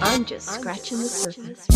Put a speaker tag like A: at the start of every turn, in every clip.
A: I'm just scratching the surface.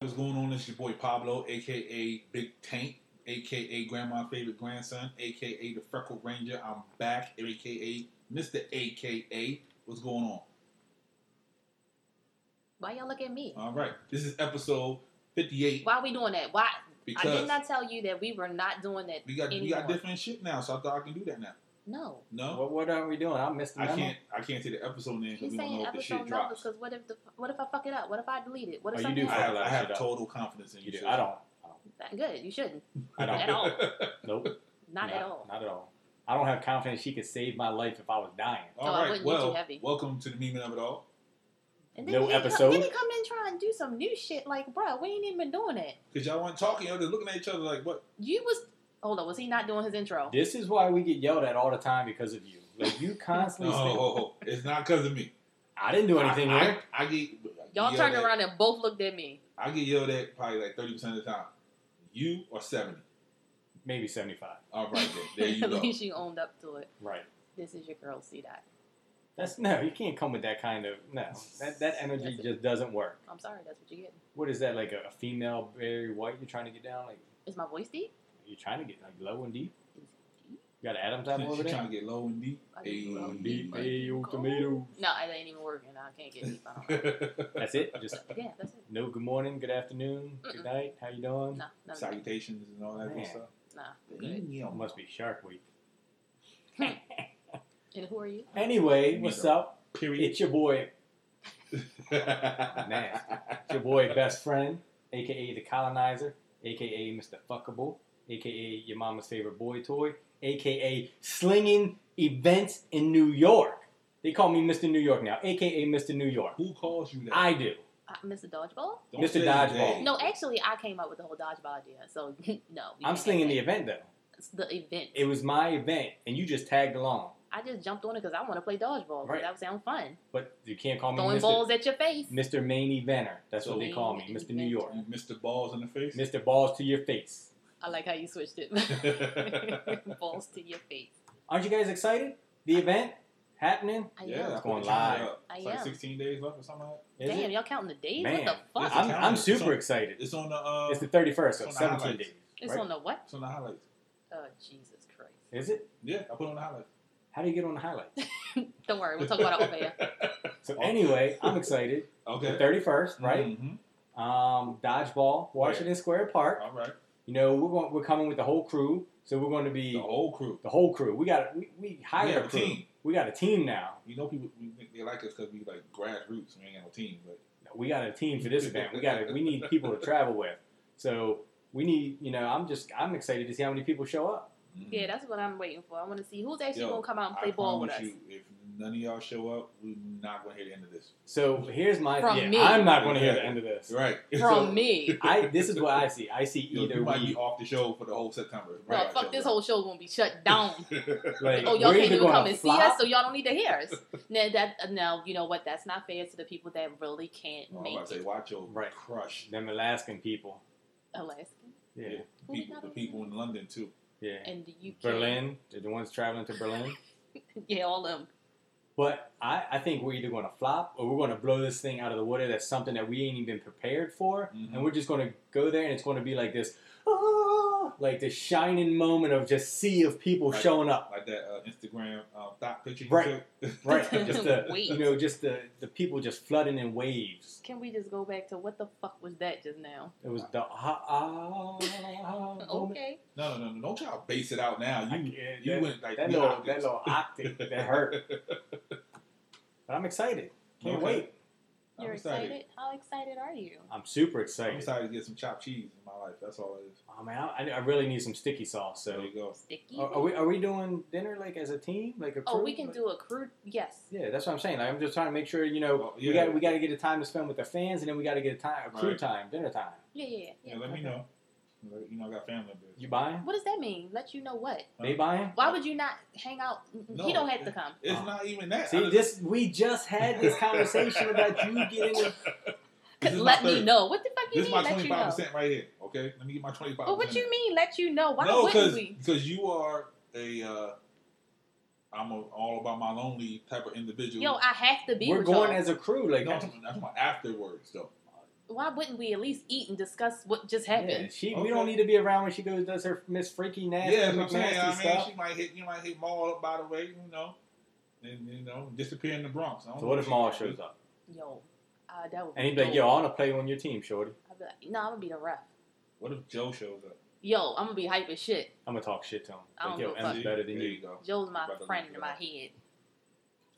B: What's going on? It's your boy Pablo, aka Big Tank, aka Grandma's favorite grandson, aka the Freckle Ranger. I'm back, aka Mr. AKA. What's going on?
C: Why y'all look at me?
B: All right, this is episode 58
C: Why we doing that? Why I did
B: because
C: not tell you that we were not doing that.
B: we got we
C: anymore.
B: got different shit now, so I thought I can do that now.
C: No,
B: No,
D: What, what are we doing? I missed the
B: I
D: memo.
B: can't. I can't say the episode name because
C: he's
B: we don't
C: saying
B: know if the shit
C: episode numbers
B: drops.
C: because what if the, what if I fuck it up? What if I delete it? What if
D: Oh, you
C: something?
D: do
B: I
D: fuck
B: have,
D: a lot
B: I
D: of
B: have
D: shit up.
B: total confidence in you.
D: You do.
B: so-
D: I don't. I don't.
C: Good, you shouldn't.
D: I don't.
C: At all,
D: Nope.
C: not at all.
D: Not at all. I don't have confidence she could save my life if I was dying.
B: All
C: Oh,
B: right,
C: I wouldn't get too
B: well,
C: heavy.
B: welcome to the meaning of it all.
C: And
D: No
C: he come-
D: episode?
C: then he come in trying to do some new shit. Like, bro, we ain't even doing that.
B: Cause y'all weren't talking, y'all just looking at each other like, what?
C: You was hold on. Was he not doing his intro?
D: This is why we get yelled at all the time because of you. Like you
B: No,
D: constantly. say,
B: it's not because of me.
D: I didn't do anything
B: Oh, I,
D: wrong.
B: I, I get
C: Y'all
B: yelled
C: turned
B: at-
C: around and both looked at me.
B: I get yelled at probably like thirty percent of the time. You are seventy.
D: Maybe seventy-five.
B: All right, then. there you
C: at
B: go.
C: least you owned up to it.
D: Right.
C: This is your girl. See that?
D: That's no. You can't come with that kind of no. That that energy
C: That's-
D: just doesn't work.
C: I'm sorry. That's what you get.
D: What is that like a, a female Barry White? You're trying to get down like
C: Is my voice deep?
D: you're trying to get like low and deep. You got an Adam's apple over
B: She's
D: there.
B: trying to get low and deep.
C: I
B: Hey,
C: get low and
D: Deep,
B: Mike.
D: hey, yo, tomatoes.
C: No, it ain't even working. I can't get deep. I don't know.
D: That's it. Just
C: Yeah, that's it.
D: No, good morning, good afternoon,
C: Mm-mm.
D: good night, how you doing?
C: No, no, no,
B: Salutations and all that good
D: Man.
B: stuff.
C: no. Good.
D: Oh, It
B: Email.
D: must be Shark Week.
C: And who are you?
D: Anyway, what's
B: Neither.
D: up?
B: Period.
D: It's your boy,
B: Nasty.
D: it's your boy best friend, aka the colonizer, aka Mr. Fuckable, aka your mama's favorite boy toy, aka slinging events in New York. They call me Mr. New York now, aka Mr. New York.
B: Who calls you that?
D: I do.
C: Uh, Mr. Dodgeball?
B: Don't
D: Mr.
B: say
D: Dodgeball.
B: they.
C: No, actually, I came up with the whole dodgeball idea. So no,
D: I'm slinging the event though.
C: It's the event.
D: It was my event, and you just tagged along.
C: I just jumped on it because I want to play dodgeball. 'cause
D: Right.
C: That sounds fun.
D: But you can't call me
C: Throwing
D: Mr.
C: balls at your face.
D: Mr. Main Eventer. That's what they
C: Main
D: call me, Mr. New York.
B: You missed the balls in the face.
D: Mr. Balls to your face.
C: I like how you switched it. balls to your face.
D: Aren't you guys excited? The event happening?
C: I
B: yeah,
C: am.
B: that's
D: Going
B: what the calendar
D: live.
B: up.
C: I
B: It's like
C: am.
B: 16 days left or something like
D: Is
C: Damn,
D: it?
C: y'all counting the days? What
D: Man,
C: the fuck?
D: I'm, I'm
B: It's on-
D: super
B: that.
D: excited.
B: It's on the uh,
D: It's the 31st, so
B: it's on the
D: 17
B: highlights.
D: days.
C: it's
D: right?
C: on the what?
B: it's on the highlights.
C: Oh, Jesus Christ.
D: Is it?
B: Yeah, I put it on the highlights.
D: How do you get on the highlight?
C: Don't worry. We'll talk about it over here.
D: So anyway, I'm excited. The
B: Okay.
D: 31st, right?
B: Mm-hmm.
D: Um, dodgeball, Washington Square Park.
B: All right.
D: You know, we're going, we're coming with the whole crew, so we're going to be
B: The whole crew.
D: the whole crew. We got we, we hired
B: we have
D: a
B: a
D: crew.
B: team.
D: We got a team now.
B: You know, people we think they like us because we like grassroots. We ain't got no team, but
D: we got a team for this event. We got we need people to travel with. So we need, you know, I'm just I'm excited to see how many people show up.
B: Mhm.
C: Yeah, that's what I'm waiting for. I want to see who's actually
B: Yo,
C: going to come out and
B: I
C: play ball with
B: promise
C: us.
B: you, if none of y'all show up, we're not gonna hear the end of this.
D: So here's my
C: From
D: yeah,
C: me.
D: I'm not going to hear the end of this.
B: Right.
C: From
B: So,
C: me.
D: I this is what I see. I see
B: yo,
D: either
B: you might
D: we
B: be off the show for the whole September.
C: Well, fuck this whole show's gonna be shut down.
D: like
C: oh, y'all
D: we're
C: can't
D: either
C: even
D: gonna
C: come and see
D: flop-
C: us, so y'all don't need to hear us. now that now you know what? That's not fair to the people that really can't
B: I'm
C: make
B: about to say,
C: it.
B: watch your
D: Right.
B: crush.
D: them Alaskan people.
C: Alaskan
D: Yeah,
B: Yeah.
C: Who we
B: People,
C: got
B: the
C: over
B: people in London too.
D: yeah.
C: and the UK,
D: Berlin, they're the ones traveling to Berlin.
C: yeah, all of them.
D: But I, I think we're either going to flop or we're going to blow this thing out of the water. That's something that we ain't even prepared for,
B: Mhm.
D: and we're just going to go there and it's going to be like this, "Ah," like this shining moment of just sea of people
B: Right.
D: showing up,
B: Like that uh, Instagram uh, thought picture. You
D: Right.
B: took.
D: right? just the
C: Wait.
D: you know, just the the people just flooding in waves.
C: Can we just go back to what the fuck was that just now?
D: It was the ah ah. ah moment.
C: Okay,
B: No, no, no, no. Don't try to base it out now.
D: I
B: You,
D: can't-
B: you
D: that,
B: went like
D: that
B: we
D: little
B: out
D: that
B: this.
D: little octave that hurt, but I'm excited. Can't
B: Okay.
D: wait.
C: You're
B: I'm excited.
C: excited? How excited are you?
D: I'm super
B: I'm
D: excited.
B: excited to get some chopped cheese in my life. That's all it is.
D: Oh man, I, I really need some sticky sauce.
B: there
D: So,
B: you go.
C: Sticky.
D: are, are we are we doing dinner like as a team, like a?
C: oh,
D: crew?
C: we can
D: Like-
C: do a crude. Yes.
D: Yeah, that's what I'm saying. Like, I'm just trying to make sure you know
B: Oh,
D: we
B: yeah.
D: got we got to get a time to spend with the fans, and then we got to get a time, a crew
B: Right.
D: time, dinner time.
C: Yeah, yeah,
B: Yeah,
C: yeah. yeah.
B: let me know. You know, I got family up there.
D: You buying?
C: What does that mean? Let you know what?
D: They buying?
C: Why would you not hang out?
B: No.
C: he don't have to come.
B: It's
D: Oh.
B: not even that. I
D: See,
B: just-
D: this we just had this conversation about you getting. A,
B: This
C: Cause
B: is
C: let
B: my
C: me
B: third.
C: know. What the fuck you
B: This is my
C: mean? Let you
B: twenty five
C: know.
B: percent right here. Okay, let me get my twenty five.
C: But what you mean? Let you know? Why
B: no,
C: wouldn't
B: because
C: we?
B: because you are a uh, I'm a, all about my lonely type of individual.
C: Yo, I have to be
D: we're
C: with
D: going
C: y'all.
D: as a crew, like.
B: no, I'm talking- that's my afterwards though.
C: Why wouldn't we at least eat and discuss what just
D: yeah,
C: happened?
D: she. We
B: Okay.
D: don't need to be around when she goes does her Miss Freaky nasty,
B: yeah, that's what I'm
D: nasty
B: saying. I mean,
D: stuff.
B: she might hit you might hit Maul up by the way, you know, and you know disappear in the Bronx. I don't
D: so
B: know
D: what if
B: she
D: Maul
B: might
D: shows
B: do.
D: up
C: Yo, uh, that would.
D: and he'd be like,
C: dope.
D: "Yo, I want to play on your team, shorty.
C: I'd be like, no, I'm gonna be the ref.
B: What if Joe shows up?
C: Yo, I'm gonna be hype as shit.
D: I'm gonna talk shit to him.
C: I
D: Like,
C: don't
D: yo,
C: give a fuck.
D: M's better than
B: there
D: you."
B: you go.
C: Joe's my
B: About to
C: friend
B: leave
C: in
B: it
C: my
B: up.
C: head.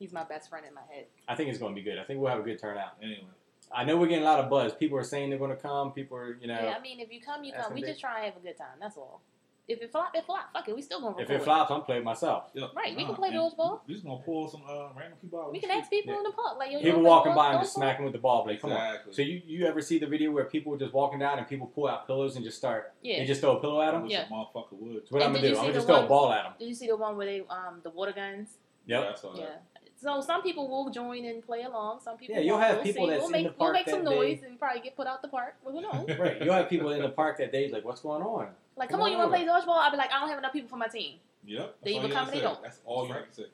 C: He's my best friend in my head.
D: I think it's gonna be good. I think we'll have a good turnout.
B: Anyway,
D: I know we're getting a lot of buzz. People are saying they're gonna come. People are, you know,
C: Yeah, I mean, if you come, you
D: That's
C: come. We
D: gonna be-
C: just try and have a good time. That's all. If it flop, it flop. Fuck it, we still gonna
D: if
C: record.
D: it flops, I'm playing myself.
B: Yeah,
C: Right, we
B: nah,
C: can play
B: and
C: Doge Ball.
B: We just gonna pull some uh, random people out.
C: we
B: of the
C: can ask
B: street.
C: people in the park. Like, yo, you
D: People
C: wanna play
D: walking
C: Doge-
D: by and
C: Doge
D: just
C: Ball?
D: smacking with the ball. Like, come on.
B: Exactly.
D: So you, you ever see the video where people just walking down and people pull out pillows and just start?
C: Yeah.
D: They just throw a pillow at
B: I
D: them.
B: wish
C: Yeah.
B: a motherfucker would.
D: So what
C: And
D: I'm
C: did
D: gonna
C: you
D: do?
C: see
D: I'm gonna
C: the
D: just throw a
C: ones-
D: ball at them.
C: Did you see the one where they um the water guns?
B: Yeah,
D: Yep.
B: I saw that.
C: Yeah. So some people will join and play along. Some people
D: Yeah, you'll
C: won't.
D: have
C: We'll
D: people
C: see.
D: that's
C: we'll
D: in
C: make,
D: the
C: we'll
D: park
C: make some
D: that day.
C: noise and probably get put out the park. But who knows?
D: right. You'll have people in the park that day like, what's going on?
C: Like,
D: Come
C: come on,
D: on
C: you want to
D: over.
C: play dodgeball? I'll be like, I don't have enough people for my team.
B: Yep.
C: They
B: that's all
C: either
B: you
C: come
B: gotta
C: or they
B: say.
C: don't.
B: That's all you have to say.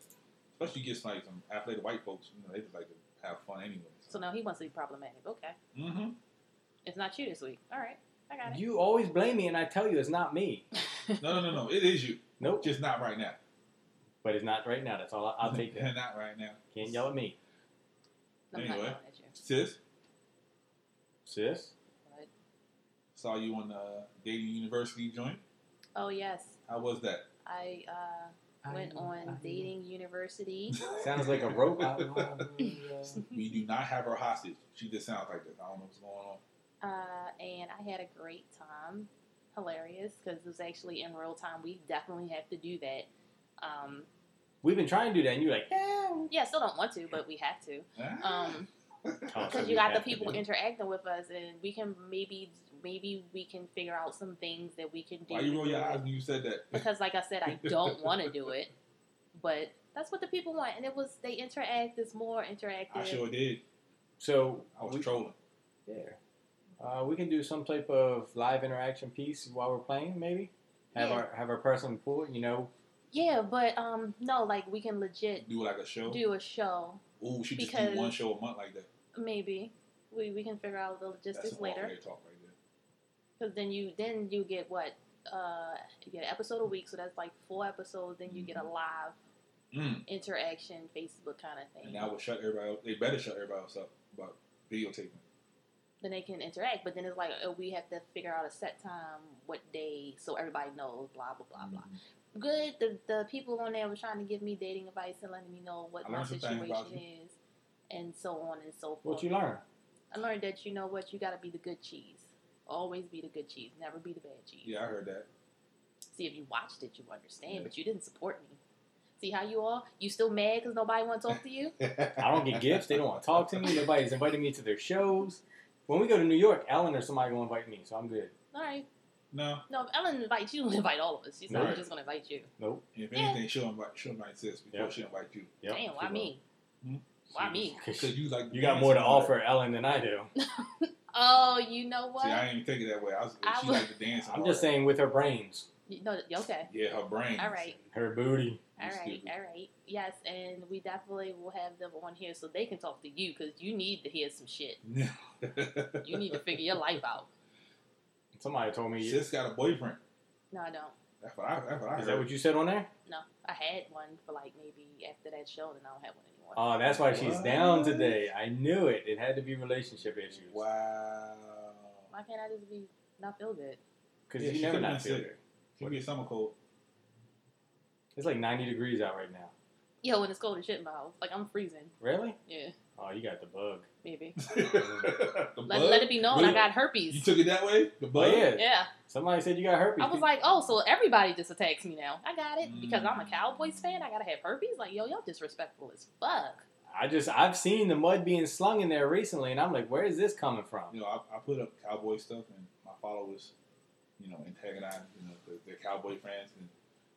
B: Especially against like some athletic white folks, you know, they just like to have fun anyway.
C: So now he wants to be problematic. Okay,
B: mm-hmm.
C: it's not you this week. All right, I got it.
D: You always blame me, and I tell you it's not me.
B: No, no, no, no. It is you.
D: Nope.
B: Just not right now.
D: But it's not right now. That's all. I, I'll take that.
B: not right now.
D: Can't yell at me,
C: I'm
B: Anyway.
C: not yelling at you.
B: Sis,
D: sis.
C: But-
B: saw you on the dating university joint.
C: oh yes,
B: How was that?
C: I uh, went on dating university.
D: Sounds like a robot.
B: We do not have her hostage. She just sounds like this. I don't know what's going on.
C: uh, and I had a great time. Hilarious because it was actually in real time. We definitely have to do that. Um,
D: We've been trying to do that, and you're like,
C: yeah, still don't want to, but we have to.
B: Ah.
C: Um,
D: oh, so
C: because
D: we
C: you got the
D: have to
C: people
D: do it.
C: interacting with us, and we can maybe maybe we can figure out some things that we can do.
B: Why you roll your eyes when you said that?
C: Because, like I said, I don't want to do it, but that's what the people want, and it was they interact. It's more interactive.
B: I sure did.
D: So uh,
B: I was
D: we-
B: trolling.
D: Yeah. Uh, we can do some type of live interaction piece while we're playing, maybe. Have
C: Yeah.
D: our have our person pull it, you know.
C: Yeah, but um, no, like we can legit
B: Do like a show.
C: do a show.
B: Ooh, she just
C: Because-
B: do one show a month like that.
C: Maybe we we can figure out the
B: That's
C: logistics
B: some
C: later.
B: off-air talk right there.
C: Because then you then you get what uh you get an episode a week, so that's like four episodes. Then you get a
B: Mm-hmm.
C: live
B: Mm.
C: interaction Facebook kind of thing.
B: And I would shut everybody else. They better shut everybody else up about videotaping.
C: then they can interact. But then it's like oh, we have to figure out a set time, what day, so everybody knows. Blah blah blah blah.
B: Mm-hmm.
C: Good. The the people on there were trying to give me dating advice and letting me know what
B: I
C: my
B: learned some things
C: situation
B: about
C: is, and so on and so forth.
D: What you learn?
C: I learned that you know what you got to be the good cheese. Always be the good cheese. Never be the bad cheese.
B: Yeah, I heard that.
C: See, if you watched it, you understand,
B: Yeah.
C: but you didn't support me. See how you are? You still mad because nobody want to talk to you?
D: I don't get gifts. They don't want to talk to me. Nobody's inviting me to their shows. When we go to New York, Ellen or somebody will invite me, so I'm good.
C: All right.
B: No,
C: No, if Ellen invites you, invite all of us. She's not
B: Right.
C: just going to invite you.
D: Nope.
B: if
C: Yeah.
B: anything, she'll invite she'll invite sis before
D: Yeah.
B: she invite you
D: Yep,
C: Damn,
D: she
C: why
D: will.
C: me? Why me?
B: because you like
D: You got more to offer Ellen than I do.
C: Oh, you know what?
B: See, I didn't even think it that way. I was,
C: I
B: she
C: would-
B: like to dance. and
D: I'm
B: all
D: just
B: that.
D: saying with her brains,
C: You- No, okay.
B: Yeah, her brain.
C: All right.
D: her booty.
C: All right.
B: stupid.
C: All right. Yes, and we definitely will have them on here so they can talk to you because you need to hear some shit. You need to figure your life out.
D: Somebody told me.
B: sis got a boyfriend.
C: No, I don't.
B: That's what I. That's what I heard.
D: Is that what you said on there?
C: No, I had one for like maybe after that show, and I don't have one anymore.
D: Oh, that's why she's down
B: What?
D: today. I knew it. It had to be relationship issues.
B: Wow.
C: why can't I just be not feel good?
D: Because
B: Yeah,
D: you
B: she
D: never
B: could've
D: not
B: been
D: feel
B: sick.
D: her.
B: She be a summer cold.
D: It's like 90 degrees out right now.
C: Yo, and it's cold as shit in my house. Like I'm freezing.
D: Really?
C: Yeah.
D: Oh, you got the bug.
C: maybe.
B: The
C: Let,
B: bug?
C: let it be known
B: Really?
C: I got
B: You
C: herpes.
B: took it that way? The
D: Mm-hmm. Oh
B: bug?
D: yeah.
C: Yeah.
D: Somebody said you got herpes.
C: I was like, oh, so everybody just attacks me now. I got it because I'm a
B: Mm.
C: Cowboys fan. I gotta have herpes. Like, yo, y'all disrespectful as fuck.
D: I just I've seen the mud being slung in there recently, and I'm like, where is this coming from?
B: You know, I, I put up cowboy stuff and my followers, you know, antagonize, you know, their, their cowboy fans and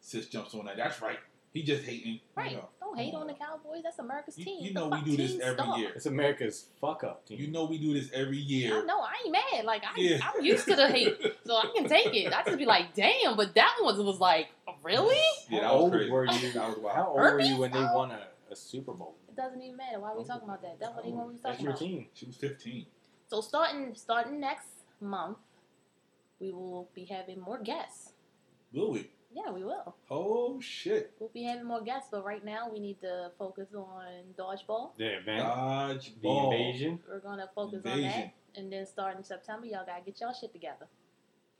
B: sis jumps on that. That's right. He just hating. You
C: Right?
B: know,
C: Don't hate
B: come
C: on the Cowboys. That's America's
B: You-
C: team.
B: you
C: The
B: know we
C: fuck
B: do this
C: team
B: every
C: star.
B: year.
D: It's America's fuck up team.
B: You know we do this every
C: I
B: year.
C: know. I ain't mad. Like I,
B: Yeah.
C: I'm used to the hate, so I can take it. I just be like, damn. But that one was like, really?
B: Yeah, that
D: How
B: was
D: old
B: crazy.
D: were you?
B: That was wild.
D: How old were you when they won a, a Super Bowl?
C: It doesn't even matter. Why are we talking about that? That's what they want me
D: That's
C: talking
D: your
C: about.
D: team.
B: She was 15.
C: So starting starting next month, we will be having more guests.
B: Will we?
C: Yeah, we will.
B: Oh, shit.
C: We'll be having more guests, but right now we need to focus on dodgeball.
D: The event,
B: Dodge
D: the
B: ball.
D: invasion.
C: We're gonna focus on
B: Invasion.
C: that, and then starting September, y'all gotta get y'all shit together.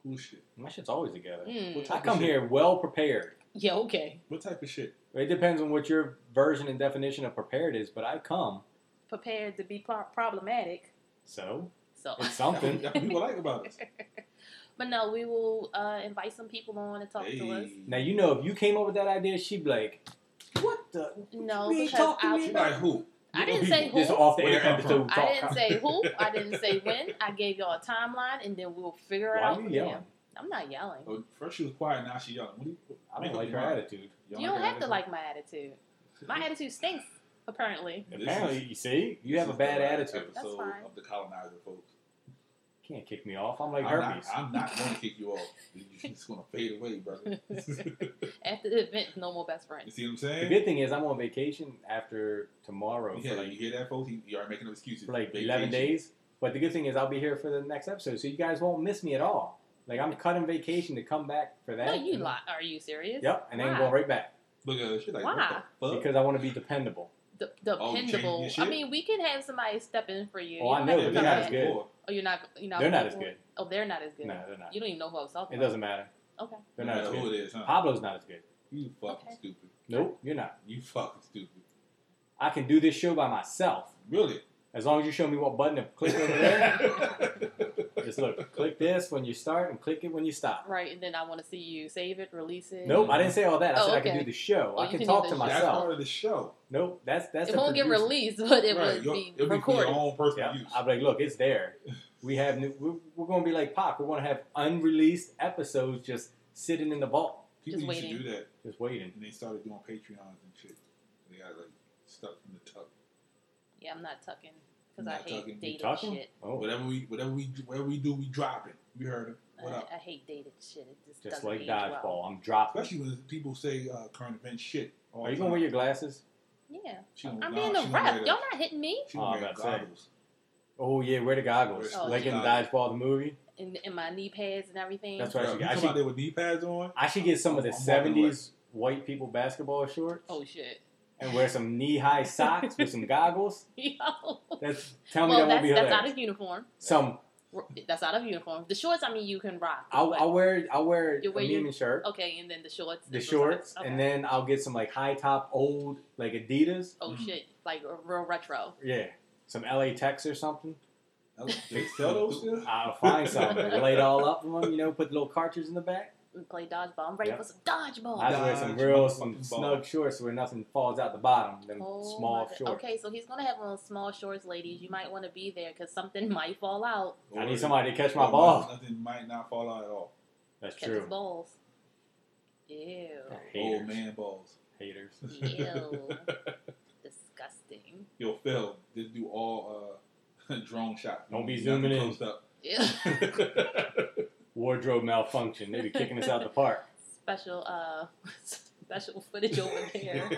B: Cool shit.
D: My shit's always together.
B: What
D: I
B: type
D: come
B: of shit?
D: here well prepared.
C: Hmm. Yeah, okay.
B: What type of shit?
D: It depends on what your version and definition of prepared is, but I come
C: Prepared to be pro- problematic.
D: so
C: So,
B: That's
D: it's
B: what
D: something.
B: that's what people like about us.
C: but no, we will uh, invite some people on to talk to us.
B: Hey.
D: now you know if you came up with that idea, she'd be like, "What the?
C: No,
D: you ain't
C: because
D: talking to
C: I'll-
D: me
B: She
D: about
B: like who?
C: I didn't say
D: This
C: who.
D: off the
B: Where
D: air
B: they come from?
D: episode.
C: I didn't
D: talk.
C: say who. I didn't say when. I gave y'all a timeline, and then we'll figure it
D: Why
C: out.
D: are you
C: from
D: yelling?
C: there. I'm not yelling.
B: Oh, first she was quiet, now she yelling. What do you,
D: I
B: Make
D: don't
B: up
D: like her
B: your mind.
D: attitude.
C: You don't have to like my attitude. My attitude stinks, apparently.
B: This
D: Apparently,
B: is-
D: you see, you
B: this
D: have a
B: is
D: bad
B: the last
D: attitude.
C: That's
B: episode
C: fine.
B: Of the colonizer, folks.
D: Can't kick me off. I'm like
B: I'm
D: herpes.
B: not, I'm not going to kick you off. You're just going to fade away, brother. you
C: After the event, no more best friends.
B: see what I'm
D: the
B: saying?
D: good thing is I'm on vacation after tomorrow
B: Yeah,
D: for
B: you
D: like,
B: hear that, folks? You are making up excuses.
D: for like
B: Vacation.
D: 11 days. But the good thing is I'll be here for the next episode, so you guys won't miss me at all. Like I'm cutting vacation to come back for that.
C: No, you
D: and-
C: lie. Are you serious?
D: Yep, and then
C: Why?
D: go right back
B: Look at her. She's like,
C: Why?
B: what the fuck?
D: because I want to be dependable.
C: De-
B: Oh, you changing
C: dependable.
B: your shit?
C: I mean, we can have somebody step in for you.
D: Oh, I
C: You don't
D: know,
C: have to come
D: but they're not
C: back.
D: as good.
B: Before.
C: Oh, you're not. You're not.
D: They're not as good.
C: Oh, they're not as good.
D: No, they're not.
C: You don't even know who I was talking
D: It
C: about.
D: doesn't matter.
C: Okay.
D: They're
B: no
D: not as
B: matter who
D: good.
B: it is, huh?
D: Pablo's not as good.
B: You fucking
C: Okay.
B: stupid.
D: Nope, you're not.
B: You fucking stupid.
D: I can do this show by myself
B: Really?
D: as long as you show me what button to click over there. Just look, click this when you start and click it when you stop.
C: Right, and then I want to see you save it, release it.
D: Nope, I didn't say all that. I
C: Oh,
D: said I
C: okay.
D: can do the show.
C: Oh,
D: I
C: you
D: can,
C: can do
D: talk
C: the
D: to
C: show.
B: That's
D: myself.
B: part of the show.
D: Nope, that's that's
C: It
D: the
C: won't get
D: producer.
C: released, but it
B: right.
C: would
B: You'll-
C: be
B: it'll be for your
C: recorded.
B: own personal
D: Yeah,
B: use.
D: I'm like, look, it's there. We have new, we're, we're going to be like Pop. We're going to have unreleased episodes just sitting in the vault,
B: People
C: Just
B: used to
C: waiting.
B: do that,
D: just waiting.
B: and they started doing Patreons and shit. They got like stuff from the tuck.
C: Yeah, I'm not tucking because
B: You're
C: I
B: not
C: hate
B: tucking. You
C: dated
D: Talking.
C: shit.
D: Oh,
B: Whatever we, whatever we, do- whatever we do, we drop it. You heard him. What up?
C: I, I hate dated shit. It just,
D: just
C: doesn't
D: like
C: age
D: dodgeball,
C: Well.
D: I'm dropping.
B: Especially when people say uh, current event shit. all
D: Are you
B: the
D: gonna wear
B: time.
D: your glasses?
C: Yeah,
B: She gonna-
C: I'm
B: Oh, nah,
C: being
B: she
C: the
B: gonna wear
C: ref.
B: the-
C: Y'all not hitting me
B: She
D: Oh,
B: gonna
D: I'm
B: wear
D: about to say.
B: goggles.
D: Oh yeah, wear the goggles.
C: Oh,
D: like in
B: yeah.
D: dodgeball the movie.
C: in, in my knee pads and everything.
D: That's
B: Bro, you
D: right. I should- I
B: come
D: should-
B: out there with knee pads on.
D: I should get some of the
B: I'm walking
D: '70s white people basketball shorts
C: Oh shit,
D: and wear some knee-high socks with some goggles.
C: yo.
D: That's tell me
C: Well,
D: that won't
C: that's
D: be
C: that's
D: hilarious.
C: out of uniform.
D: some
C: That's out of uniform. The shorts, I mean, you can rock.
D: I'll,
C: but-
D: I'll wear I'll wear
C: You
D: a
C: wear your-
D: Neiman shirt,
C: okay, and then the shorts.
D: the
C: and
D: shorts,
C: socks. Okay.
D: and then I'll get some like high top old like Adidas.
C: oh
B: Mhm.
C: shit, like a real retro.
D: Yeah, some LA Techs or something.
B: They sell those still?
D: I'll find some, lay it all up in one, you know, put little cartridge in the back.
C: We play dodgeball. I'm ready
D: Yep.
C: for some dodgeball.
D: I'll wear some
B: Dodge
D: real some
B: motherfucking ball.
D: snug shorts where nothing falls out the bottom. Them
C: Oh, my
D: small
C: God.
D: shorts.
C: Okay, so he's gonna have on small shorts, ladies. You might want to be there because something might fall out.
D: I
B: Or-
D: need somebody to catch my
B: or
D: ball.
B: Nothing might not fall out at all.
D: That's
C: Catch his
D: true.
C: balls. Ew.
D: Haters.
B: Old man balls.
D: Haters.
C: Ew. Disgusting.
B: Yo, Phil, just do all uh, drone shots.
D: Don't be
B: Nothing
D: zooming in.
B: close up.
C: Ew.
D: Wardrobe malfunction. They be kicking us out the park.
C: special uh special footage over there.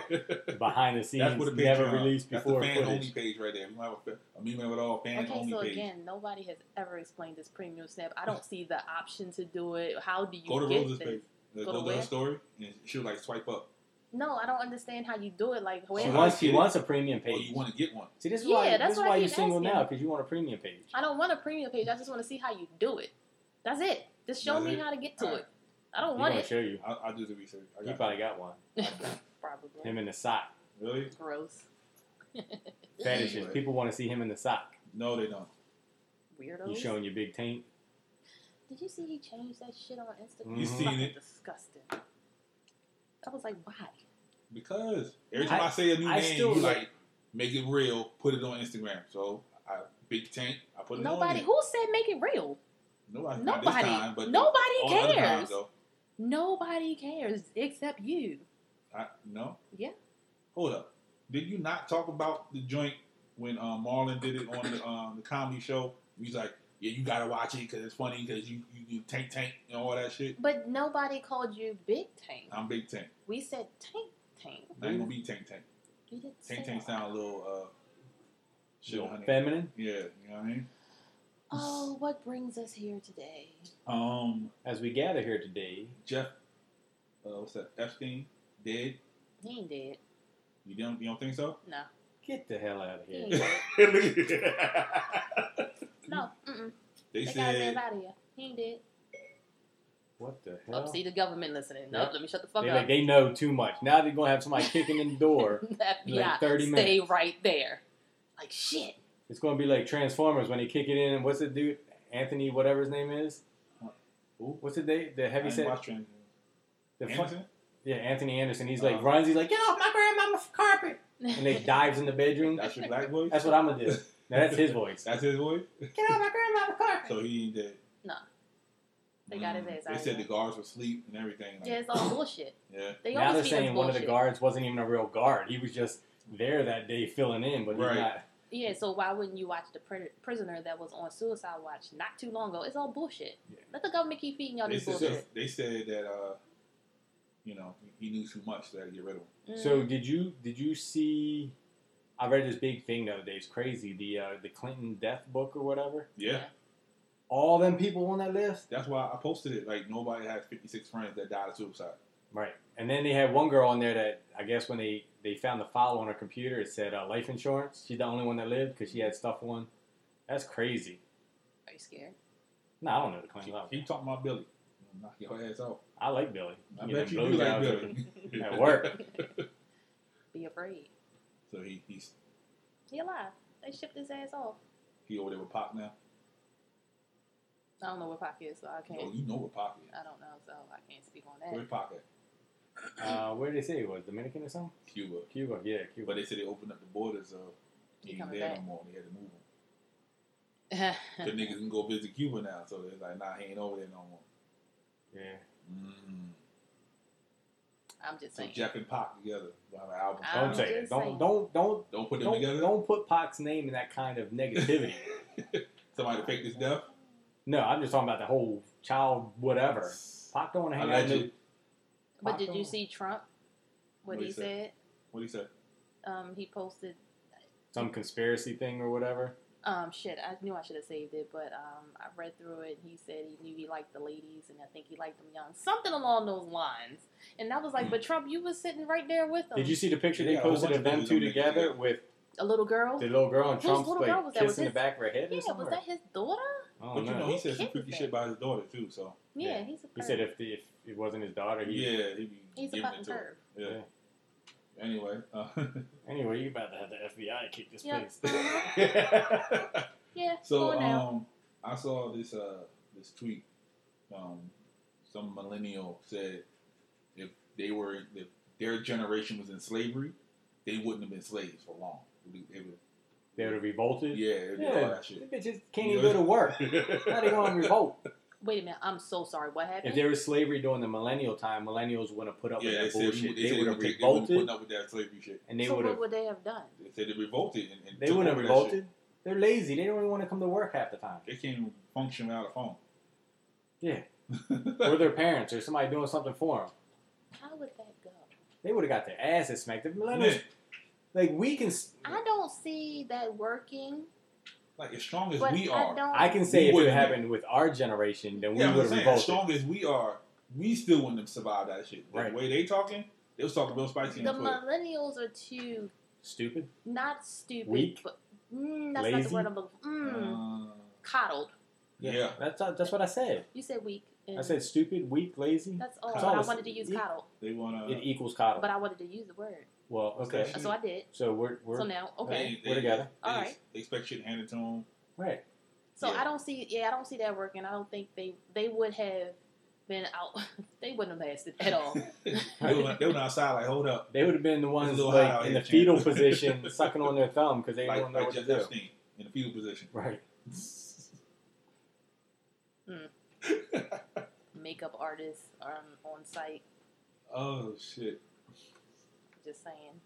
D: Behind the
B: That's
D: scenes,
B: what the page
D: never released
B: That's
D: before
B: the fan only
D: footage.
B: page right there. We might have a, a meme of it all. Fan
C: Okay,
B: only
C: so
B: page.
C: again, nobody has ever explained this premium snap. I don't see the option to do it. How do you
B: Go to
C: get
B: Rose's
C: this?
B: page. Go,
C: Go
B: go
C: to
B: to
C: where?
B: her story, and she'll like swipe up.
C: No, I don't understand how you do it. Like
D: She
B: Oh,
C: where?
D: wants,
B: I
D: she
B: get it.
D: wants a premium
B: Or
D: page.
B: Oh, you want to get one.
D: See, this is
C: Yeah,
D: why,
C: that's
D: this is
C: what I
D: why you're
C: keep
D: single
C: asking.
D: now because you want a premium page.
C: I don't want a premium page. I just want to see how you do it. That's it. Just show
B: That's
C: me
B: it.
C: how to get to
B: Alright.
C: it. I don't
D: He's
C: want
D: gonna
C: it.
D: show you.
B: I'll, I'll do the research. I
D: He
B: got
D: probably got one.
B: it.
C: Probably.
D: Him in the sock.
B: Really?
C: Gross.
D: Fetishes.
B: Anyway.
D: People want to see him in the sock.
B: No, they don't.
C: Weirdos.
D: You showing your big taint?
C: Did you see he changed that shit on Instagram?
D: You
C: It's
B: Mm-hmm. seen
C: fucking
B: it.
C: Disgusting. I was like, why?
B: Because every time I,
D: I-
B: say a new
D: I
B: name,
D: still
B: you
D: like-
B: like make it real, put it on Instagram. So I big tank, I put it
C: Nobody.
B: on.
C: Who said make it real?
B: Nobody. Nobody. This
C: Nobody.
B: time, but all the
C: nobody
B: other times,
C: cares.
B: though,
C: Nobody cares except you.
B: I, no.
C: Yeah.
B: Hold up. Did you not talk about the joint when um, Marlon did it on the, um, the comedy show? He's like, yeah, you gotta watch it because it's funny because you, you you tank tank and all that shit.
C: But nobody called you Big Tank.
B: I'm big tank.
C: We said Tank Tank.
B: I ain't gonna be tank tank.
C: You didn't say
B: Tank tank
C: that.
B: sound a little uh, shit on it.
D: Feminine?
B: Yeah, you know what I mean.
C: Oh, what brings us here today?
B: Um,
D: As we gather here today,
B: Jeff, uh, what's that? Epstein dead.
C: He ain't dead.
B: You don't you don't think so?
C: No.
D: get the hell out of
C: He
D: here.
C: ain't dead.
B: they
C: No. Mm-mm. That guy's dead
B: said
C: out of here. He ain't dead.
D: What the
C: Oh,
D: hell?
C: see the government listening. Nope,
D: Yep.
C: let me shut the fuck
D: they,
C: up.
D: like, they know too much. Now they're going to have somebody kicking in the door.
C: yeah,
D: 30
C: stay right there. Like shit.
D: It's going to be like Transformers when they kick it in. And what's the dude? Anthony, whatever his name is.
B: Who?
D: What's the day? The
B: I
D: heavy
B: didn't
D: set.
B: watch Trans-
D: The fu-
B: Anderson?
D: yeah, Anthony Anderson. He's
B: Uh.
D: like runs. He's like, get off my grandmama's carpet. And they dives in the bedroom.
B: That's your black voice.
D: That's what I'm gonna do. Now that's his voice.
B: That's his voice.
D: Get off my grandmama's carpet.
B: So he ain't dead.
C: No. They got his
B: Mm.
C: ass
B: They
C: out
B: said
C: of
B: the guards were asleep and everything. Like,
C: Yeah, it's all bullshit.
B: yeah.
C: They
D: now they're
C: always
D: saying
C: feed us
D: one of the
C: bullshit.
D: guards wasn't even a real guard. He was just there that day filling in, but he's
B: Right.
D: not.
C: Yeah, so why wouldn't you watch the pr- prisoner that was on suicide watch not too long ago? It's all bullshit.
D: Yeah.
C: Let the government keep feeding y'all
B: They
C: this
B: said,
C: bullshit.
B: they said that uh, you know, he knew too much, so they had to get rid of him.
C: Mm.
D: So did you did you see? I read this big thing the other day. It's crazy. The uh, the Clinton death book or whatever.
B: Yeah.
C: Yeah.
D: All them people on that list.
B: That's why I posted it. Like nobody has fifty six friends that died of suicide.
D: Right. And then they had one girl on there that I guess when they, they found the file on her computer, it said uh, life insurance. She's the only one that lived because she had stuff on. That's crazy.
C: Are you scared?
D: No, I don't know the Clintons.
B: Keep,
D: I don't-
B: keep talking about Billy. Knock your ass out.
D: I like Billy.
B: I
D: Get
B: bet you
D: them
B: do like
D: blowjobs
B: Billy.
D: At work.
C: Be afraid.
B: So he he's
C: He alive. They shipped his ass off.
B: he over there with Pop now.
C: I don't know where Pac is, so I can't.
B: Oh, you know where Pop is.
C: I don't know, so I can't speak on
B: Where
C: that.
B: Pop at?
D: Uh, where did they say he was? Dominican or something?
B: Cuba.
D: Cuba. Yeah, Cuba.
B: But they said they opened up the borders. Uh,
C: He
B: he ain't
C: coming
B: there
C: back.
B: no more. They had to move him. The niggas can go visit Cuba now. So it's like, nah, he ain't over there no more.
D: yeah.
B: Mm.
C: I'm just
B: So
C: saying.
B: Jeff and Pop together. They have an album.
C: I'm
D: Don't say
C: Um, just
D: that. Don't
C: saying.
D: don't don't
B: Don't put them
D: don't,
B: together.
D: don't put Pac's name in that kind of negativity.
B: Somebody fake this death.
D: no, I'm just talking about the whole child whatever. Pac don't want to hang out.
B: Alleged.
D: with-
C: But did you
D: Paco.
C: see Trump? What
B: What
C: he
B: he
C: said?
B: said? What he said?
C: Um, he posted.
D: Some conspiracy thing or whatever.
C: Um, shit, I knew I should have saved it, but um, I read through it. And he said he knew he liked the ladies, and I think he liked them young, something along those lines. And I was like,
B: Hmm.
C: but Trump, you was sitting right there with them.
D: Did you see the picture they
B: Yeah, a whole
D: posted
B: bunch
D: of
B: of
D: them
B: pictures
D: two
B: of them
D: together
B: together.
D: with
C: a little girl?
D: the little girl and
C: Whose
D: Trump's
C: little
D: like
C: girl was that? Was
D: kissing the
C: his-
D: back of her head? or
C: yeah, was
D: something, or-
C: that his daughter?
D: I
B: But
D: don't
B: you
D: know.
B: know, he said some
C: Who cares
B: freaky shit about his daughter too. So
C: Yeah,
D: Yeah.
C: he's a perv.
D: he said if, the, if it wasn't his daughter, he.
B: yeah, he be
C: he's a
B: giving
C: fucking
B: it to her.
C: perv.
B: Yeah. Anyway.
D: Anyway, you about to have the FBI kick this
C: Yeah. uh-huh.
D: place.
B: Uh,
C: Yeah,
B: So
C: go on now.
B: um, I saw this uh this tweet. Um, some millennial said if they were if their generation was in slavery, they wouldn't have been slaves for long. They would-
D: They would have revolted.
B: yeah, it'd be all that
D: The
B: shit.
D: bitches can't
B: You
D: even
B: know-
D: go to work. How they going to revolt?
C: Wait a minute, I'm so sorry. What
D: If
C: happened?
D: there was slavery during the millennial time, millennials wouldn't have put up
B: yeah, they
D: with that
B: said we-
D: bullshit.
B: they
D: They,
B: said
D: would
B: they
D: have
B: would take- they wouldn't
D: revolted,
B: put up with that slavery shit.
D: and they
C: so
D: would have.
C: what would they have done?
B: They said they revolted and, and
D: They
B: took
D: wouldn't have
B: over that shit.
D: revolted. They're lazy. They don't even want to come to work half the time.
B: They can't even function without a phone.
D: Yeah. or their parents, or somebody doing something for them.
C: How would that go?
D: They would have got their asses smacked. The millennials,
B: yeah,
D: like we can. s-
C: I don't see that working.
B: like as strong as
C: but
B: we
C: I
B: are,
C: don't.
D: I can say
B: We
D: if it
B: wouldn't have.
D: happened with our generation, then we
B: yeah, I'm
D: would have
B: just saying, as
D: revolted.
B: strong as we are, we still wouldn't have survived that shit. The
D: Right.
B: way they talking, they was talking real spicy
C: The
B: on Twitter.
C: millennials are too
D: Stupid.
C: not stupid,
D: Weak?
C: but mm, that's not
D: Lazy?
C: the word I'm. looking- Mm,
B: Uh,
C: coddled.
B: yeah.
D: That's that's what I said.
C: You said weak.
D: I said stupid, weak, lazy.
C: That's all.
B: Coddle.
C: I wanted to use
D: It-
C: coddle,
B: They want
D: It
B: to.
D: equals coddle.
C: but I wanted to use the word.
D: Well,
B: What's
D: okay.
B: that shit?
C: So I did.
D: So we're we're
C: So now, okay.
B: They,
D: We're
B: they-
D: together.
B: They,
C: Alright.
B: They expect shit handed to them.
D: right.
C: So
B: Yeah.
C: I don't see. Yeah, I don't see that working. I don't think they they would have been out. they wouldn't have lasted at all.
B: they, were, they were outside like, hold up,
D: They would have been the ones
B: little hot out
D: like in
B: here,
D: the fetal
B: champ.
D: position, sucking on their thumb because they
B: like,
D: don't know
B: like
D: what to
B: Jeff
D: do.
B: Epstein in the fetal position.
D: Right.
C: Makeup artists um, on site.
B: oh shit.
C: Just saying.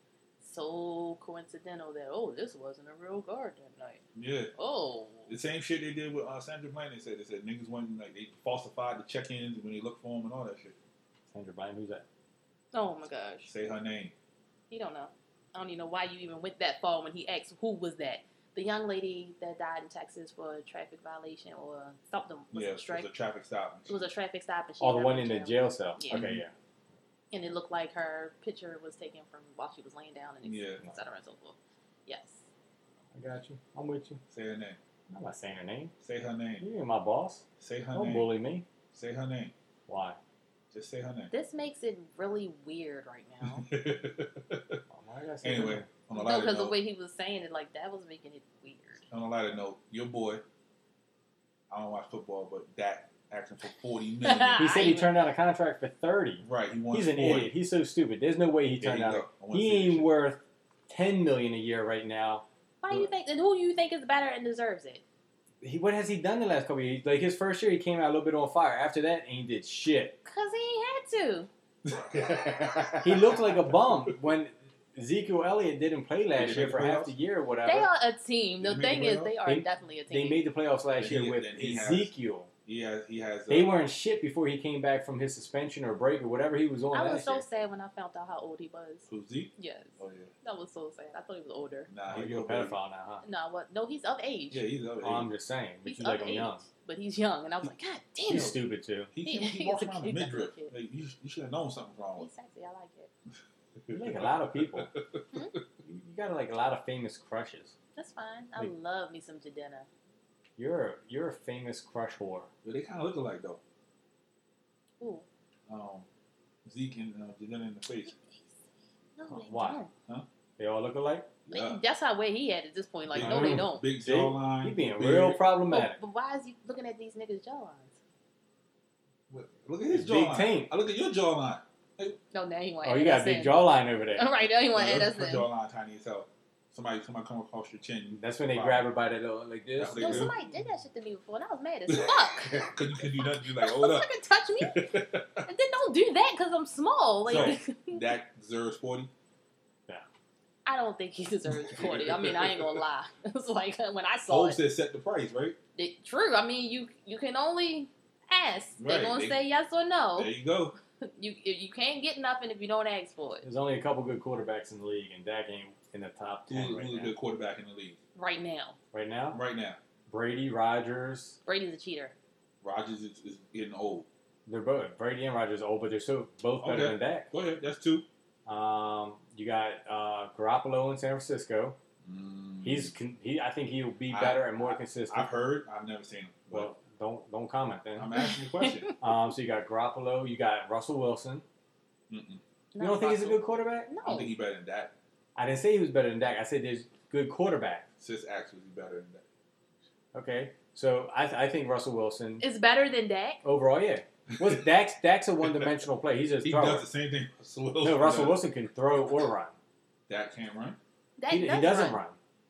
C: So coincidental that oh this wasn't a real guard that night.
B: Yeah.
C: Oh.
B: The same shit they did with uh, Sandra Bland. They said they said niggas went like they falsified the check-ins when they looked for them and all that shit.
D: Sandra Bryan, who's that?
C: Oh my gosh.
B: Say her name.
C: He don't know. I don't even know why you even went that far when he asked who was that. The young lady that died in Texas for a traffic violation or something was
B: yeah,
C: it a strike.
B: it was a traffic stop.
C: It was a traffic stop. And she
D: Oh, the
C: ended
D: one
C: up
D: in the jail cell.
C: Yeah. Mm-hmm.
D: Okay, yeah.
C: and it looked like her picture was taken from while she was laying down and et
B: Yeah.
C: et cetera and so forth. Yes.
D: I got you. I'm with you.
B: Say her name.
D: I'm not saying her name.
B: Say her name.
D: You ain't my boss.
B: Say her
D: Don't
B: name.
D: bully me.
B: Say her name.
D: Why?
B: Just say her name.
C: This makes it really weird right now.
D: Why did I say her
B: anyway,
D: name?
B: on a
C: no,
B: lighter
C: because the
B: note,
C: way he was saying it, like that was making it weird.
B: on a lighter note, your boy. I don't watch football, but that acting for forty
D: he
B: million.
D: said
C: I
D: he
C: even-
D: turned down a contract for thirty.
B: right, he wants
D: He's an
B: 40.
D: idiot. He's so stupid. There's no way he
B: There
D: turned
B: you
D: out.
B: go. I wanna
D: He
B: see this
D: ain't
B: shit.
D: worth ten million a year right now.
C: Why do you think? And who do you think is better and deserves it?
D: He, what has he done the last couple of years? Like his first year, he came out a little bit on fire. After that, he did shit.
C: Cause he ain't had to.
D: He looked like a bum when Ezekiel Elliott didn't play
B: Did
D: last
B: they
D: year
B: make
D: for
B: the
D: half
B: playoffs?
D: the year or whatever.
C: They are a team. The
B: Did they
C: thing
B: make
C: is,
B: the
C: they are
D: They-
C: definitely a
D: They
C: team.
D: made the playoffs last
B: Then he-
D: year with
B: then he has-
D: Ezekiel.
B: He has. He has.
D: They
B: uh,
D: weren't shit before he came back from his suspension or break or whatever he was on
C: I was
D: last
C: so
D: year.
C: sad when I found out how old he was.
B: who's Zeke?
C: Yes,
B: Oh yeah.
C: that was so sad. I thought he was older.
B: Nah,
D: Oh,
B: he's
D: you're a
B: baby.
D: pedophile now, huh?
C: No, what? No, he's of age.
B: Yeah, he's up.
D: Oh, I'm just saying, but
C: he's
D: you
C: of
D: like him
C: age,
D: young.
C: but he's young, and I was like, God damn
D: He's
C: it.
D: stupid too.
B: He, he,
C: He-
B: he
C: he's
B: walks
C: a
B: around
C: kid,
B: in
C: that's
B: midriff.
C: a kid.
B: Like, you, sh- you should have known something's wrong
C: He's
B: with
C: sexy. I like it.
D: You
B: him.
D: like a lot of people.
C: Hmm?
D: You got like a lot of famous crushes.
C: That's fine. I
D: Like-
C: love me some Jadena.
D: You're a, you're a famous crush whore.
B: But they kind of look alike though.
C: Ooh.
B: Um, Zeke and uh, Jalen in the face.
C: No, they
D: Why?
C: don't.
D: They all look alike.
C: They-
B: Yeah.
C: That's how where he at at this point. Like,
D: Yeah.
C: no, they don't.
B: Big
D: See?
B: jawline.
D: You being
B: big-
D: real
C: But,
D: problematic.
C: but why is he looking at these niggas' jawlines?
B: Look at his
D: Big
B: jawline.
D: taint.
B: I look at your jawline.
C: No, now he want.
D: Oh, you got a big jawline over
C: All
D: there.
C: right, now he want to
B: Yeah,
C: add
B: look
C: us
B: at your
C: in.
B: jawline tiny as hell. Somebody, somebody come across your chin.
D: That's when they grab her by the little like this.
B: That's
C: Yo,
B: Nigga.
C: somebody did that shit to me before, and I was mad as fuck.
B: Cause you can do nothing. You like, hold
C: Don't
B: up.
C: fucking touch me, and then don't do that because I'm small. Like,
B: That deserves forty.
C: I don't think he deserves forty. I mean, I ain't gonna lie. It's like uh, when I saw
B: Hope
C: it.
B: said set the price, right?
C: It- true. I mean, you you can only ask. They're
B: Right,
C: gonna
B: they-
C: say yes or no.
B: There you go.
C: you you can't get nothing if you don't ask for it
D: There's only a couple good quarterbacks in the league, and Dak ain't in the top
B: Who's,
D: ten right
B: who's a
D: now.
B: good quarterback in the league
C: right now.
D: Right now,
B: right now?
D: Brady, Rogers,
C: Brady's a cheater.
B: Rogers is, is getting old.
D: they're both Brady and Rogers old, but they're so both better
B: Okay.
D: than Dak.
B: Go ahead. That's two.
D: Um, you got uh, Garoppolo in San Francisco. He's con- he. I think he'll be
B: Mm-hmm. I-
D: better and more consistent.
B: Mm. I've heard. I've never seen him. But
D: well, don't don't comment then.
B: I'm asking a question.
D: Um, so you got Garoppolo, you got Russell Wilson.
B: Mm-mm.
D: You don't think he's a
C: Russell.
D: good quarterback?
B: I don't
C: No,
B: think he's better than that.
D: I didn't say he was better than Dak. I said there's good quarterback.
B: Sis actually is better than that.
D: Okay, so I, th- I think Russell Wilson
C: it's better than Dak.
D: overall, yeah. What's Dak's Dak's a one dimensional player. He's just
B: He
D: thrower.
B: does the same thing. Russell Wilson.
D: No, Russell
B: does.
D: Wilson can throw or run.
B: That can't run.
C: Dak
D: he, he
C: does
D: doesn't
C: run.
D: run.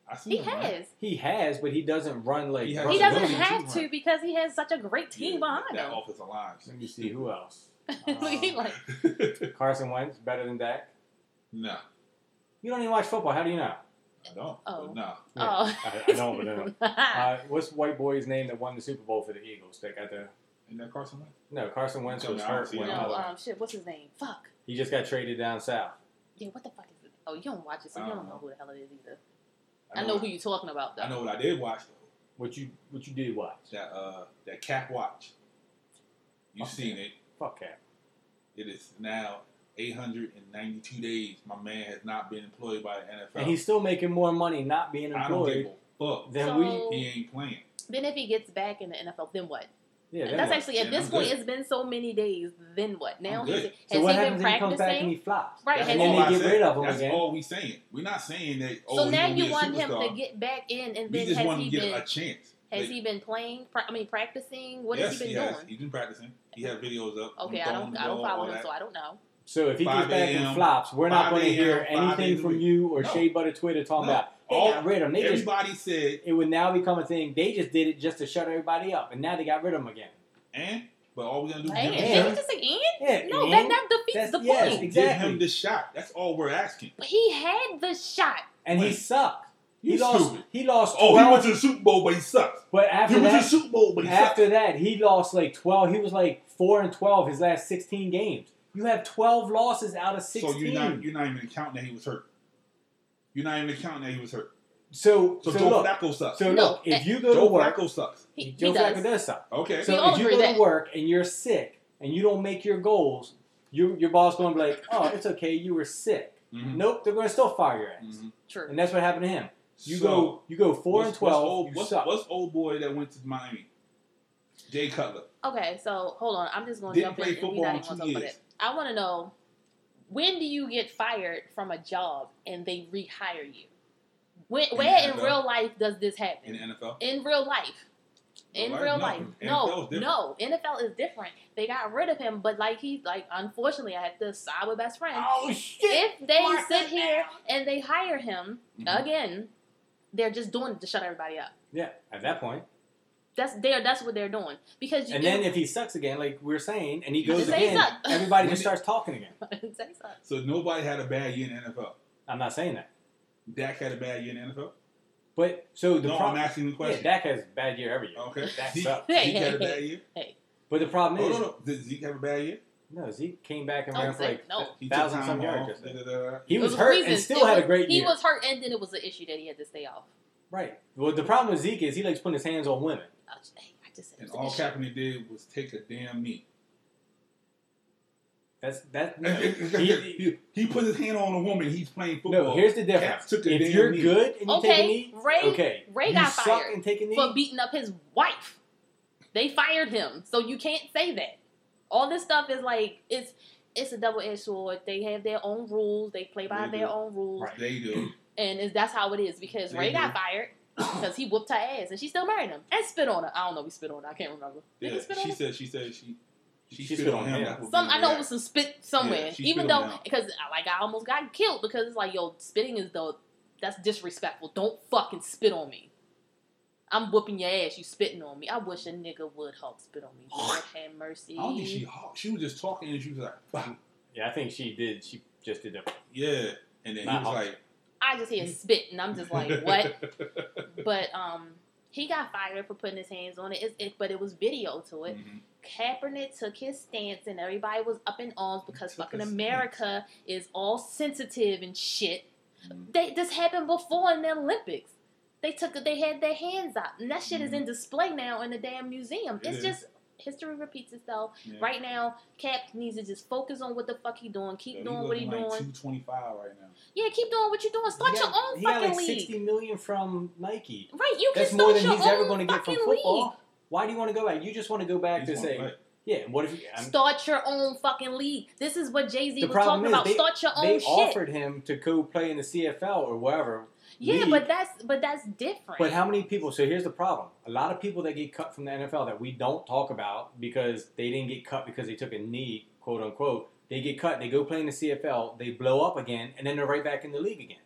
B: I see
C: He
B: him run.
C: has.
D: He has, but he doesn't run like.
B: He has-
C: He
D: Russell
C: doesn't
D: Wilson.
B: Wilson
C: have
B: can
C: to
B: run.
C: because he has such a great team
B: Yeah,
C: behind
B: that
C: him.
B: offensive line.
D: Let me see who else.
C: He
D: Um,
C: like
D: Carson Wentz better than Dak.
B: no,
D: You don't even watch football. How do you know?
B: I don't.
C: Oh.
B: No.
C: oh. Ah.
D: I, I don't, but I don't. Uh, what's white boy's name that won the Super Bowl for the Eagles? That got the
B: Isn't that Carson Wentz?
D: no Carson Wentz
B: Okay,
D: was
B: I don't
D: hurt
B: see
D: when
B: him.
C: no,
D: uh,
C: um, shit. What's his name? Fuck.
D: he just got traded down south.
C: Yeah, what the fuck is it? Oh, you don't watch it, so you
B: I
C: don't
B: don't
C: know
B: know.
C: who the hell it is either. I know, who
B: what-
C: you're talking about though.
B: Uh-huh. I know what I did watch though.
D: What you what you did watch?
B: That uh, that cat watch. You've
D: Okay.
B: seen it.
D: Fuck that.
B: It is now 892 days. My man has not been employed by the NFL.
D: And he's still making more money not being
B: I don't give
D: employed
B: a fuck.
D: than
C: So-
D: we.
B: He ain't playing.
C: Then if he gets back in the NFL, then what?
D: Yeah, then
C: That's
D: what?
C: actually at
B: Yeah,
C: this
B: I'm
C: point.
B: good.
C: It's been so many days. Then what? Now
B: I'm
C: has,
B: good.
C: he-
D: So what
C: has he
D: happens
C: been
D: if he comes back and
C: practicing?
D: he flops?
C: Right,
B: That's
C: has
D: and
C: he
D: then
B: all I
D: they get
B: said.
D: rid of him
B: That's
D: again.
B: all we saying. We're not saying that. Oh,
C: So
B: he's
C: now
B: gonna be
C: you
B: a
C: want him
B: superstar.
C: to get back in, and
B: We
C: then
B: just
C: has
B: want
C: he
B: him to get
C: been
B: a chance.
C: has
B: Like,
C: he been playing? pra- I mean, practicing. What
B: yes,
C: has he been
B: has.
C: doing?
B: He's been practicing. He has videos up.
C: Okay,
B: Him
C: I
B: throwing
C: don't
B: the
C: I don't
B: ball, all
C: follow him,
B: that.
C: so I don't know.
D: So if he
B: 5
D: gets back
B: a.m.,
D: and flops, we're not
B: 5
D: going to hear
B: 5
D: anything
B: a.m.
D: from you or
B: No.
D: Shea Butter Twitter talking
B: No.
D: about they
B: All-
D: got rid of him. They just
B: Everybody said
D: it would now become a thing. They just did it just to shut everybody up, and now they got rid of him again.
B: and, but all we're gonna do is
C: Like,
B: give
D: Damn.
B: him, the
C: did he
B: shot.
C: just say Ian?
D: Yeah,
C: No,
D: man.
C: that that defeats
D: That's-
C: the
D: yes,
C: point.
B: give
D: Exactly.
B: him the shot. That's all we're asking.
C: But he had the shot.
D: and he
B: Wait.
D: sucked. He
B: He's
D: lost.
B: stupid.
D: He lost.
B: Oh, he
D: 12,
B: went to the Super Bowl, but he sucks.
D: but
B: He
D: after
B: went to the
D: that,
B: Super Bowl, but he sucks.
D: after that, he lost like twelve. He was like four and twelve his last sixteen games. You have twelve losses out of sixteen.
B: So you're not you're not even counting that he was hurt. You're not even counting that he was hurt.
D: So,
B: So,
D: so
B: Joe
D: look,
B: Flacco sucks.
D: so
C: No,
D: look,
C: eh,
D: if you go
B: Joe
D: to work,
B: Flacco sucks.
C: He, he
D: Joe Flacco
C: does.
D: does suck.
B: Okay.
C: We
D: So
C: all
D: if you
C: agree
D: go
C: that-
D: to work and you're sick and you don't make your goals, your your boss going to be like, "Oh, it's okay, you were sick."
B: Mhm.
D: Nope, they're going to still fire your ass,
B: Mhm.
C: True.
D: and that's what happened to him. You
B: So,
D: go, you go four
B: what's-
D: and twelve.
B: What's old,
D: you
B: what's,
D: suck.
B: what's old boy that went to Miami? Jay Cutler.
C: Okay, so hold on. I'm just going to
B: Didn't
C: jump in.
B: play
C: and we
B: football
C: not
B: in
C: even gonna
B: two
C: talk about
B: years.
C: it. I want to know when do you get fired from a job and they rehire you? When,
B: the
C: where in
B: NFL?
C: real life does this
B: in
C: happen?
B: the NFL.
C: In real life. In
B: Well,
C: real
B: no,
C: life,
B: NFL
C: no,
B: is different.
C: no, NFL is different. They got rid of him, but like he, like unfortunately, I have to side with best friend.
D: Oh shit!
C: If they
D: Mark
C: sit
D: that
C: here
D: down.
C: and they hire him
B: Mhm.
C: again, they're just doing it to shut everybody up.
D: Yeah, at that point,
C: That's there. That's what they're doing because you
D: and then if he sucks again, like we are saying, and he goes
B: Just say he
D: again,
C: sucked.
D: everybody
B: When
D: just
B: did-
D: starts talking again.
C: Say so.
B: So nobody had a bad year in the NFL.
D: I'm not saying that,
B: Dak had a bad year in the NFL.
D: but so the
B: No, I'm
D: problem,
B: asking the
D: yeah,
B: question.
D: Dak has a bad year every year.
B: okay.
D: Dak
B: Zeke,
D: sucks.
B: Zeke had a bad year.
D: But the problem
B: Oh,
D: is,
B: no, no. Did Zeke have a bad year?
D: no, Zeke came back and
C: Don't
D: ran for
C: say-
D: like
C: no.
B: He took
D: thousand
B: time
D: some
B: off,
D: yards. yesterday.
B: da-da-da.
D: He
C: It
D: was
C: a
D: hurt and
C: reason.
D: still
C: It
D: had a
C: was-
D: great
C: He
D: year.
C: was hurt, and then it was an issue that he had to stay off.
D: Right. Well, the problem with Zeke is he likes putting his hands on women.
C: I just- hey, I just said it
B: And
C: was an
B: all
C: issue.
B: Kaepernick did was take a damn knee.
D: That's that. No, he,
B: he, he put his hand on a woman. He's playing football.
D: no here's the difference.
B: Cap took a
D: If
B: damn
D: you're
B: knee.
D: good and you take a
C: Okay,
D: knee,
C: Ray
D: okay,
C: Ray
D: you
C: got
D: suck
C: fired
D: and take a knee.
C: for beating up his wife. They fired him, so you can't say that. All this stuff is like it's it's a double edged sword. They have their own rules. They play by
B: They do.
C: their own rules,
D: Mm-hmm. Right. Mm-hmm.
B: They do.
C: and it's, that's how it is. Because
B: They
C: Ray got
B: do.
C: fired because he whooped her ass, and she still married him and spit on her. I don't know. if He spit on her. I can't remember.
B: Yeah,
C: Did he spit on
B: she
C: her?
B: said. She said she. She,
D: She
B: spit, on him. That's what
C: Some
B: made
C: I
B: me
C: know it
B: react.
C: was some spit somewhere.
B: Yeah, she
C: Even
B: spit on
C: though,
B: him.
C: because uh, like I almost got killed because it's like, yo, spitting is the that's disrespectful. Don't fucking spit on me. I'm whooping your ass. You spitting on me. I wish a nigga would help spit on me. Lord have mercy.
B: I don't think she. honked. She was just talking and she was like, "Bah."
D: yeah, I think she did. She just did that.
B: yeah. And then
D: Nah,
B: he was
D: honked.
B: like,
C: I just hear spit, and I'm just like, what? but um, he got fired for putting his hands on it. It's, it but it was video to it.
B: Mhm.
C: Kaepernick took his stance, and everybody was up in arms because
B: Took
C: fucking
B: his
C: America is all sensitive and shit.
D: Mm-hmm.
B: Mhm.
C: They, this happened before in the Olympics. They took they had their hands out, and that shit is in
D: Mm-hmm.
C: display now in the damn museum.
B: It
C: it's
B: is.
C: just history repeats itself.
B: Yeah.
C: Right now, Cap needs to just focus on what the fuck he doing. Keep
B: Yo, he
C: doing what he
B: looking like
C: doing.
B: Two twenty five right now.
C: Yeah, keep doing what you're doing. Start
D: He
C: your
D: got-
C: own
D: He
C: fucking
D: got like
C: league.
D: sixty million from Nike.
C: Right, you
D: That's
C: can
D: more
C: start
D: than
C: your
D: he's ever
C: own
D: going to get from
C: fucking
D: football.
C: league.
D: Why do you want to go back? You just want to go back
B: He's
D: to
B: gonna
D: say,
B: play.
D: yeah. What if you, I'm,
C: Start your own fucking league. This is what Jay Z
D: The
C: was talking
D: problem is
C: about.
D: they-
C: Start your own
D: they
C: shit.
D: offered him to go play in the CFL or wherever?
C: yeah,
D: league.
C: but that's but that's different.
D: But how many people? So here's the problem: a lot of people that get cut from the NFL that we don't talk about because they didn't get cut because they took a knee, quote unquote. They get cut, they go play in the CFL, they blow up again, and then they're right back in the league again.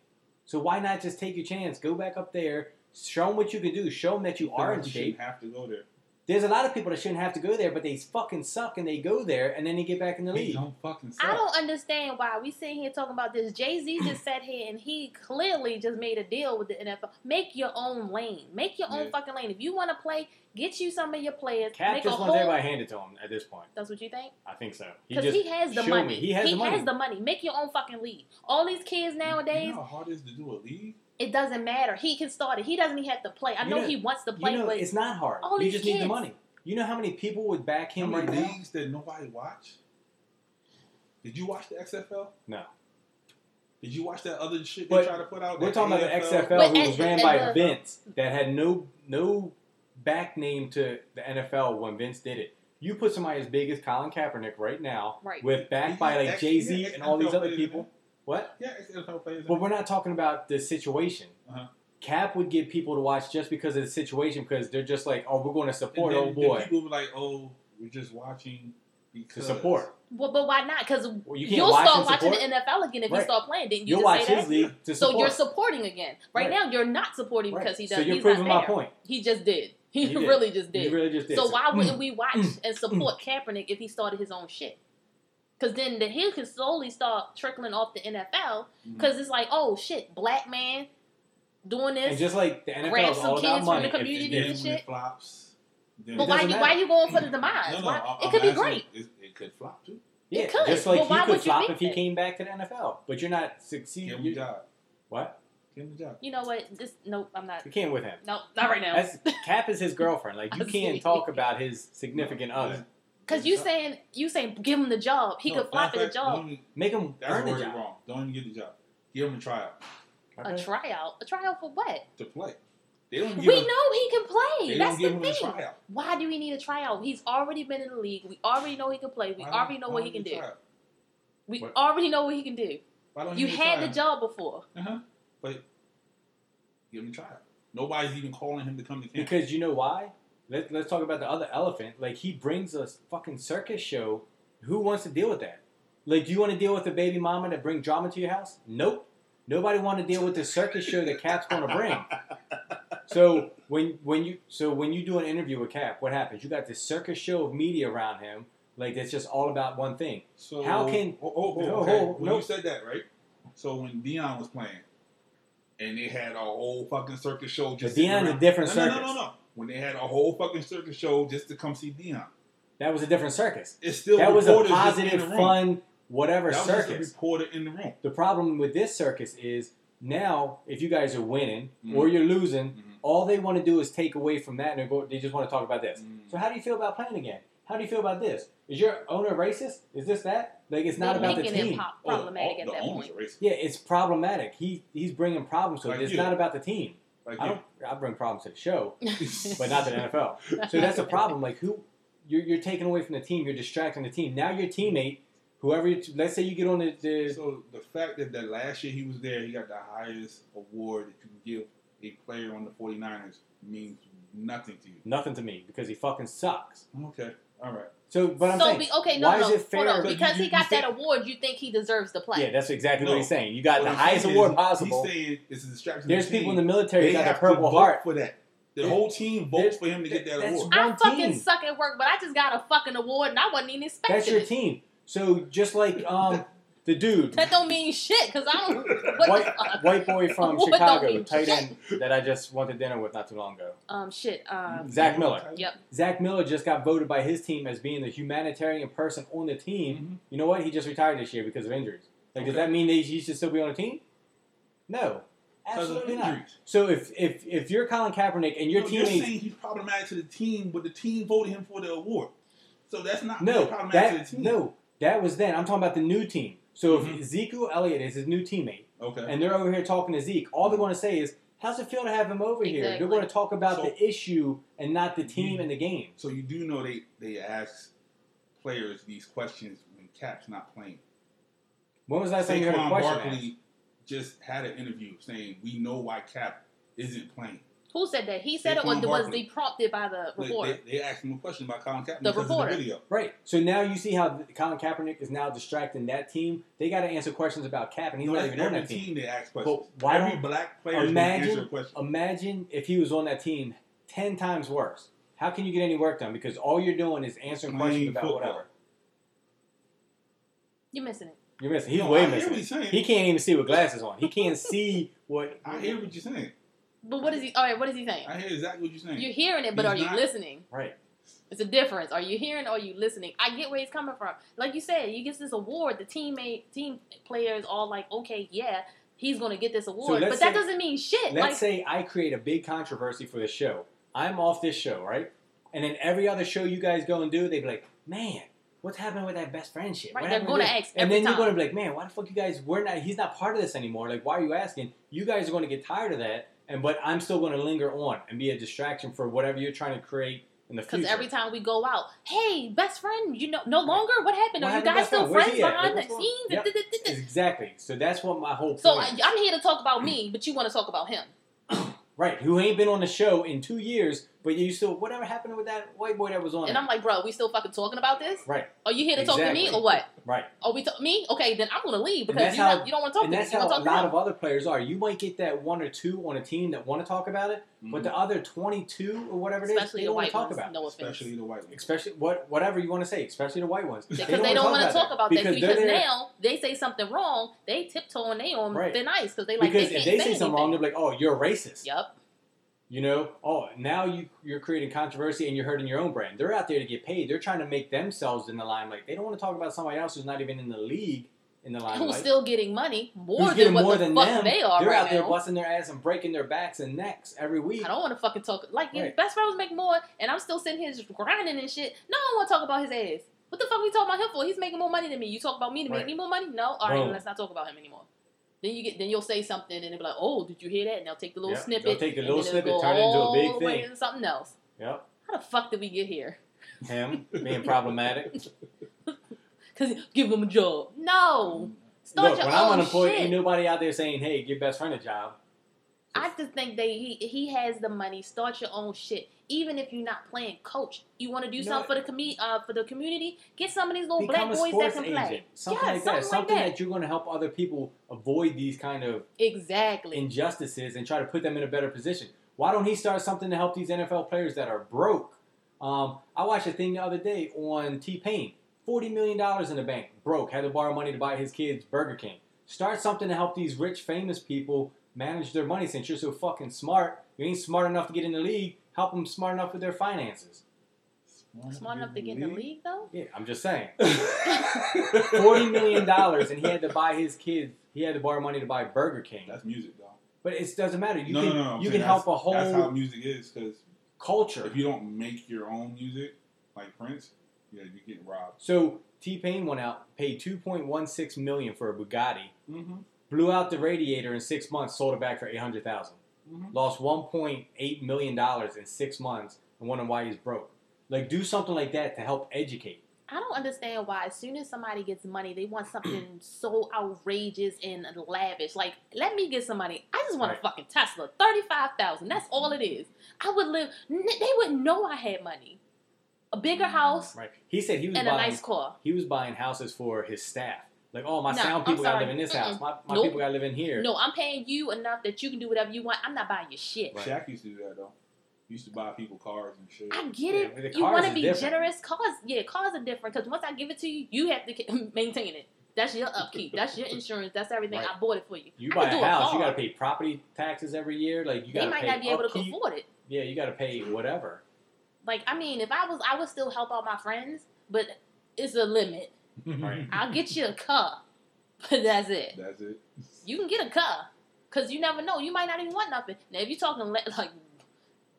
D: So why not just take your chance, go back up there, show them what you can do, show them that you are in
B: You
D: shape.
B: shouldn't have to go there.
D: There's a lot of people that shouldn't have to go there, but they fucking suck and they go there, and then they get back in the
B: He
D: league.
B: don't fucking. Suck.
C: I don't understand why we sitting here talking about this. Jay Z just sat here and he clearly just made a deal with the NFL. Make your own lane. Make your own
B: Yeah.
C: fucking lane. If you want to play, get you some of your players.
D: Cap
C: make
D: just
C: a
D: wants
C: whole.
D: everybody handed to him at this point.
C: That's what you think?
D: I think so. He
C: Because
D: just
C: he, has the
D: show me.
C: money.
D: He has the money. Mm,
C: Make your own fucking league. All these kids
B: You
C: nowadays,
B: know how hard it is to do a league?
C: it doesn't matter. He can start it. He doesn't even have to play. I
D: You
C: know,
D: know-
C: he wants to play,
D: you know,
C: but
D: it's not hard.
C: all
D: you
C: these
D: just need the
C: kids-
D: money. You know how many people would back
B: How
D: him
B: many
D: right now?
B: leagues that nobody watch? Did you watch the XFL?
D: No.
B: Did you watch that other shit
D: But
B: they try to put out?
D: We're
B: That
D: talking about the
B: AFL?
D: XFL
C: But
D: who
C: at-
D: was ran
C: at
D: by
C: the-
D: Vince that had no no back name to the NFL when Vince did it. You put somebody as big as Colin Kaepernick right now,
C: Right.
D: with backed by like Jay Z and all these other people. What?
B: Yeah, ex NFL players.
D: But we're not talking about the situation.
B: Uh-huh.
D: Cap would get people to watch just because of the situation because they're just like, oh, we're going to
B: and
D: support
B: then,
D: old
B: then
D: boy
B: people were like, "Oh, we're just watching
D: to
B: because
D: support.
C: Well, but why not? Because
D: Well, you can't
C: you will
D: watch
C: start
D: and
C: watching
D: support.
C: the NFL again if
D: Right.
C: you start playing. Didn't you
D: You'll
C: just
D: watch
C: say that?
D: his league to
C: so
D: support.
C: you're supporting again. Right,
D: Right.
C: now, you're not supporting
D: Right.
C: because he does.
D: So you're
C: he's
D: proving
C: not
D: my
C: there.
D: point.
C: He just did. He,
D: He did.
C: really just did.
D: You really just did.
C: So why
D: mm,
C: wouldn't we watch
D: mm,
C: and support Kaepernick if he started his own shit? Because then the hill can slowly start trickling off the NFL.
B: Mm-hmm.
C: Because it's like, oh shit, black man doing
D: And
C: this.
D: just like the NFL
C: grab
D: is
C: some
D: all
C: kids
D: about
C: from
D: money.
C: the
D: If-
C: community
D: if-
B: Then
C: and
B: when it
C: shit.
B: flops, then
C: but
D: it
C: why?
D: doesn't
C: You,
D: matter.
C: why you going for the demise?
B: No, no,
C: why,
B: I'm-
C: it
B: I'm
C: could be
B: asking-
C: great.
B: It, it could flop too.
D: Yeah,
C: could,
D: just like
C: but why
D: he could
C: would you
D: flop
C: think
D: if he
C: that?
D: came back to the NFL, but you're not
B: Give
D: succeeding.
B: him a
D: You,
B: job.
D: what?
B: Give him a job.
C: You know what? This nope. I'm not.
D: You can't with him.
C: No, not right now.
D: That's, Cap is his girlfriend. Like you
C: I
D: can't
C: see.
D: talk about his significant other.
C: Because you saying you saying give him the job. He
B: No,
C: could flop at a
B: that's-
C: job.
B: don't even-
D: Make him
B: That's
D: earn the
B: worded
D: job.
B: wrong. Don't even get the job. Give him a tryout
C: A tryout. A tryout for what?
B: to play. They don't give
C: We
B: him,
C: know he can
B: they
C: play.
B: don't
C: That's
B: give
C: the
B: him a
C: thing.
B: tryout.
C: Why do we need a tryout? He's already been in the league. We already know he can play. We
B: Why
C: already
B: don't-
C: know
B: why
C: what he
B: don't
C: can
B: you
C: do.
B: try it?
C: We
D: What?
C: already know what he can do.
B: Why don't
C: You
B: give
C: had the
B: him
C: job before.
B: a tryout? Uh-huh. But give him a tryout. Nobody's even calling him to come to camp.
D: Because you know why? Let, let's talk about the other elephant. Like he brings a fucking circus show. Who wants to deal with that? Like, do you want to deal with the baby mama that bring drama to your house? Nope. Nobody want to deal with the circus show that Cap's going to bring. So when when you so when you do an interview with Cap, what happens? You got this circus show of media around him. Like that's just all about one thing.
B: So
D: How can-
B: oh, oh, oh,
D: No,
B: okay.
D: oh,
B: when
D: no.
B: you said that right? So when Dion was playing, and they had a whole fucking circus show just
D: But Dion's a
B: around- no,
D: different
B: no, no,
D: circus.
B: no, no. When they had a whole fucking circus show just to come see Dion,
D: That was a different circus.
B: it's still
D: that was a
B: reporters just in
D: positive,
B: the room.
D: fun, whatever
B: That was just a
D: circus.
B: reporter in the room.
D: The problem with this circus is now if you guys are winning
B: Mhm.
D: or you're losing,
B: Mhm.
D: all they want to do is take away from that and they go, they just want to talk about this.
B: Mm.
D: So how do you feel about playing again? How do you feel about this? Is your owner racist? Is this that? Like it's not
C: They're
D: about the
C: making it
D: team.
C: pop-
B: Oh, the-
C: problematic
B: all-
C: at
B: the
C: that
B: owners
C: point.
B: are racist.
D: Yeah, it's problematic. He he's bringing problems to it.
B: Like
D: It's
B: you.
D: not about the team.
B: Like,
D: I
B: yeah.
D: don't. I bring problems to the show, but not to the NFL. So that's a problem. Like who you're, you're taking away from the team. You're distracting the team. Now your teammate, whoever. You, let's say you get on the, the
B: So the fact that, that last year he was there, he got the highest award that you can give a player on the 49ers means nothing to you.
D: nothing to me because he fucking sucks.
B: Okay, all right.
D: So, but I'm
C: so
D: saying,
C: be, okay, no,
D: why
C: no,
D: is it fair?
C: hold on.
B: Because
C: Because
B: you-
C: he
B: you
C: got
B: think-
C: that award, you think he deserves to play?
D: yeah, that's exactly
B: No.
D: what he's saying. You got
B: What
D: the
B: I'm
D: highest
B: saying
D: award
B: is,
D: possible.
B: He's saying it's a distraction. to
D: There's
B: the team.
D: people in the military
B: They
D: that got
B: have
D: the
B: to
D: Purple
B: vote
D: Heart.
B: for that. The
D: There-
B: whole team votes
D: there's-
B: for him to get that
D: that's
B: award.
C: I
D: one
C: fucking
D: team.
C: suck at work, but I just got a fucking award and I wasn't even expecting
D: That's your
C: it.
D: team. So just like um, the dude,
C: That don't mean shit because I don't. What
D: white,
C: the fuck?
D: white boy from
C: What don't
D: Chicago,
C: mean
D: tight
C: shit.
D: end that I just went to dinner with not too long ago.
C: Um, shit. Um,
D: Zach Miller.
C: yep.
D: Zach Miller just got voted by his team as being the humanitarian person on the team. You know what? He just retired this year because of injuries. Like, does
B: Mm-hmm. Okay.
D: that mean that he should still be on the team? No,
B: Because of
D: absolutely not.
B: injuries.
D: So if if if you're Colin Kaepernick and your
B: No, You're
D: teammates
B: saying he's problematic to the team, but the team voted him for the award. So that's not really
D: No,
B: problematic
D: that
B: to the team.
D: no, that was then. I'm talking about the new team. So
B: Mhm.
D: if Ezekiel Elliott is his new teammate,
B: Okay.
D: and they're over here talking to Zeke, all they're going to say is, "How's it feel to have him over here?" They're
C: Exactly.
D: going to talk about
B: So-
D: the issue and not the team
B: Mhm.
D: and the game.
B: so you do know they, they ask players these questions when Cap's not playing.
D: When was the last time you heard a
B: Saquon
D: question?
B: Barkley
D: asked?
B: just had an interview saying we know why Cap isn't playing.
C: Who said that? He said it, or
B: Saquon
C: was
B: Barkley.
C: he prompted by the
B: Like,
C: reporter?
B: They, they asked him a question about Colin Kaepernick
C: The
B: because
C: reporter.
B: of the video.
D: Right. So now you see how Colin Kaepernick is now distracting that team. They got to answer questions about Cap, and he's
B: No,
D: not
B: that's
D: even on
B: every
D: that team.
B: team they ask questions.
D: But why
B: every
D: don't-
B: black player is gonna
D: imagine-
B: answer a question.
D: Imagine if he was on that team ten times worse. How can you get any work done? Because all you're doing is answering
B: Playing
D: questions about
B: football.
D: whatever.
C: You're missing it.
D: You're missing. He's
B: No,
D: way
B: I hear
D: missing.
B: what he's saying.
D: He can't even see with glasses on. He can't see what.
B: I hear what you're saying.
C: But what is he? All right, what is he saying?
B: I hear exactly what you're saying.
C: You're hearing it, but
B: He's
C: are you
B: not-
C: listening?
D: Right.
C: It's a difference. Are you hearing? Or are you listening? I get where he's coming from. Like you said, he gets this award. The teammate, team players, all like, okay, yeah, he's gonna get this award,
D: let's
C: but that
D: say-
C: doesn't mean shit.
D: Let's
C: Like,
D: say I create a big controversy for the show. I'm off this show, right? And then every other show you guys go and do, they be like, man, what's happening with that best friendship?
C: right?
D: What
C: They're
D: happened
C: gonna
D: with this?"
C: ask
D: And
C: every
D: then
C: time.
D: you're going to be like, man, why the fuck you guys, we're not, he's not part of this anymore. Like, why are you asking? You guys are going to get tired of that. and but I'm still going to linger on and be a distraction for whatever you're trying to create in the
C: Because
D: future.
C: every time we go out, hey, best friend, you know, no longer. What happened?
D: What
C: Are you
D: happened,
C: guys
D: best
C: still
D: friend? Where's
C: friends
D: he at?
C: behind the
D: What's going
C: scenes?
D: Yep. exactly. So that's what my whole point.
C: So I, I'm here to talk about me, but you want to talk about him.
D: right, who ain't been on the show in two years, but you still whatever happened with that white boy that was on.
C: And
D: it?
C: I'm like, bro, we still fucking talking about this?
D: Right.
C: Are you here to talk to me
D: Exactly.
C: or what?
D: Right.
C: Are we to- me? Okay, then I'm gonna leave
D: And
C: because
D: that's
C: you, not,
D: how-
C: you don't want to talk
D: and
C: to me.
D: that's
C: You
D: how
C: want to
D: a
C: talk to
D: lot
C: him.
D: of other players are. You might get that one or two on a team that want to talk about it,
B: Mm-hmm.
D: but the other 22 or whatever it is,
C: Especially
D: they
C: the
D: don't want
C: white
D: to talk
C: ones.
D: about. it.
C: No offense.
B: Mm-hmm. especially the white ones.
D: Especially what whatever you want to say, especially the white ones,
C: because they don't want to talk about that because,
D: they're there-
C: now they say something wrong, they tiptoe and they on
D: Right.
C: thin ice because they like
D: because
C: they
D: if
C: can't
D: they
C: say,
D: say something wrong, they're like, "Oh, you're racist."
C: Yep.
D: You know, oh, now you you're creating controversy and you're hurting your own brand. They're out there to get paid. They're trying to make themselves in the limelight. They don't want to talk about somebody else who's not even in the league in the limelight.
C: Who's still getting money more
D: Who's
C: than
D: getting
C: what
D: more
C: the
D: than
C: fuck
D: them?
C: they are
D: They're
C: right
D: out there
C: now?
D: busting their ass and breaking their backs and necks every week.
C: I don't want to fucking talk. Like your
D: Right.
C: best friend was making more, and I'm still sitting here just grinding and shit. No, I want to talk about his ass. What the fuck we talking about him for? He's making more money than me. You talk about me to
D: Right.
C: make me more money? No, all right,
D: Boom.
C: let's not talk about him anymore. Then you get, then you'll say something, and they'll be like, "Oh, did you hear that?" And they'll take the little
D: Yep,
C: snippet,
D: they'll take the
C: and
D: little
C: then it'll
D: snippet,
C: go
D: turn it into a
C: all
D: big
C: the way
D: thing.
C: into something else.
D: Yep,
C: How the fuck did we get here?
D: him being problematic.
C: Cause give him a job. No, start
D: Look,
C: your
D: when
C: own
D: I'm unemployed,
C: shit.
D: ain't nobody out there saying, "Hey, give best friend a job."
C: I just think that he he has the money. Start your own shit. Even if you're not playing coach, you want to do
D: No.
C: something for the commu- uh, for the community. Get some of these little
D: Become
C: Oh, black
D: a
C: boys that
D: sports
C: can
D: agent,
C: play.
D: something
C: Yeah,
D: like
C: something
D: that,
C: like
D: something
C: that.
D: that you're going to help other people avoid these kind of
C: Exactly.
D: injustices and try to put them in a better position. Why don't he start something to help these NFL players that are broke? Um, I watched a thing the other day on T Pain, forty million dollars in the bank, broke, had to borrow money to buy his kids Burger King. Start something to help these rich, famous people manage their money. Since you're so fucking smart, you ain't smart enough to get in the league. Help them smart enough with their finances.
C: Smart enough to get in the league though.
D: Yeah, I'm just saying.
B: Forty
D: Forty million dollars, and he had to buy his kids. He had to borrow money to buy Burger King.
B: That's music, though.
D: But it doesn't matter. You
B: no,
D: can
B: no, no, no. I'm
D: you
B: saying
D: can help a
B: that's- That's how
D: whole
B: music is, because
D: culture.
B: if you don't make your own music, like Prince, yeah, you get robbed.
D: So T Pain went out, paid two point one six million for a Bugatti,
B: Mm-hmm.
D: blew out the radiator in six months, sold it back for eight hundred thousand,
C: Mm-hmm.
B: Mhm.
D: lost one point eight million dollars in six months, and wondering why he's broke. Like do something like that to help educate.
C: I don't understand why. As soon as somebody gets money, they want something so outrageous and lavish. Like, let me get some money. I just want
D: Right.
C: a fucking Tesla, thirty-five thousand. That's all it is. I would live. n- They wouldn't know I had money. A bigger house
D: Mm-hmm. Right? He said he was
C: and a
D: buying
C: nice car.
D: he was buying houses for his staff. Like oh my
C: No,
D: sound
C: I'm
D: people gotta
C: sorry.
D: live in this
C: Mm-mm.
D: house. My, my
C: Nope.
D: people gotta live in here.
C: No, I'm paying you enough that you can do whatever you want. I'm not buying your shit.
D: Right.
B: Shaq used to do that though. He used to buy people cars and shit.
C: I get
D: Yeah,
C: it.
D: but the
C: you
D: cars
C: want to
D: is
C: be
D: different.
C: generous. Cars, yeah, cars are different because once I give it to you, you have to ke- maintain it. That's your upkeep. That's your insurance. That's everything.
D: Right.
C: I bought it for you.
D: You
C: I
D: buy
C: could
D: a
C: do a
D: house, you
C: car.
D: gotta pay property taxes every year. Like you
C: They
D: gotta
C: might
D: pay
C: not be able to
D: upkeep.
C: afford it.
D: Yeah, you gotta pay whatever.
C: Like, I mean, if I was, I would still help out my friends, but it's a limit.
D: Right.
C: I'll get you a car, but that's it.
B: That's it.
C: you can get a car because you never know. You might not even want nothing. Now, if you're talking le- like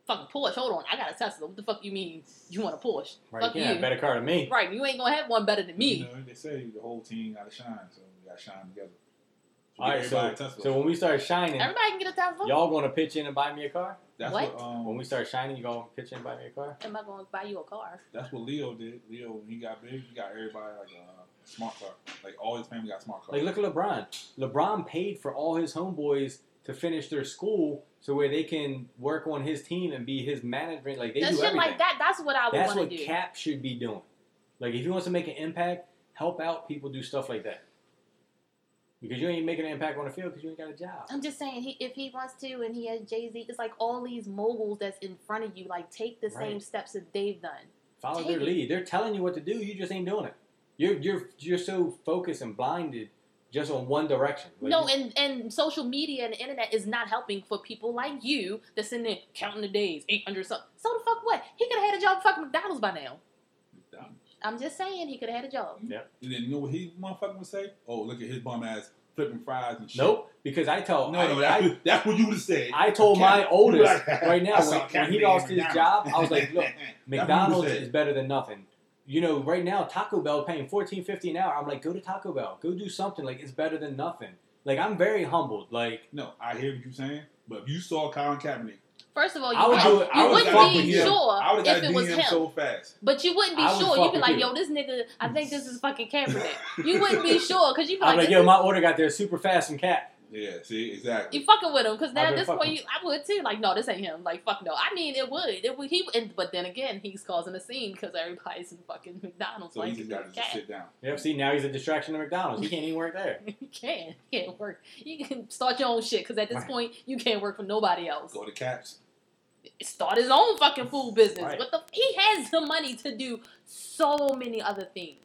C: fucking Porsche, hold on, I got a Tesla. What the fuck you mean you want a Porsche?
D: Right,
C: fuck
D: you can't have a
C: you.
D: better car than me.
C: Right, you ain't gonna have one better than
B: You
C: me.
B: know, they say the whole team got to shine, so we got to shine together. So
D: All right,
B: everybody
D: so,
B: a Tesla.
D: so when we start shining,
C: Everybody can get a Tesla.
D: y'all going to pitch in and buy me a car?
B: that's
C: What?
B: what, um,
D: When we start shining, you going to pitch in and buy me a car?
C: Am I gonna buy you a car?
B: that's what Leo did. Leo, when he got big, he got everybody like a uh, smart car. Like all his family got smart cars.
D: Like, look at LeBron. LeBron paid for all his homeboys to finish their school so where they can work on his team and be his management. Like, they
C: That
D: do
C: shit
D: everything.
C: like that. That's what I would
D: That's
C: want
D: what
C: to do.
D: Cap should be doing. Like, if he wants to make an impact, help out people do stuff like that. Because you ain't making an impact on the field because you ain't got a job.
C: I'm just saying, he, if he wants to, and he has Jay Z, it's like all these moguls that's in front of you. Like, take the same
D: Right.
C: steps that they've done.
D: Follow
C: Take
D: their
C: it.
D: lead. They're telling you what to do. You just ain't doing it. You're you're you're so focused and blinded just on one direction. Like,
C: No,
D: you-
C: and, and social media and the internet is not helping for people like you that's in there counting the days, 800 something. So the fuck what? He could have had a job at fucking McDonald's by now.
B: Dumb.
C: I'm just saying he could have had a job.
B: And then you know what he motherfucking would say? Oh, look at his bum ass flipping fries and shit.
D: nope. Because I tell
B: No,
D: I,
B: no,
D: I,
B: that, that's what you would say.
D: I told my oldest
B: Like,
D: right now
B: I
D: when,
B: saw
D: when
B: Captain
D: he
B: Dave
D: lost his job, I was like, look,
B: That's what you would
D: McDonald's
B: say.
D: is better than nothing. You know, right now Taco Bell paying fourteen fifty an hour. I'm like, go to Taco Bell, go do something. Like it's better than nothing. Like I'm very humbled. Like
B: No, I hear what you're saying, But if you saw Colin Kaepernick,
C: First of all, you,
D: I would
C: wouldn't-
D: do it- I
C: you
D: would
C: wouldn't
D: fuck
C: be
D: with him.
C: sure
B: I would have
C: if
B: got
C: it was
B: him
C: him.
B: so fast.
C: But you wouldn't be
D: I would
C: sure. You'd
D: fuck
C: be
D: with
C: like,
D: you.
C: yo, this nigga, I think this is fucking Kaepernick. you wouldn't be sure because you'd be
D: I'm
C: like,
D: like,
C: this
D: yo,
C: is-
D: my order got there super fast from Cap.
B: Yeah, see, exactly.
C: you fucking with him because now
D: I've
C: at
D: been
C: this point,
D: fucking.
C: you, I would too. Like, no, this ain't him. Like, fuck no. I mean, it would. It would. He. And, but then again, he's causing a scene because everybody's in fucking McDonald's.
B: So
C: like,
B: he just got to just
C: "Cat,
B: sit down.
D: Yep, see, now he's a distraction to McDonald's. He can't even work there.
C: you can't. You can't work. You can start your own shit because at this
D: Right.
C: point, you can't work for nobody else.
B: Go to Caps.
C: start his own fucking food business.
D: Right.
C: What the? He has the money to do so many other things.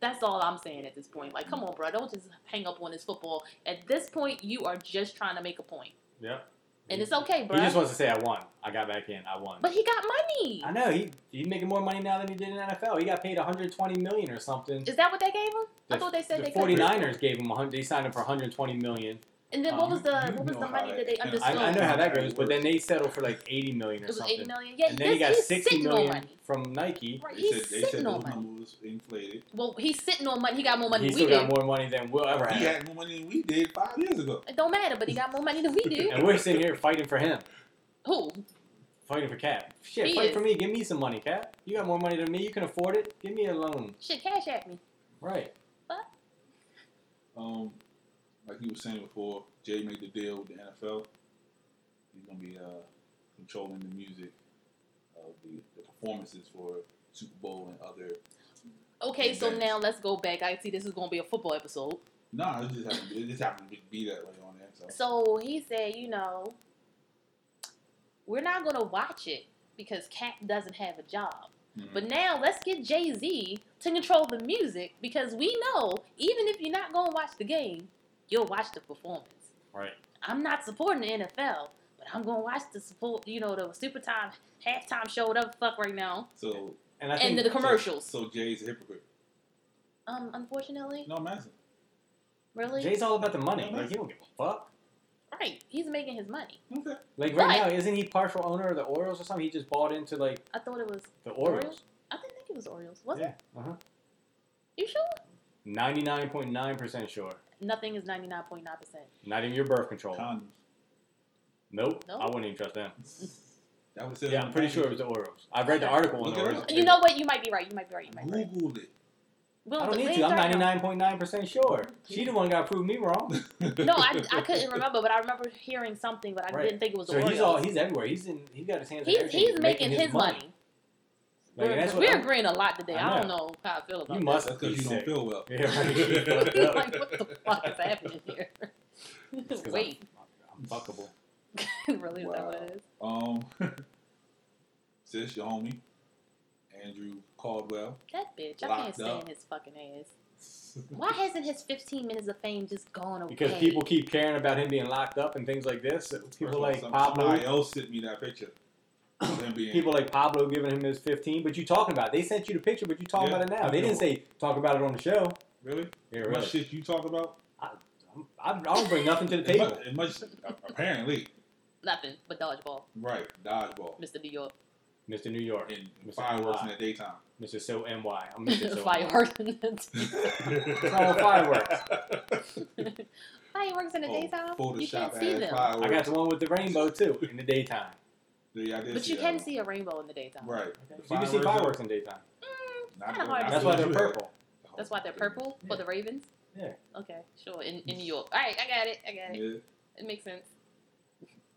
C: That's all I'm saying at this point. Like, come on, bro, don't just hang up on this football. At this point, you are just trying to make a point,
D: Yep.
C: and it's okay,
D: He
C: bro.
D: just wants to say, I won. I got back in. I won.
C: but he got money.
D: I know he he's making more money now than he did in NFL. He got paid 120 million or something.
C: Is that what they gave him? I
D: The-
C: thought they said
D: the
C: they cut him.
D: 49ers gave him 100. They signed him for 120 million.
C: And then what
D: Um,
C: was the
B: You
C: what was
B: know
C: the
B: how
C: money
B: that-
C: that they
B: I- I
C: understood?
D: I, I know how that goes, but then they settled for like 80 million or
C: it was
D: something.
C: eighty million. Yeah,
D: and then he got
C: he's
D: 60
C: sitting on
D: million
C: money.
D: from Nike.
C: Right,
B: They
C: he's
B: said, they said
C: sitting
B: those
C: on money.
B: number was inflated.
C: Well, he's sitting on money. He got more money.
D: He
C: than we
D: still
C: did.
D: got more money than we'll ever
B: He
D: have.
B: had more money than we did five years ago.
C: It don't matter, but he got more money than we do.
D: And we're sitting here fighting for him,
C: Who?
D: fighting for Cap. Shit,
C: He
D: fight
C: is.
D: for me. Give me some money, Cap. You got more money than me. You can afford it. Give me a loan.
C: Shit, cash at me.
D: Right.
B: Um, like you were saying before, Jay made the deal with the NFL. He's gonna be uh, controlling the music, uh, the, the performances for Super Bowl and other.
C: Okay, so
B: Events.
C: now let's go back. I see this is gonna be a football episode.
B: Nah, it just happened. It just happened to be that way on there. So
C: So he said, you know, we're not gonna watch it because Cap doesn't have a job.
B: Mhm.
C: But now let's get Jay Z to control the music because we know even if you're not gonna watch the game, you'll watch the performance.
D: Right.
C: I'm not supporting the NFL, but I'm gonna watch the support. You know, the super time, halftime show, whatever the fuck right now,
B: so
D: And I
C: and
D: think
C: the commercials.
B: so Jay's a hypocrite.
C: Um, unfortunately,
B: No, man.
C: really,
D: Jay's all about the money.
B: Yeah,
D: Like he don't give a fuck.
C: right? He's making his money.
B: Okay.
D: Like right
C: But-
D: now, isn't he partial owner of the Orioles or something? He just bought into like
C: I thought it was
D: the Orioles.
C: Orioles? I didn't think it was Orioles. Was
D: yeah.
C: it?
D: Uh
B: uh-huh.
D: huh.
C: You sure?
D: Ninety nine point nine percent sure.
C: Nothing is ninety nine point nine percent.
D: Not even your birth control.
B: Condoms.
D: Nope.
C: No?
D: I wouldn't even trust them.
B: That was
D: Yeah, I'm pretty sure it was the Orioles. I've read the article on the
B: Look it
D: Orioles.
B: up.
C: You know what? You might be right. You might be right. You might be right.
B: Googled it.
C: We
D: I don't
C: we
D: need
C: ain't
D: to. I'm
C: starting
D: ninety nine point nine percent sure. She the one got proved me wrong.
C: on- No, I, I couldn't remember, but I remember hearing something, but I
D: Right.
C: didn't think it was the
D: So
C: Orioles.
D: he's all he's everywhere. He's in. He's got his hands. in
C: he's,
D: everything.
C: he's making his money.
D: Like,
C: we're
D: that's what
C: we're
D: I'm-
C: agreeing a lot today. I,
D: I
C: don't know how I feel about
D: You must
B: That's
D: be
B: because you don't
D: sick.
B: feel well.
D: Yeah, right. You fucked
C: this.
D: up.
C: like, what the fuck is happening here?
D: It's 'cause
C: Wait,
D: I'm, I'm fuckable.
C: really? Is that what
B: Wow.
C: it is?
B: Um, sis, your homie, Andrew Caldwell.
C: That bitch. I can't
B: Locked
C: stand
B: up.
C: his fucking ass. Why hasn't his 15 minutes of fame just gone away?
D: Because people keep caring about him being locked up and things like this. So
B: First of
D: People
B: all,
D: like
B: some-
D: Pablo.
B: Somebody else sent me that picture. of him being-
D: People like Pablo giving him his 15. But you talking about? It. They sent you the picture, but you talking
B: Yeah.
D: about it now. They didn't say talk about it on the show.
B: really?
D: Yeah,
B: As much
D: really.
B: shit you talk about?
D: I'm, I'm, I don't bring nothing to the
B: As
D: table.
B: much, as much, apparently,
C: Nothing but dodgeball,
B: right? Dodgeball
C: Mr. New York.
D: Mr. New York,
B: and
D: Mr.
B: fireworks in
D: Why.
B: the daytime.
D: Mr. So NY. I'm Mr. So
C: Fireworks.
D: all fireworks.
C: Fireworks in the
B: Oh,
C: daytime? You
B: Photoshop
C: can't see
B: ass
C: them.
B: fireworks.
D: I got the one with the rainbow too in the daytime.
B: Yeah, I did
C: But
B: see
C: you
B: that
C: can
B: one.
C: see a rainbow in the daytime.
B: Right.
D: So you can see fireworks in the daytime.
C: Mm,
B: Not
C: kinda
B: good.
C: hard.
B: I
D: That's
B: see
D: why
B: what
D: they're
B: you had.
D: purple.
C: That's why they're purple for the Ravens?
D: Yeah.
C: Okay, sure. In, in New York. All right, I got it. I got it.
B: Yeah.
C: It makes sense.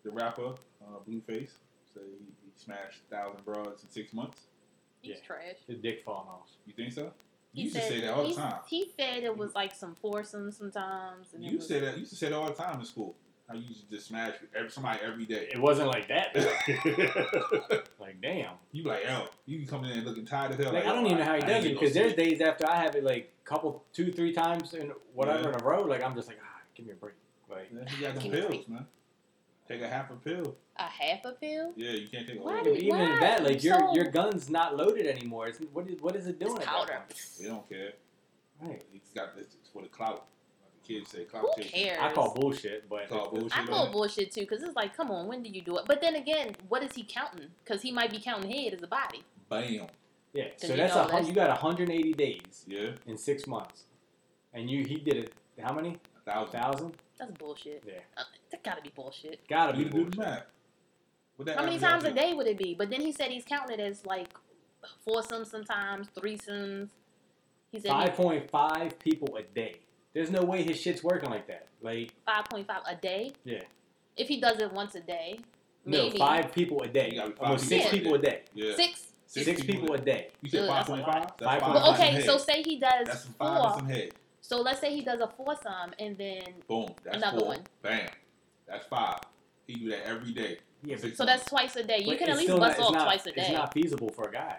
B: the rapper, uh, Blueface, said he, he smashed thousand broads in six months.
C: He's
D: Yeah.
C: trash.
D: His dick falling off.
B: You think so?
C: He
B: You used to
C: said-
B: say that all the
C: he-
B: time.
C: He said it was like some foursomes sometimes. And it
B: You
C: was-
B: say that. You used to say that all the time in school. How you used to just smash every, somebody every day.
D: It wasn't like that. though. like damn.
B: you like, yo, you come in there looking tired as hell.
D: Like I don't even know how he
B: I
D: does
B: ain't
D: it
B: no
D: because there's
B: sleep.
D: days after I have it like couple two three times and whatever in a row. Like I'm just like ah, give me a break. Like
B: Yeah, he got them
C: Give me
B: pills, man. Take a half a pill.
C: A half a pill?
B: Yeah, you can't take a
C: Why
B: whole.
C: do-
B: pill.
D: if even in
C: why?
D: that like your
C: So-
D: your gun's not loaded anymore. It's, what is what is it doing?
C: It's
D: at that
C: powder.
B: They don't care.
D: point? Right.
B: He's got this it's for the clout. Like the kids say, clout
C: Who
B: chasing.
C: cares?
D: I call bullshit, but
B: Call bullshit.
C: I
B: on
C: call
B: it.
C: bullshit too, because it's like, come on, when do you do it? But then again, what is he counting? Because he might be counting head as a body.
B: Bam.
D: yeah.
C: Then
D: So
C: you
D: that's
C: know
D: a hun-
C: that's-
D: you got 180 days
B: Yeah.
D: in six months, and you he did it. How many?
B: I thousand.
D: thousand?
C: That's bullshit.
D: Yeah.
C: Uh, that gotta be bullshit.
D: Gotta be.
B: You do the
D: bullshit.
B: math. What that
C: How many
B: average
C: times
B: out
C: a
B: to?
C: day would it be? But then he said he's counting it as like foursomes sometimes, threesomes. He said
D: Five point five people a day. There's no way his shit's working like that. Like
C: five point five a day.
D: Yeah.
C: If he does it once a day,
D: no,
C: maybe
D: five people a day.
B: You got five
D: Almost six
C: people a
D: people a day.
B: Yeah.
C: six.
D: Six, people a day.
B: You said
C: Ugh, that's
B: five
C: a
B: point
C: lot.
B: five.
D: Five point
C: Well,
D: five.
C: okay, so say he does
B: that's some five and
C: four.
B: some head.
C: So let's say he does a foursome and then
B: Boom. That's
C: Another
B: four.
C: one.
B: Bam. That's five. He do that every day.
D: Yeah, but,
B: Six
C: so
B: times.
C: that's twice a day. You
D: but
C: can
D: it's
C: at least
D: still
C: bust
D: not, it's
C: off
D: not-
C: twice a day.
D: It's not feasible for a guy.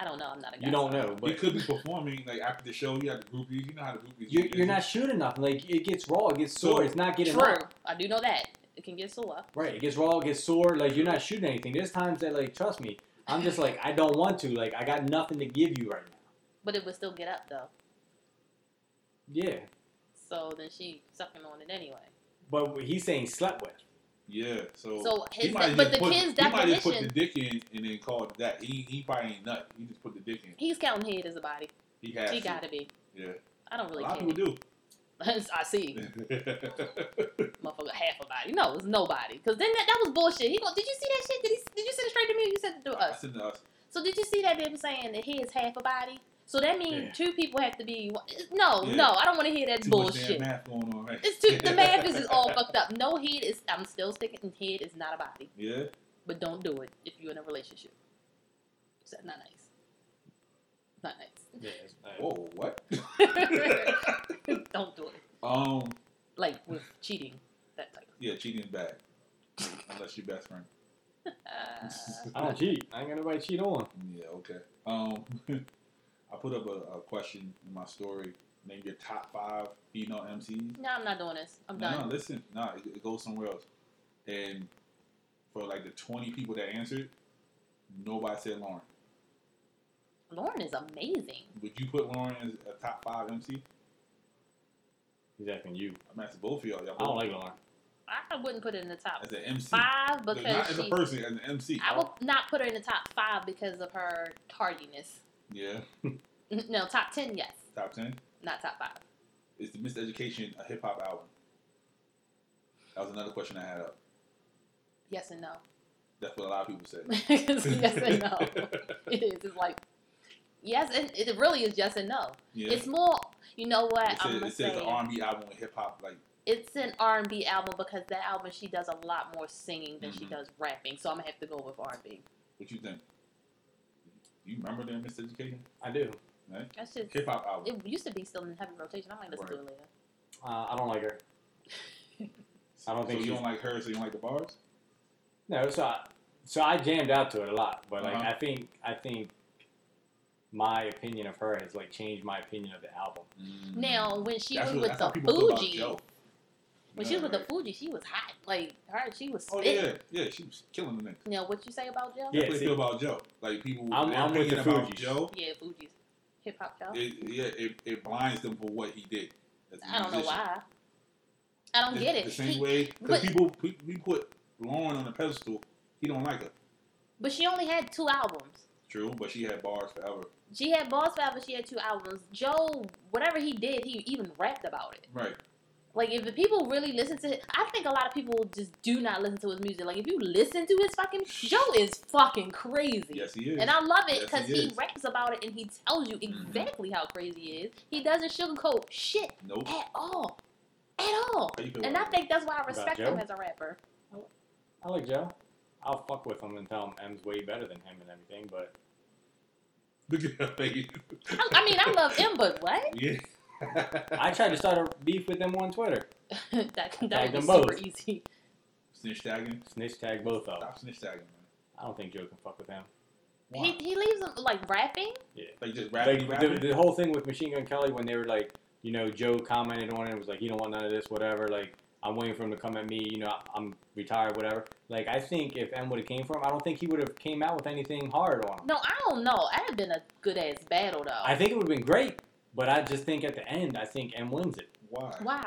C: I don't know. I'm not a guy.
D: You don't know,
B: He
D: but
B: could be performing like after the show. You have the groupies. You know how the groupies.
D: you're,
B: get busy.
D: you're not shooting enough. Like it gets raw, it gets
B: So-
D: sore. It's not getting
C: True.
D: up.
C: I do know that it can get sore.
D: Right, it gets raw, it gets sore. Like you're not shooting anything. There's times that like trust me, I'm just like I don't want to. Like I got nothing to give you right now.
C: But it would still get up though.
D: Yeah,
C: So then she sucking on it anyway.
D: but what he's saying slept with.
B: Yeah. So.
C: So
B: he
C: his,
B: might
C: but
B: just
C: the
B: put,
C: kid's
B: He might just put the
C: definition,
B: dick in and then call it that. He he probably ain't nut. He just put the dick in.
C: he's counting head as a body.
B: He has.
C: She
B: to.
C: gotta be.
B: Yeah.
C: I don't really
B: a lot of
C: care.
B: people do.
C: I see,
B: yeah.
C: motherfucker, half a body. No, it's nobody. Cause then that, that was bullshit. He go, did you see that shit? Did he? Did you send it straight to me? Or you sent it to
B: I
C: us.
B: said to us.
C: So did you see that baby saying that he is half a body? So that means
D: Yeah.
C: two people have to be. No,
B: Yeah.
C: no, I don't want to hear that
B: Too much damn
C: bullshit.
B: math going on, right?
C: It's too the math is just all fucked up. No head is. I'm still sticking. Head is not a body.
B: Yeah.
C: But don't do it if you're in a relationship. It's not nice. Not
D: Yeah,
B: Whoa. What?
C: nice. don't do it.
B: um.
C: Like with cheating, that type.
B: Yeah. Cheating is bad. Unless you're best friend.
C: Uh,
D: I don't cheat. I ain't got nobody to cheat on.
B: Yeah, okay. Um, I put up a, a question in my story. Name your top five female MCs.
C: no, I'm not doing this. I'm
B: No, no,
C: done.
B: listen, no, it, it goes somewhere else. And for like the twenty people that answered, nobody said Lauren.
C: Lauren is amazing.
B: Would you put Lauren as a top five MC?
D: He's asking you.
B: I'm asking both of y'all. y'all
D: I don't
B: both-
D: like Lauren.
C: I wouldn't put her in the top
B: as an MC, Like,
C: five
B: not
C: because
B: as a
C: she.
B: person, as an MC.
C: I would not put her in the top five because of her tardiness.
B: yeah,
C: N- No, top ten, yes,
B: top ten.
C: not top five.
B: Is the Miseducation a hip hop album? That was another question I had up.
C: Yes and no.
B: That's what a lot of people said.
C: yes and no. It is. It's like yes, and it really is yes and no.
B: Yeah.
C: It's more. You know what?
B: It
C: I'm
B: says,
C: gonna
B: it says
C: say
B: the R&B album with hip hop, like
C: it's an R and B album because that album she does a lot more singing than she
B: Mhm.
C: does rapping. So I'm gonna have to go with R and B.
B: what you think? You remember the Miseducation?
D: I do.
C: That's just.
B: Hip hop album.
C: It used to be still in heavy rotation. I might listen to it later.
D: Uh, I don't like her. I don't think
B: so. You
D: she's-
B: don't like her, so you don't like the bars.
D: No, so I, so I jammed out to it a lot, but like
B: Uh-huh.
D: I think I think my opinion of her has like changed my opinion of the album.
C: Mm. Now when
B: Mm-hmm.
C: she
B: That's
C: was
B: what-
C: with
B: that's how
C: the
B: people feel about
C: Fuji,
B: Joe.
C: when she was with the
B: Right.
C: Fuji, she was hot. Like her, she was
B: Oh
C: spitting.
B: yeah, yeah, she was killing the nigga.
C: Now what you say about Joe?
D: Yeah,
B: That's what they
D: see.
B: feel about Joe. Like people,
D: I'm-
B: their
D: I'm with
B: opinion
D: the
B: about
D: Fugees.
B: Joe.
C: Yeah, Fuji's hip hop Joe.
B: It, yeah, it, it blinds them for what he did. as a
C: I don't know
B: musician.
C: why. I don't
B: The-
C: get it.
B: The same
C: He-
B: way, because
C: but-
B: people we, we put Lauren on a pedestal. He don't like her.
C: but she only had two albums.
B: True, but she had bars forever.
C: She had Boss Five, but she had two albums. Joe, whatever he did, he even rapped about it.
B: Right.
C: Like if the people really listen to it, I think a lot of people just do not listen to his music. Like if you listen to his fucking Joe is fucking crazy.
B: Yes, he is.
C: And I love it
B: Yes,
C: because
B: he
C: he,
B: is.
C: raps about it and he tells you
B: Mhm.
C: exactly how crazy he is. He doesn't sugarcoat shit
B: nope.
C: at all. At all.
B: How you feel
C: And I
B: about
C: think that's why I respect
D: Joe?
C: him as a rapper.
D: I like Joe. I'll fuck with him and tell him M's way better than him and everything, but
B: Look at her face.
C: I, I mean, I love him, but what?
B: Yeah.
D: I tried to start a beef with them on Twitter.
C: that that
D: Tag
C: would be
D: them
C: super
D: both.
C: easy.
B: snitch tagging.
D: Snitch tag both of them.
B: Stop snitch tagging, man.
D: I don't think Joe can fuck with him.
B: Why?
C: He, he leaves him like rapping.
B: like just
D: Like
B: rapping, rapping.
D: the, the whole thing with Machine Gun Kelly when they were like, you know, Joe commented on it and was like, you don't want none of this, whatever. Like, I'm waiting for him to come at me. You know, I'm retired, whatever. Like, I think if M would have came for him, I don't think he would have came out with anything hard on him.
C: No, I don't know. That'd have been a good ass battle though.
D: I think it would have been great, but I just think at the end, I think M wins it
B: Why?
C: why?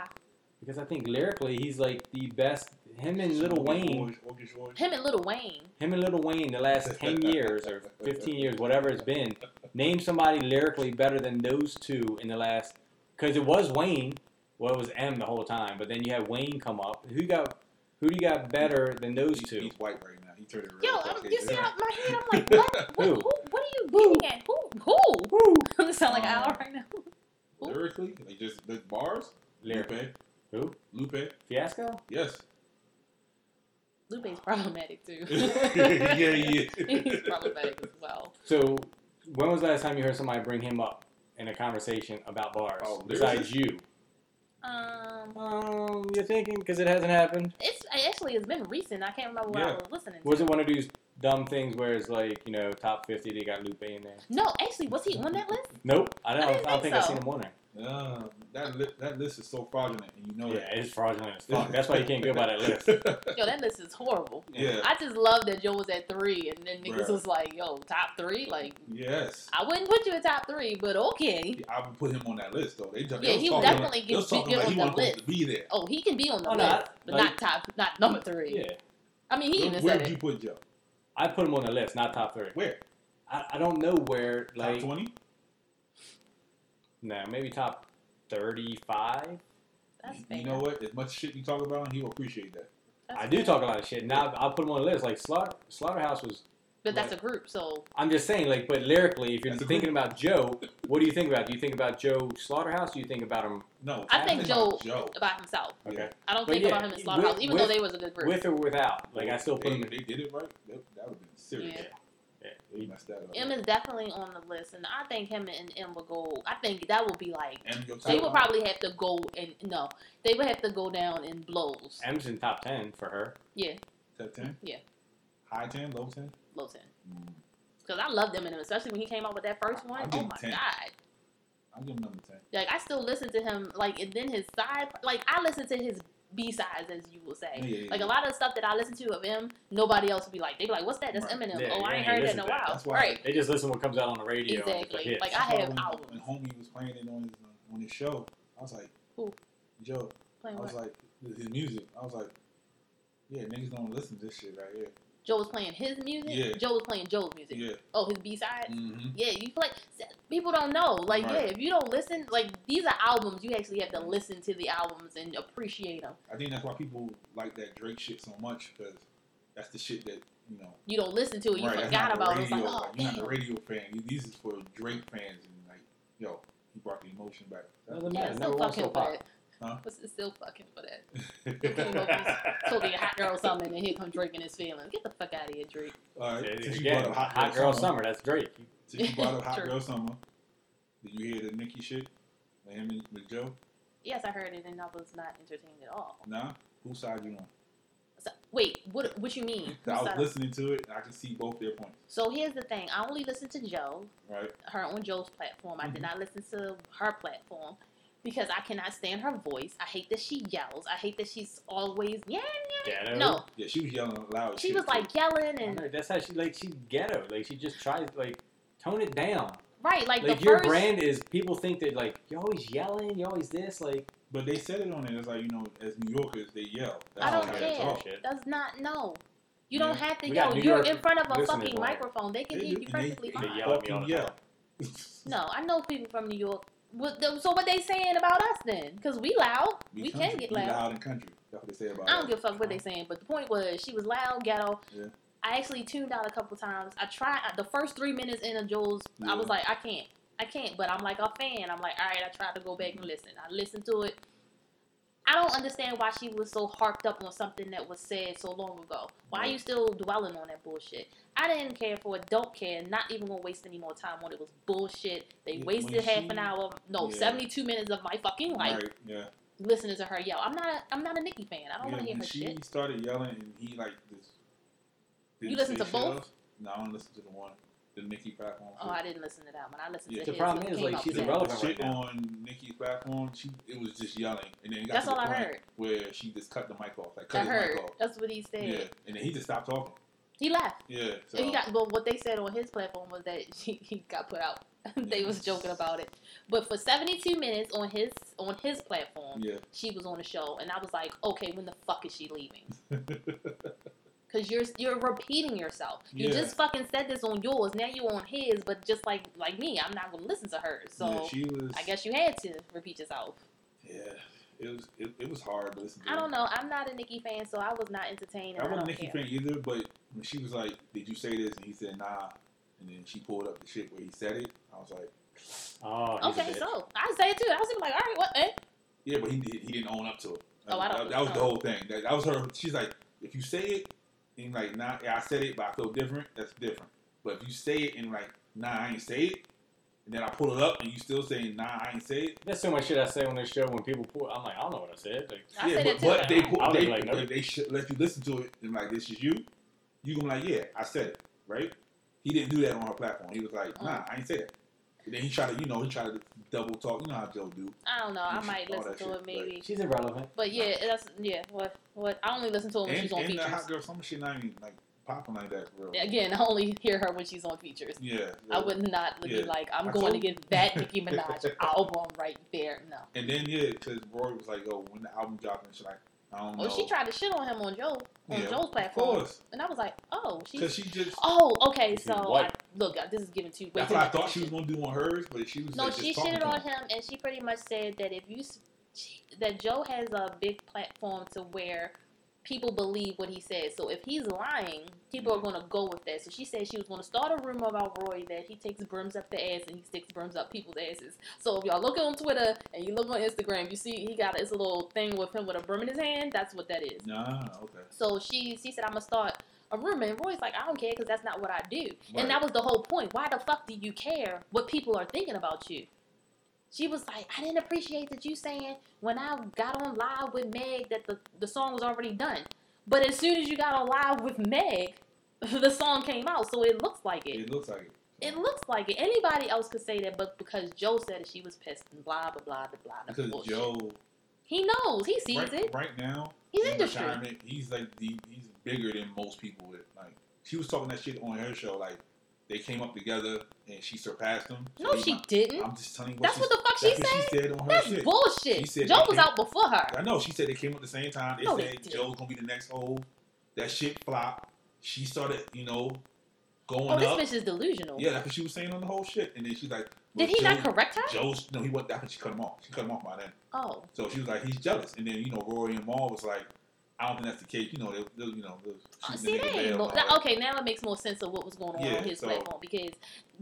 D: because I think lyrically he's like the best. Him and Little Wayne,
B: Orchid Shores.
C: Him and Little Wayne.
D: him and Little Wayne, the last ten years or fifteen years, whatever it's been, name somebody lyrically better than those two in the last. Because it was Wayne. Well, it was M the whole time, but then you had Wayne come up. Who got who do you got better than those
B: He-
D: two?
B: He's white right now. He turned it red.
C: Yo, I'm, you see,
B: Yeah.
C: I'm, my head, I'm like, what? What,
D: Who?
C: who? what are you getting at? Who? Who? Oh.
D: Woo!
C: I sound like Al
B: Um,
C: right now. Who?
B: Lyrically, like just the bars.
D: Lyric.
B: Lupe.
D: Who?
B: Lupe.
D: Fiasco?
B: Yes.
C: Lupe's problematic, too.
B: yeah, yeah.
C: He's problematic as well.
D: So when was the last time you heard somebody bring him up in a conversation about bars?
B: Oh,
D: besides you.
C: Um,
D: Um, you're thinking because it hasn't happened.
C: it's actually it's been recent. I can't remember what I
B: Yeah.
C: was listening to.
D: Was it one of these dumb things where it's like you know top fifty they got Lupe in there?
C: No, actually, was he on that list?
D: Nope, I don't. I,
C: I didn't
D: don't think
C: think
D: I've
C: so.
D: seen him on there.
B: Uh, that li- that list is so fraudulent, and you know
D: Oh, Yeah,
B: that.
D: it's fraudulent as fuck. That's why you can't go by that list.
C: Yo, that list is horrible.
B: yeah.
C: I just love that Joe was at three, and then niggas
B: Bruh.
C: was like, "Yo, top three? Like,
B: Yes.
C: I wouldn't put you in top three, but okay.
B: I would put him on that list though. They,
C: Yeah, he
B: talking,
C: definitely
B: they
C: gets-
B: was talking
C: get
B: about
C: on
B: he
C: the
B: wanted
C: list.
B: to be there.
C: Oh, he can be on the
D: Oh, no,
C: list,
D: I-
C: but
D: like-
C: not top, not number three.
D: Yeah,
C: I mean, he even
B: Where
C: said
B: would you
C: it.
B: put Joe?
D: I put him on the list, not top three.
B: Where?
D: I, I don't know where.
B: Top
D: Like,
B: twenty?
D: no, maybe top thirty-five.
C: That's fair.
B: You know what? As much shit you talk about, him, he will appreciate that.
C: That's
D: I do
C: fair.
D: talk a lot of shit. Now I, I put him on the list. Like Slaughter, Slaughterhouse was.
C: but that's a group, so
D: I'm just saying, like, but lyrically, if you're
B: That's a
D: thinking about Joe, what do you think about? Do you think about Joe Slaughterhouse? Do you think about him
B: No,
C: I think
B: about
C: Joe about himself.
B: Yeah.
D: Okay.
C: I don't
D: But
C: think
D: yeah,
C: about him in
D: with-
C: Slaughterhouse, even though
D: with-
C: they was a good group.
D: with or without? Like, I still put
B: they,
D: him. in
B: They did it right. That, that would have been serious.
C: Yeah.
B: They messed that up.
C: M is definitely on the list, and I think him and M will go. I think that would be like
B: M, your
C: they
B: top
C: would
B: one?
C: probably have to go and no, they would have to go down in blows.
D: M's in top ten for her.
C: Yeah,
B: top ten.
C: Yeah.
B: High ten, low ten.
C: low ten.
B: Mm,
C: Because I love them and him, especially when he came out with that first one.
B: I
C: Oh
B: give him
C: my
B: 10.
C: god!
B: I'll give him number ten.
C: Like I still listen to him. Like and then his side, like I listen to his B sides, as you will say.
B: Yeah, yeah,
C: Like
B: yeah.
C: a lot of stuff that I listen to of him, nobody else would be like. They be like, "What's that? That's
B: Right.
C: Eminem."
D: Yeah,
C: oh,
D: you
C: I
D: ain't
C: ain't heard that in
D: listen
C: a
D: to that.
C: while.
B: That's why-
C: right?
D: They just listen to what comes out on the radio. and it's like,
C: Exactly.
D: hits.
C: Like, I
B: That's why
C: have
B: when,
C: albums.
B: When homie was playing it on his, uh, on his show, I was like,
C: Who?
B: Joe. I
C: Playing
B: was
C: what?
B: like, his music. I was like, yeah, niggas don't listen to this shit right here.
C: Joe was playing his music.
B: Yeah.
C: Joe was playing Joe's music.
B: Yeah.
C: Oh, his B sides.
B: Mm-hmm.
C: Yeah, you play. People don't know. Like,
B: Right.
C: yeah, if you don't listen, like these are albums. You actually have to listen to the albums and appreciate them.
B: I think that's why people like that Drake shit so much because that's the shit that you know.
C: You don't listen to it, you
B: right, that's not
C: forgot
B: the
C: about it. It's
B: radio,
C: like, oh
B: you're
C: damn.
B: not the radio fan. You- These is for Drake fans and like, yo, he brought the emotion back.
D: Doesn't
C: Yeah,
D: matter.
C: it's
D: Number
C: still
D: one,
C: fucking
D: still
C: for
D: pop.
C: that.
B: Huh?
C: It's it's still fucking for that. came up with- So be a hot girl summer, and here comes Drake and his feelings. Get the fuck out of here, Drake.
B: All right,
D: Yeah,
B: since you
D: Again,
B: brought up
D: hot, girl summer. That's Drake.
B: Since you brought up hot
C: True.
B: girl summer, did you hear the Nicki shit? With him and with Joe?
C: Yes, I heard it, and I was not entertained at all.
B: Nah, whose side you on?
C: So, wait, what? What you mean?
B: 'Cause I was
C: So-
B: listening to it and I can see both their points.
C: so here's the thing. I only listened to Joe,
B: Right?
C: her on Joe's platform. I
B: Mhm.
C: did not listen to her platform because I cannot stand her voice. I hate that she yells. I hate that she's always yeah.
D: Ghetto.
C: No,
B: Yeah, she was yelling loud.
C: she
B: shit,
C: was
B: too.
C: like yelling
D: I
C: and
D: know, that's how she like she's ghetto. Like she just tries like tone it down.
C: right, like,
D: Like,
C: the
D: your
C: first.
D: brand is people think that like you're always yelling, you're always this. Like
B: But they said it on it. It's like you know, as New Yorkers, they yell. That's
C: I don't
B: how they
C: care.
B: talk.
D: oh, Shit.
C: does not know. You don't have to
D: We got
C: yell.
D: New
C: You're
D: York
C: in front of a
D: listeners
C: fucking
D: on it.
C: microphone. They can
B: They
C: hear
B: do,
C: you
B: and
C: perfectly
D: they
C: fine.
D: yell at me all
B: Fucking
D: the
B: yell.
D: time.
C: No, I know people from New York. What the- So what they saying about us then? Because we loud. We, can
B: country.
C: get
B: We
C: loud.
B: in country. That's what they say about.
C: I don't
B: us.
C: give a fuck what they saying. But the point was, she was loud, ghetto.
B: Yeah.
C: I actually tuned out a couple times. I tried the first three minutes in of Jules.
B: Yeah.
C: I was like, I can't, I can't. But I'm like a fan. I'm like, all right. I tried to go back and listen. I listened to it. I don't understand why she was so harped up on something that was said so long ago. Why
B: Right.
C: are you still dwelling on that bullshit? I didn't care for it. Don't care. Not even gonna waste any more time on it. It was bullshit. They
B: Yeah,
C: wasted
B: when
C: half
B: she-
C: an hour. No,
B: Yeah.
C: 72 minutes of my fucking life
B: right. Yeah.
C: listening to her yell. I'm not. A, I'm not a Nicki fan. I don't
B: yeah,
C: want to hear
B: when
C: her
B: she
C: shit.
B: started yelling, and he like this. didn't
C: You listen
B: say
C: to
B: shit
C: both?
B: else. No, I don't listen to the one, the Nicki platform.
C: Oh, I didn't listen to that one. I listened
B: Yeah.
C: to
B: The
C: his
D: problem
C: when it
D: is,
C: came
D: like,
C: out
D: she's
C: today.
B: the
D: irrelevant right
B: shit
D: now.
B: on Nicki's platform, she it was just yelling, and then it got
C: That's
B: to
C: all
B: the
C: I
B: point
C: heard.
B: where she just cut the mic off, like
C: I
B: cut his
C: heard.
B: mic off.
C: That's what he said.
B: Yeah, and then he just stopped talking.
C: He left.
B: Yeah, so
C: And he got. But what they said on his platform was that he, he got put out. they was joking about it. But for 72 minutes on his on his platform,
B: yeah,
C: she was on the show, and I was like, okay, when the fuck is she leaving? Cause you're you're repeating yourself. You
B: Yeah.
C: just fucking said this on yours. Now you're on his, but just like like me, I'm not gonna listen to her. So
B: yeah, she was.
C: I guess you had to repeat yourself.
B: Yeah, it was it, it was hard to listen to.
C: I don't know. I'm not a Nicki fan, so I was not entertained. and
B: I wasn't a
C: don't
B: Nicki
C: care.
B: fan either, but when she was like, "Did you say this?" and he said, "Nah," and then she pulled up the shit where he said it. I was like,
D: Oh, he's a
C: Okay,
D: bitch.
C: so I say it too. I was even like, all right, what? Eh?
B: "Yeah," but he did, he didn't own up to it.
C: Oh, I don't-
B: That, that was the
C: oh.
B: whole thing. That, that was her. She's like, "If you say it and like, nah, yeah, I said it, but I feel different. That's different. But if you say it and like, nah, I ain't say it." And then I pull it up, and you still saying, "Nah, I ain't say it."
D: There's so much shit I say on this show when people pull. I'm like, I don't know what I said. Like,
C: I
B: yeah,
C: said
B: but,
C: it too.
B: but they,
D: I
B: put,
D: was
B: they,
D: like, no.
B: if they should let you listen to it and like this is you. You gonna be like, yeah, I said it, right? He didn't do that on our platform. He was
C: Oh.
B: like, nah, I ain't say that. And then he tried to, you know, he tried to double talk. You know how Joe do.
C: I don't know. I might
B: All
C: listen
B: that
C: to
B: shit,
C: it maybe.
D: she's irrelevant.
C: But yeah, that's yeah. What what? I only listen to her when
B: And,
C: Oh, she's on
B: and the hot
C: features.
B: girl, some shit not even like popping like that, bro. Yeah,
C: Again, I only hear her when she's on features. I
B: yeah.
C: would not be
B: Yeah.
C: like, I'm
B: I
C: going to
B: told you.
C: get that Nicki Minaj album right there. No.
B: And then yeah, because Roy was like, oh, when the album dropping, she's like, I don't know.
C: Well, Oh, she tried to shit on him on Joe on
B: Yeah,
C: Joe's
B: Of
C: platform,
B: course,
C: and I was like, oh, she.
B: because she just.
C: Oh, okay.
D: She's
C: So I,
D: white.
C: look, I- this is giving too. way
B: That's
C: too
B: what I
C: much
B: thought she was
C: attention.
B: gonna do on hers, but she was.
C: No,
B: like,
C: she
B: just talking
C: shitted
B: to
C: on
B: him.
C: him, and she pretty much said that if you s- she, that Joe has a big platform to where people believe what he says. So if he's lying, people
B: Mm-hmm.
C: are going to go with that. So she said she was going to start a rumor about Roy that he takes brims up the ass and he sticks brims up people's asses. So if y'all look on Twitter and you look on Instagram, you see he got it's a little thing with him with a brim in his hand. That's what that is.
B: Nah, okay.
C: So she she said I'm gonna start a rumor, and Roy's like I don't care because that's not what I do.
B: Right.
C: And that was the whole point. Why the fuck do you care what people are thinking about you? She was like, I didn't appreciate that you saying when I got on live with Meg that the, the song was already done. But as soon as you got on live with Meg, the song came out, so it looks like it.
B: It looks like it.
C: It looks like it. Anybody else could say that, but because Joe said it, she was pissed and blah blah blah blah blah.
B: because
C: bullshit.
B: Joe
C: he knows, he sees
B: right,
C: it.
B: right now.
C: He's
B: in
C: industry.
B: retirement, He's like the, he's bigger than most people. With like she was talking that shit on her show. Like they came up together and she surpassed him. So
C: No,
B: he
C: she
B: might-
C: didn't.
B: I'm just telling you. What
C: That's
B: she,
C: what the fuck she
B: that's
C: said.
B: what she said on her
C: That's
B: shit. She
C: bullshit.
B: said
C: Joe
B: they
C: was
B: came-
C: out before her.
B: I know. She said they came up at the same time. They
C: No, they
B: said
C: didn't.
B: Joe's gonna be the next old. That shit flopped. She started, you know, going
C: Oh, this
B: up.
C: bitch is delusional.
B: Yeah, that's what she was saying on the whole shit. And then she's like, well,
C: Did he not
B: Joe-
C: correct her?
B: Joe's no, he wasn't. That's when she cut him off. She cut him off by then.
C: Oh,
B: So she was like, he's jealous. And then, you know, Rory and Maul was like, I don't think that's the case. You know, they, they you know, they was
C: Uh,
B: shooting the
C: see,
B: nigga
C: that ain't
B: down
C: bull-
B: and all
C: now,
B: that.
C: okay. Now it makes more sense of what was going on
B: Yeah,
C: on his
B: so-
C: platform because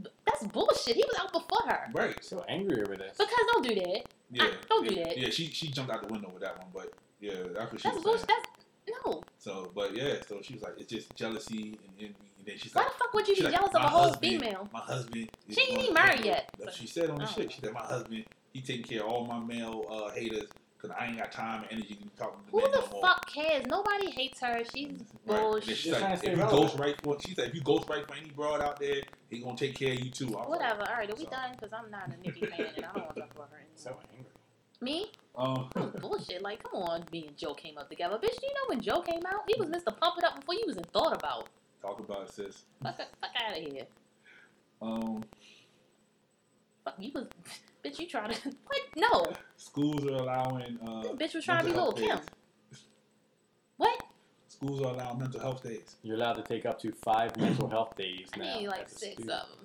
C: b- that's bullshit. He was out before her.
B: Right.
D: So angry over this.
C: Because don't do that.
B: Yeah.
C: oh, don't do
B: yeah,
C: that.
B: Yeah, she she jumped out the window with that one, but yeah, that's what she
C: That's
B: was
C: bullshit.
B: saying.
C: That's no.
B: So, but yeah, so she was like, it's just jealousy and envy. And then she's
C: Why
B: like,
C: the fuck would you be
B: she's like,
C: jealous of
B: "My
C: a whole
B: husband-
C: female?
B: My husband. is
C: She ain't
B: one-
C: even married yet.
B: That's what she said on the
C: Oh.
B: shit. She said, my husband, he taking care of all my male uh, haters because I ain't got time and energy to be talking to
C: Who
B: men
C: the
B: no more.
C: fuck cares? Nobody hates her. She's
B: Right. And then
C: bullshit.
B: she's
D: trying to
B: like,
D: stay
B: if you
D: relevant.
B: ghost right for, she's like, if you ghost right for any broad out there, he gonna take care of you too. I was
C: Whatever. All right, are we
B: So-
C: done? Because I'm not a Nicki fan and I don't want to talk about her anymore.
D: So angry.
C: Me?
B: Like, um,
C: That was bullshit. Like, come on. Me and Joe came up together. Bitch, do you know when Joe came out? He was Mr. Pump It Up before you was even thought about.
B: talk about it, sis.
C: Fuck, fuck out of here.
B: Um,
C: Fuck, you was, bitch, you trying to, what? No.
B: schools are allowing. Uh,
C: This bitch was trying to be
B: mental
C: Lil'
B: health
C: Kim.
B: days.
C: What?
B: Schools are allowing mental health days.
D: You're allowed to take up to five mental health days
C: I
D: now.
C: need like
D: as a
C: six of
D: student.
C: them.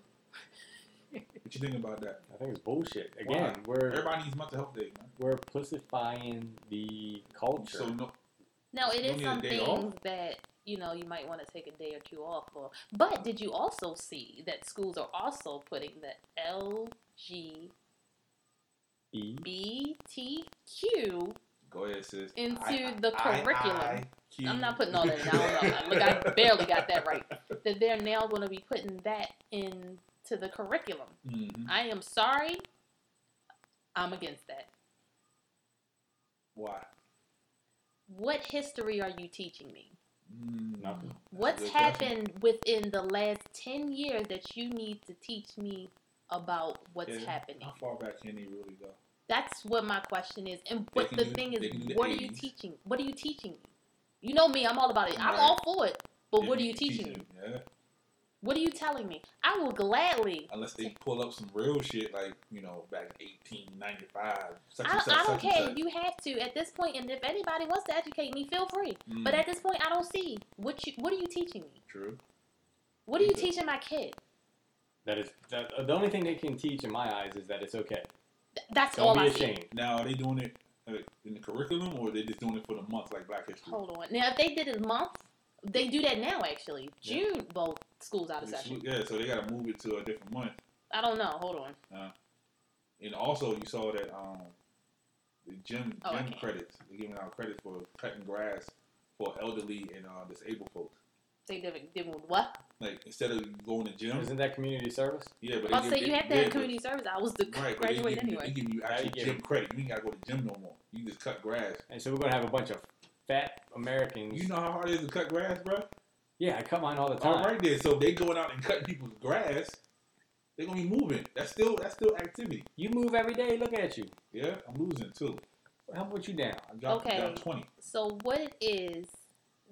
B: What you think about that?
D: I think it's bullshit. Again, we're
B: Everybody needs mental health days, man.
D: we're implicifying the culture.
B: So no,
C: No, it
B: You
C: is
B: need a
C: some
B: day
C: things
B: off?
C: that, you know, you might want to take a day or two off for. But did you also see that schools are also putting the
D: E.
C: LGBTQ
B: go ahead, sis.
C: into
B: I-
C: the
B: I-
C: curriculum?
B: I- Q.
C: I'm not putting all that in. I don't know. Look, I barely got that right. That they're now going to be putting that into the curriculum.
B: Mhm.
C: I am sorry. I'm against that.
B: Why?
C: What history are you teaching me?
B: Mm.
D: Nothing.
C: What's
B: Good question.
C: happened within the last 10 years that you need to teach me about what's
B: Yeah.
C: happening?
B: How far back can they really go?
C: That's what my question is. And
B: They
C: what
B: can
C: the
B: do-
C: thing
B: they can do
C: is,
B: the
C: what are you
B: 80s.
C: teaching? What are you teaching me? You know me, I'm all about it. I'm
B: Right.
C: all for it. But what are
B: If
C: you teaching me?
B: teach you, Yeah.
C: What are you telling me? I will gladly
B: unless they pull up some real shit like you know back in 1895 such
C: I,
B: and such,
C: I don't
B: such and
C: care.
B: such.
C: You have to at this point, and if anybody wants to educate me, feel free.
B: Mm,
C: But at this point, I don't see what you. What are you teaching me?
B: true
C: What are you
B: Okay.
C: teaching my kid?
D: That is that, uh, the only thing they can teach in my eyes is that it's okay.
C: Th- That's
D: Don't
C: all
D: be
C: I see.
D: ashamed.
B: now are they doing it like, in the curriculum, or they just doing it for the month, like Black History?
C: Hold on. Now, if they did it a month, they do that now. Actually,
B: Yeah.
C: June. Well, school's out of
B: It's-
C: session.
B: yeah, so they got to move it to a different month.
C: I don't know. Hold on.
B: And also, you saw that um, the gym
C: Oh, I
B: gym
C: can't.
B: credits. They're giving out credits for cutting grass for elderly and uh, disabled folks.
C: They did, did what?
B: Like instead of going to gym,
D: Isn't that community service?
B: yeah, but
C: I
B: they give-
C: say Oh, you
B: they-
C: have to
B: yeah,
C: have
B: but-
C: community service. I was the
B: Right, but they give,
C: graduate
B: you, they
C: anyway.
B: give you
D: Now you
B: actually
D: get
B: gym credit. You ain't gotta go to gym no more. You just cut grass.
D: And so we're gonna have a bunch of fat Americans.
B: You know how hard it is to cut grass, bro?
D: yeah, I cut mine all the time.
B: All right, then. So they going out and cutting people's grass. They're gonna be moving. That's still that's still activity.
D: You move every day. Look at you.
B: Yeah, I'm losing too.
D: How about you down?
B: I dropped,
C: Okay.
B: dropped twenty.
C: So what it is,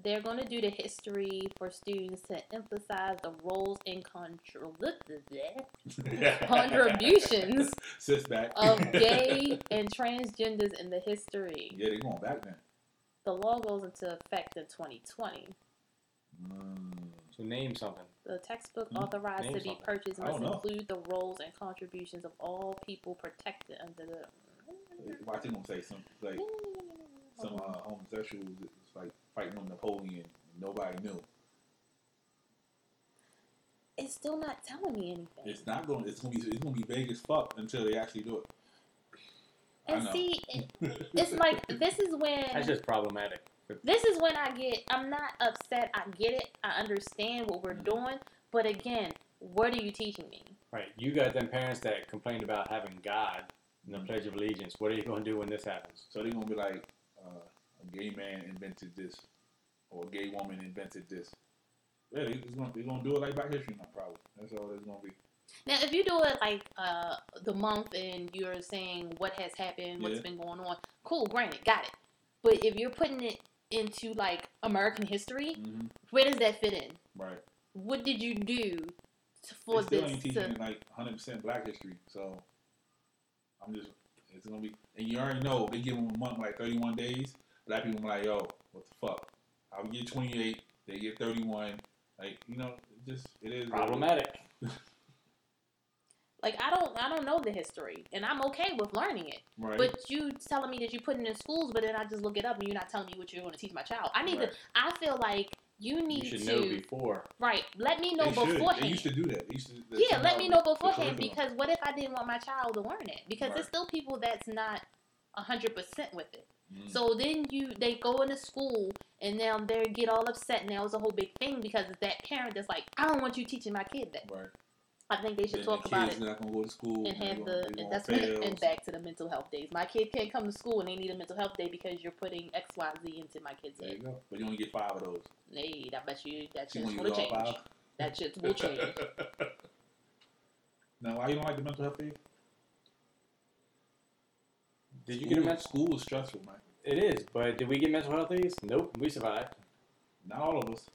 C: they're going to do the history for students to emphasize the roles and contr- contributions
B: Sits back.
C: of gay and transgenders in the history.
B: yeah, they going back then.
C: The law goes into effect in 2020.
B: Mm.
D: So name something.
C: The textbook
B: Hmm,
C: authorized
D: name
C: to be
D: something.
C: purchased
B: I don't
C: must
B: know.
C: include the roles and contributions of all people protected under the.
B: Why they gonna say some like some uh, homosexuals that was, like fighting on Napoleon? and Nobody knew.
C: It's still not telling me anything.
B: It's not going. to It's gonna be. It's gonna be vague as fuck until they actually do it. I
C: and
B: know.
C: see, it, it's like this is when
D: That's just problematic.
C: this is when I get. I'm not upset. I get it. I understand what we're
B: Mhm.
C: doing. But again, what are you teaching me?
D: Right. You got them parents that complained about having God in the Pledge of Allegiance. What are you gonna do when this happens?
B: So they're gonna be like, uh, a gay man invented this, or a gay woman invented this. Yeah, they- it's gonna, they're gonna do it like Black History Month, probably. That's all it's gonna be.
C: Now, if you do it like uh, the month and you're saying what has happened, what's
B: Yeah.
C: been going on, cool, granted, got it. But if you're putting it into like American history,
B: hmm
C: where does that fit in?
B: Right.
C: What did you do to,
B: They
C: for
B: still
C: this?
B: ain't teaching
C: To,
B: like 100 percent Black History. So I'm just, it's gonna be, and you already know they give them a month like 31 days. Black people be like, yo, what the fuck? I would get 28, they get 31. Like, you know, it just it is what it is.
D: Problematic.
C: like, I don't, I don't know the history, and I'm okay with learning it.
B: Right.
C: But you telling me that you put it in schools, but then I just look it up, and you're not telling me what you're going to teach my child. I need
B: Right.
C: to. I feel like you
D: You
C: need
D: should
C: to.
D: know before.
C: Right. Let me know
B: they should. They
C: beforehand.
B: used to do that. They used to, they
C: Yeah,
B: send
C: let
B: out
C: me
B: the-
C: know
B: the curriculum.
C: beforehand because what if I didn't want my child to learn it? Because
B: Right.
C: there's still people that's not hundred percent with it.
B: Mm.
C: So then you they go into school and now they get all upset. Now it's a whole big thing because it's that parent that's like, I don't want you teaching my kid that.
B: Right.
C: I think they should
B: Then
C: talk
B: the
C: about
B: kids
C: it
B: not gonna go to school
C: and
B: they
C: have
B: gonna-
C: the
B: they
C: and
B: gonna
C: that's when
B: fail.
C: it, and back to the mental health days. My kid can't come to school and they need a mental health day because you're putting X Y Z into my kid's
B: There you
C: head.
B: go. But you only get five of those.
C: Hey, I bet you that
B: She
C: shit's
B: want you
C: gonna
B: to
C: change.
B: go all
C: That shit's will change.
B: five. now, why you don't like the mental health thing?
D: Did you get a
B: School-
D: mental?
B: School is stressful, man.
D: It is, but did we get mental health days? Nope. We survived.
B: Not all of us.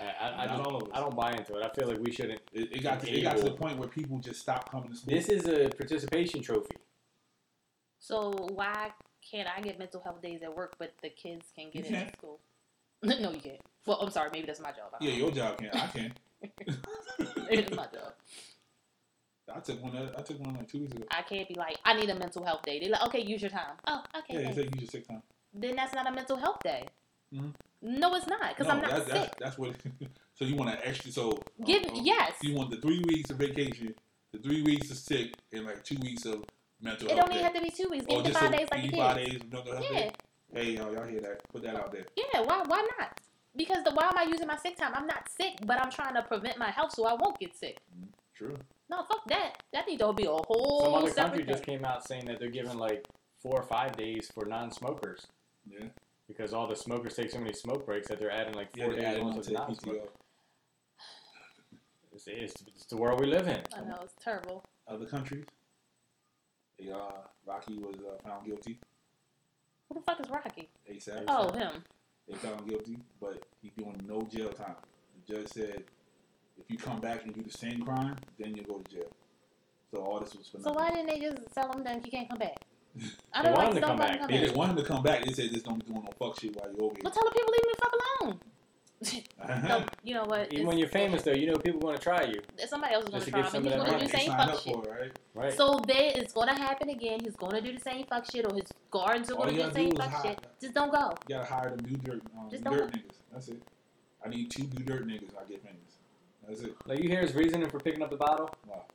D: I, I, I,
B: Not
D: don't,
B: all of us.
D: I don't buy into it. I feel like we shouldn't.
B: It, it got to, it got to the
D: Enable.
B: point where people just stopped coming to school.
D: This is a participation trophy.
C: So why can't I get mental health days at work, but the kids can get
B: You
C: it at school? no, you can't. Well, I'm sorry. Maybe that's my job. I
B: yeah,
C: don't
B: your job can. I can.
C: know. Maybe that's my job.
B: I took one. the- I took one like two weeks ago.
C: I can't be like, I need a mental health day. They're like, okay, use your time. Oh, okay.
B: Yeah, they
C: thanks.
B: said you just sick time.
C: Then that's not a mental health day.
B: Mhm.
C: No, it's not because
B: No,
C: I'm not
B: that's,
C: sick.
B: That's, that's what. so you want an extra? So
C: Give
B: uh, uh,
C: yes.
B: You want the three weeks of vacation, the three weeks of sick, and like two weeks of mental
C: It
B: health.
C: don't even
B: day.
C: have to be two weeks.
B: Or
C: Give it
B: Oh, just
C: five
B: a-
C: days like
B: give
C: a
B: you Five
C: kid.
B: days of mental health
C: Yeah,
B: day. Hey, y'all, y'all hear that? Put that out there.
C: yeah. Why? Why not? Because the why am I using my sick time? I'm not sick, but I'm trying to prevent my health so I won't get sick.
B: True.
C: No, fuck that. That need to be a whole
D: Some other
C: separate
D: country
C: thing.
D: just came out saying that they're giving like four or five days for non-smokers
B: Yeah.
D: because all the smokers take so many smoke breaks that they're adding like
B: Yeah,
D: four
B: they
D: days
B: added on
D: onto
B: to
D: the
B: the
D: non-smokers.
B: PTO.
D: It's, it's, it's the world we live in.
C: I know it's terrible.
B: Other countries. They, uh, Rocky was uh, found guilty
C: Who the fuck is Rocky?
B: ASAP.
C: Oh, him.
B: They found guilty, but he's doing no jail time. The judge said, if you come back and do the same crime, then you'll go to jail. So all this was for
C: So
B: nothing.
C: why didn't they just tell him that he can't come back? I
D: They
C: don't
D: want
C: like
D: him to
C: stuff
D: come
C: like
D: back.
C: come
B: They
C: back.
B: didn't want him to come back. They said, just don't be doing no fuck shit while you're over here.
C: Well, tell the people leave me the fuck alone. No, you know what?
D: Even when you're famous, though, you know people going to try you,
C: somebody else is going
D: Just
C: to
D: to
C: try
D: get
C: him.
D: some
C: He's going to
D: of that money.
C: do the same
B: signed
C: fuck
B: up
C: shit.
B: for it, right?
D: right?
C: So that is going to happen again. He's going to do the same fuck shit, or his guards are
B: All
C: going
B: you
C: to do
B: gotta
C: the same
B: do is
C: fuck
B: hide.
C: shit. Just don't go.
B: You gotta hire them new dirt, um,
C: Just
B: dirt
C: don't-
B: niggas. That's it. I need two new dirt niggas. I get famous. That's it.
D: like you hear his reasoning for picking up the bottle.
B: Wow.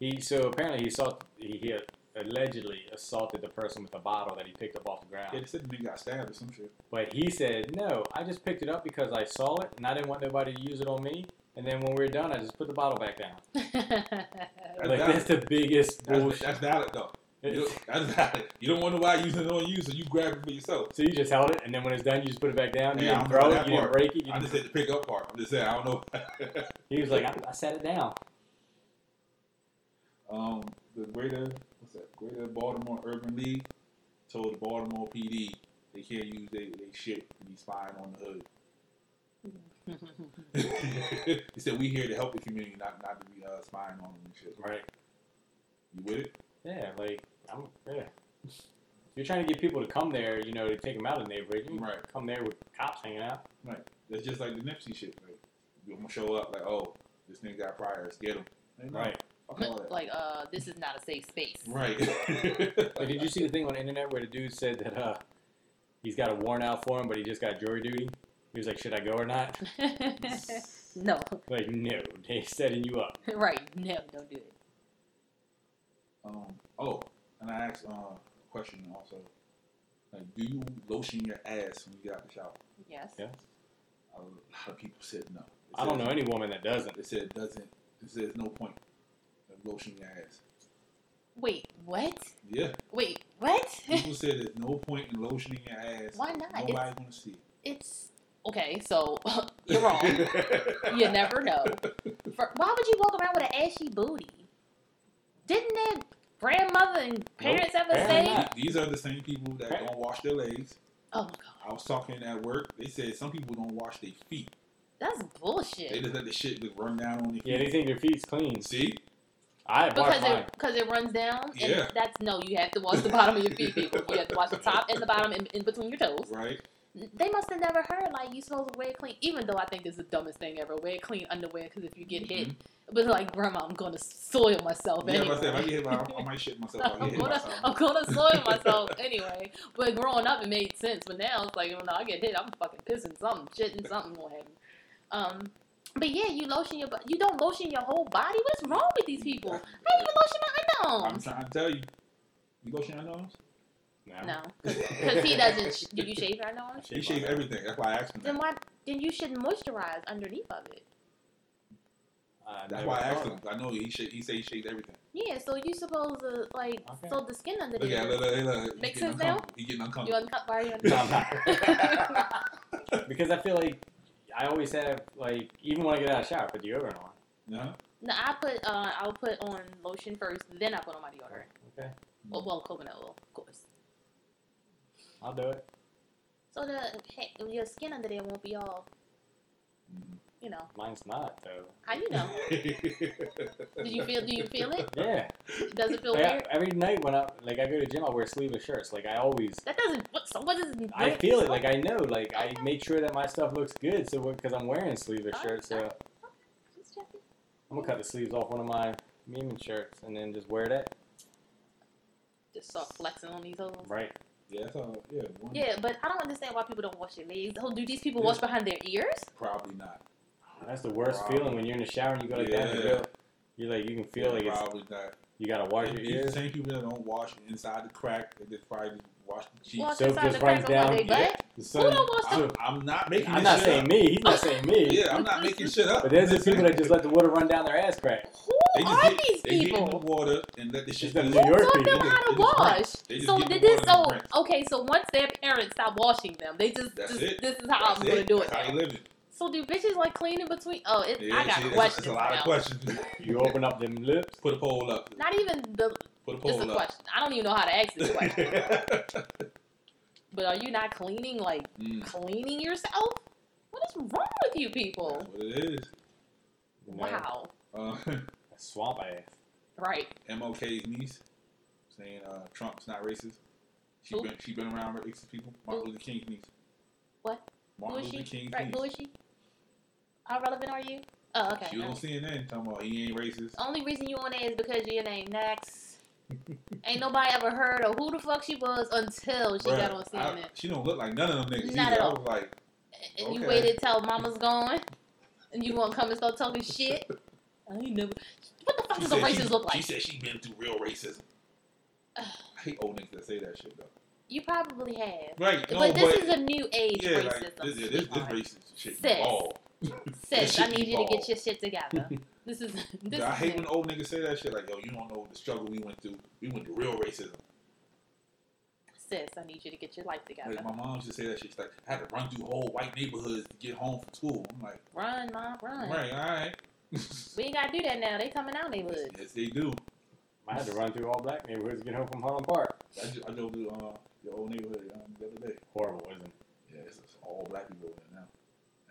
D: He so apparently he assaulted, he, he allegedly assaulted the person with the bottle that he picked up off the ground.
B: Yeah, they said the nigga got stabbed or some shit.
D: But he said, no, I just picked it up because I saw it and I didn't want nobody to use it on me. And then when we were done, I just put the bottle back down.
B: That's
D: like,
B: valid.
D: that's the biggest
B: That's,
D: bullshit.
B: that's valid though. You
D: It's-
B: don't- that's valid. You don't want nobody using it on you, so you grab it for yourself.
D: so you just held it, and then when it's done, you just put it back down. You
B: Yeah, I
D: didn't
B: don't know
D: throw
B: that
D: it, you didn't
B: part.
D: break it. You
B: I
D: didn't-
B: just said the pick up part. I'm just saying I don't know.
D: he was like, I, I set it down.
B: um, the Greater what's that? Greater Baltimore Urban League told the Baltimore PD they can't use they, they shit to be spying on the hood. they said we here to help the community, not not to be uh, spying on them and shit.
D: Right.
B: You with it?
D: Yeah, like, I'm, yeah. You're trying to get people to come there, you know, to take them out of the neighborhood. You can
B: Right.
D: come there with cops hanging out.
B: That's just like the Nipsey shit. Like you gonna show up like oh this nigga got priors, get him. Like, no,
D: Right.
B: Fuck all that.
C: like, uh, this is not a safe space.
B: right.
D: Like, did you see the thing on the internet where the dude said that uh, he's got a warrant out for him, but he just got jury duty? He was like, should I go or not?
C: no,
D: Like, no, they setting you up.
C: right? No, don't do it.
B: Um, oh, and I asked uh, a question also. Like, do you lotion your ass when you get out the shower?
C: Yes.
D: Yeah.
B: A lot of people said no. They
D: I don't
B: said-
D: know any woman that doesn't.
B: They said it doesn't. They said there's no point of lotioning your ass.
C: Wait, what?
B: Yeah,
C: Wait, what?
B: people said there's no point in lotioning your ass.
C: Why not?
B: Nobody
C: It's-
B: want to see it.
C: it's okay. So you're wrong. you never know. For, why would you walk around with an ashy booty? Didn't their grandmother and parents ever
D: apparently
C: say?
D: not.
B: These are the same people that
D: Right.
B: don't wash their legs.
C: Oh my god,
B: I was talking at work. They said some people don't wash their feet.
C: that's
B: They
C: bullshit.
B: just let the shit just run down on their feet.
D: Yeah, they think their feet's clean.
B: see,
D: I wash
C: Because
D: mine.
C: it because it runs down. And
B: Yeah.
C: That's no. You have to wash the bottom of your feet, people. You have to wash the top and the bottom in, in between your toes.
B: right?
C: They must have never heard like you supposed to wear clean. Even though I think this is the dumbest thing ever. Wear clean underwear because if you get hit, but like grandma, I'm gonna soil myself
B: Mm-hmm. Yeah,
C: anyway.
B: but I said, if I get hit by, I might shit myself. I
C: I'm
B: get hit by
C: gonna,
B: something.
C: I'm gonna soil myself anyway. But growing up, it made sense. But now it's like, when I get hit, I'm fucking pissing something, shitting something gonna happen. Um, but yeah, you lotion your, bo- you don't lotion your whole body. What's wrong with these people? I even
B: I'm
C: lotion
B: trying to tell you. You go shave your nose?
C: my underarms. No, because he doesn't. sh- Do you shave your underarms?
B: You shave everything. That's why I asked him.
C: Then
B: That.
C: why? Then you should moisturize underneath of it.
D: Uh,
B: That's why I asked him. I know he sh- he said he shaved everything.
C: Yeah, so you supposed to like
D: Okay.
C: so the skin under
B: Look at
C: there.
B: look, look, look, look. He
C: Makes
B: getting
C: sense now?
B: uncomfortable. He getting
C: You
B: uncomfortable.
C: uncut? Why are you
D: No,
C: uncut?
D: I'm not. because I feel like I always have like even when I get out of the shower, I put deodorant on.
B: Yeah.
C: No, I put uh, I'll put on lotion first, then I put on my deodorant.
D: Okay,
C: Well, well, coconut oil, of course.
D: I'll do it.
C: So the hey, your skin under there won't be all,
D: Mm-hmm.
C: you know.
D: Mine's not though.
C: How you know? Did you feel? Do you feel it?
D: Yeah,
C: Does it feel
D: like,
C: weird?
D: I- every night when I like I go to the gym, I wear sleeveless shirts. Like I always,
C: That doesn't. What, so what is? What
D: I feel it. Like I know. Like I make sure that my stuff looks good. So because I'm wearing sleeveless shirts, so I'm
C: Just checking.
D: gonna cut the sleeves off one of my Meeman shirts and then just wear that.
C: Just start flexing on these hoes.
D: Right.
B: Yeah, that's all. Yeah, one,
C: Yeah, but I don't understand why people don't wash their legs. Oh, do these people
B: Yeah.
C: wash behind their ears?
B: Probably not.
D: That's the worst
B: Probably.
D: feeling when you're in the shower and you go like that. And you
B: Yeah.
D: go, you're like you can feel like it's,
B: probably not.
D: you gotta wash
B: And
D: your
B: these
D: ears.
B: same people that don't wash inside the crack, they just probably wash the cheeks.
C: Wash
D: soap
C: inside
D: just
C: the crack
D: runs
C: of
D: down.
C: their
B: Yeah.
C: butt.
D: The sun-
C: Who don't wash
B: I'm,
C: the?
B: I'm not making.
D: I'm
B: this
D: not
B: shit
D: saying
B: up.
D: me. He's not saying me.
B: Yeah, I'm not making shit up.
D: But there's
B: I'm
D: the
B: just
D: people
B: saying-
D: that just let the water run down their ass crack.
C: Who
B: just
C: are
B: get-
C: these
B: They get in the
C: people?
B: water and let the
D: Just
B: shit.
D: the
B: just-
D: New
C: Who
D: York
C: taught
D: people.
C: them
B: They
C: how to
B: just rinse.
C: wash?
B: They just
C: So
B: get in the
C: did this?
B: water and
C: So
B: rinse.
C: okay. So once their parents stop washing them, they just,
B: That's
C: just
B: it.
C: this is how
B: That's
C: I'm gonna
B: it.
C: do it.
B: That's how
C: now.
B: you live it.
C: So do bitches like clean in between? Oh, it,
B: Yeah,
C: I got
B: see, that's- That's
C: questions
B: a lot
C: now.
B: of questions.
D: You open up them lips.
B: Put a poll up.
C: Not even the
B: Put a poll
C: just a
B: up.
C: question. I don't even know how to ask this question.
B: mm.
C: but are you not cleaning like cleaning yourself? What is wrong with you people?
B: That's what it is.
D: You know,
C: Wow.
B: Uh,
D: a Swamp ass.
C: Right.
B: MLK's niece saying uh, Trump's not racist. She
C: Who?
B: been she been around racist people. Martin
C: Who?
B: Luther King's niece.
C: What?
B: Martin
C: who is
B: Luther
C: she?
B: King's
C: Right.
B: niece.
C: Who is she? How relevant are you? Oh, okay. Oh,
B: She was on CNN talking about he ain't racist.
C: Only reason you on there is because of your name. Next. Ain't nobody ever heard of who the fuck she was until she
B: Bruh,
C: got on
B: I-
C: CNN.
B: she don't look like none of them niggas
C: Not
B: either.
C: at
B: I
C: all.
B: was like,
C: and you
B: Okay.
C: waited till mama's gone, and you gonna come and start talking shit. I ain't never. What the fuck
B: she
C: does a
B: said she-
C: racist look
B: She
C: like?
B: said she been through real racism. I hate old niggas that say that shit though.
C: You probably have,
B: Right? No, but,
C: but this is a new age
B: yeah,
C: racism.
B: like this, yeah, this, this
C: sweetheart.
B: racist shit.
C: Sis.
B: Ball.
C: Sis,
B: shit
C: I need
B: be
C: you to
B: bald.
C: get your shit together. this is this.
B: I
C: is
B: hate
C: new.
B: when old niggas say that shit. Like, yo, you don't know the struggle we went through. We went through real racism.
C: Sis, I need you to get your life together.
B: Like my mom used to say that shit. She's like, I had to run through whole white neighborhoods to get home from school. I'm like,
C: Run, mom, run.
B: right, all right.
C: We ain't gotta do that now. They coming out neighborhood.
B: yes, they do.
D: I had to run through all black neighborhoods to get home from Harlem Park.
B: I, ju- I drove through uh, your old neighborhood um, the other day.
D: Horrible, isn't it?
B: Yeah, it's it's all black people over there now.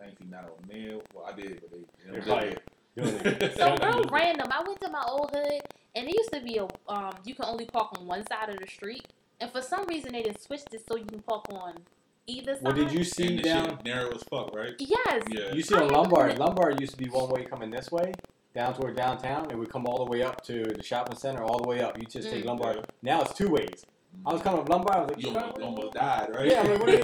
B: I ain't seen not a male. Well, I did, but they. they
D: They're
B: don't live
D: probably-
B: there.
D: Doing
C: So real random. I went to my old hood, and it used to be a um. You can only park on one side of the street, and for some reason they didn't switch this so you can park on either side.
D: Well, did you see
B: And the
D: down?
B: shit narrow as fuck, right?
C: Yes.
B: Yeah.
D: You see
C: I
D: on
C: had
D: Lombard.
C: to-
D: Lombard used to be one way coming this way, down toward downtown. It would come all the way up to the shopping center, all the way up. You just take
C: Mm.
D: Lombard. Now it's two ways. I was coming up Lombard. I was like,
B: Mm-hmm. you
D: you
B: almost,
D: know,
B: almost died, right?
D: Yeah, I'm like, what are you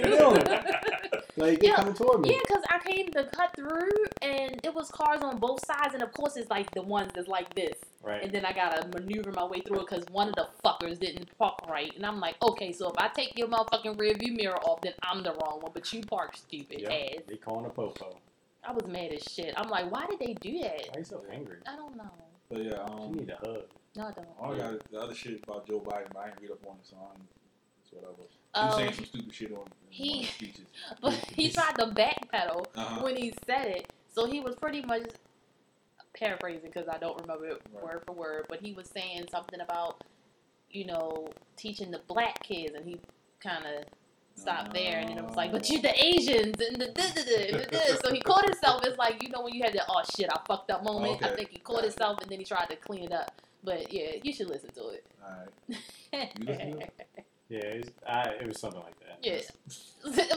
D: doing? like they're
C: Yeah.
D: coming toward me.
C: Yeah, because I came to cut through, and it was cars on both sides, and of course it's like the ones that's like this,
D: Right.
C: and then I gotta maneuver my way through it because one of the fuckers didn't park right, and I'm like, okay, so if I take your motherfucking rearview mirror off, then I'm the wrong one, but you park stupid
D: Yeah.
C: ass.
D: They calling a popo.
C: I was mad as shit. I'm like, why did they do
D: Why
C: that?
D: you so angry?
C: I don't know.
B: But yeah,
D: You
B: um,
D: need a hug.
C: No, I don't.
B: all I got the other shit about Joe Biden, but I didn't read up on it, so I'm, it's whatever. He was
C: Oh,
B: saying some stupid shit on
C: he-
B: on his speeches.
C: but he tried to backpedal
B: Uh-huh.
C: when he said it. So he was pretty much paraphrasing because I don't remember it
B: Right.
C: word for word, but he was saying something about, you know, teaching the black kids, and he kind of stopped there, and then it was like, but you
B: Oh.
C: the Asians and the this, this, this. So he caught himself. It's like you know when you had that oh shit I fucked up moment. I
B: Okay.
C: think he caught himself, and then he tried to clean it up. But yeah, you should listen to it.
B: Alright. You listen to it?
D: Yeah, it was, I, it was something like that.
C: yeah, it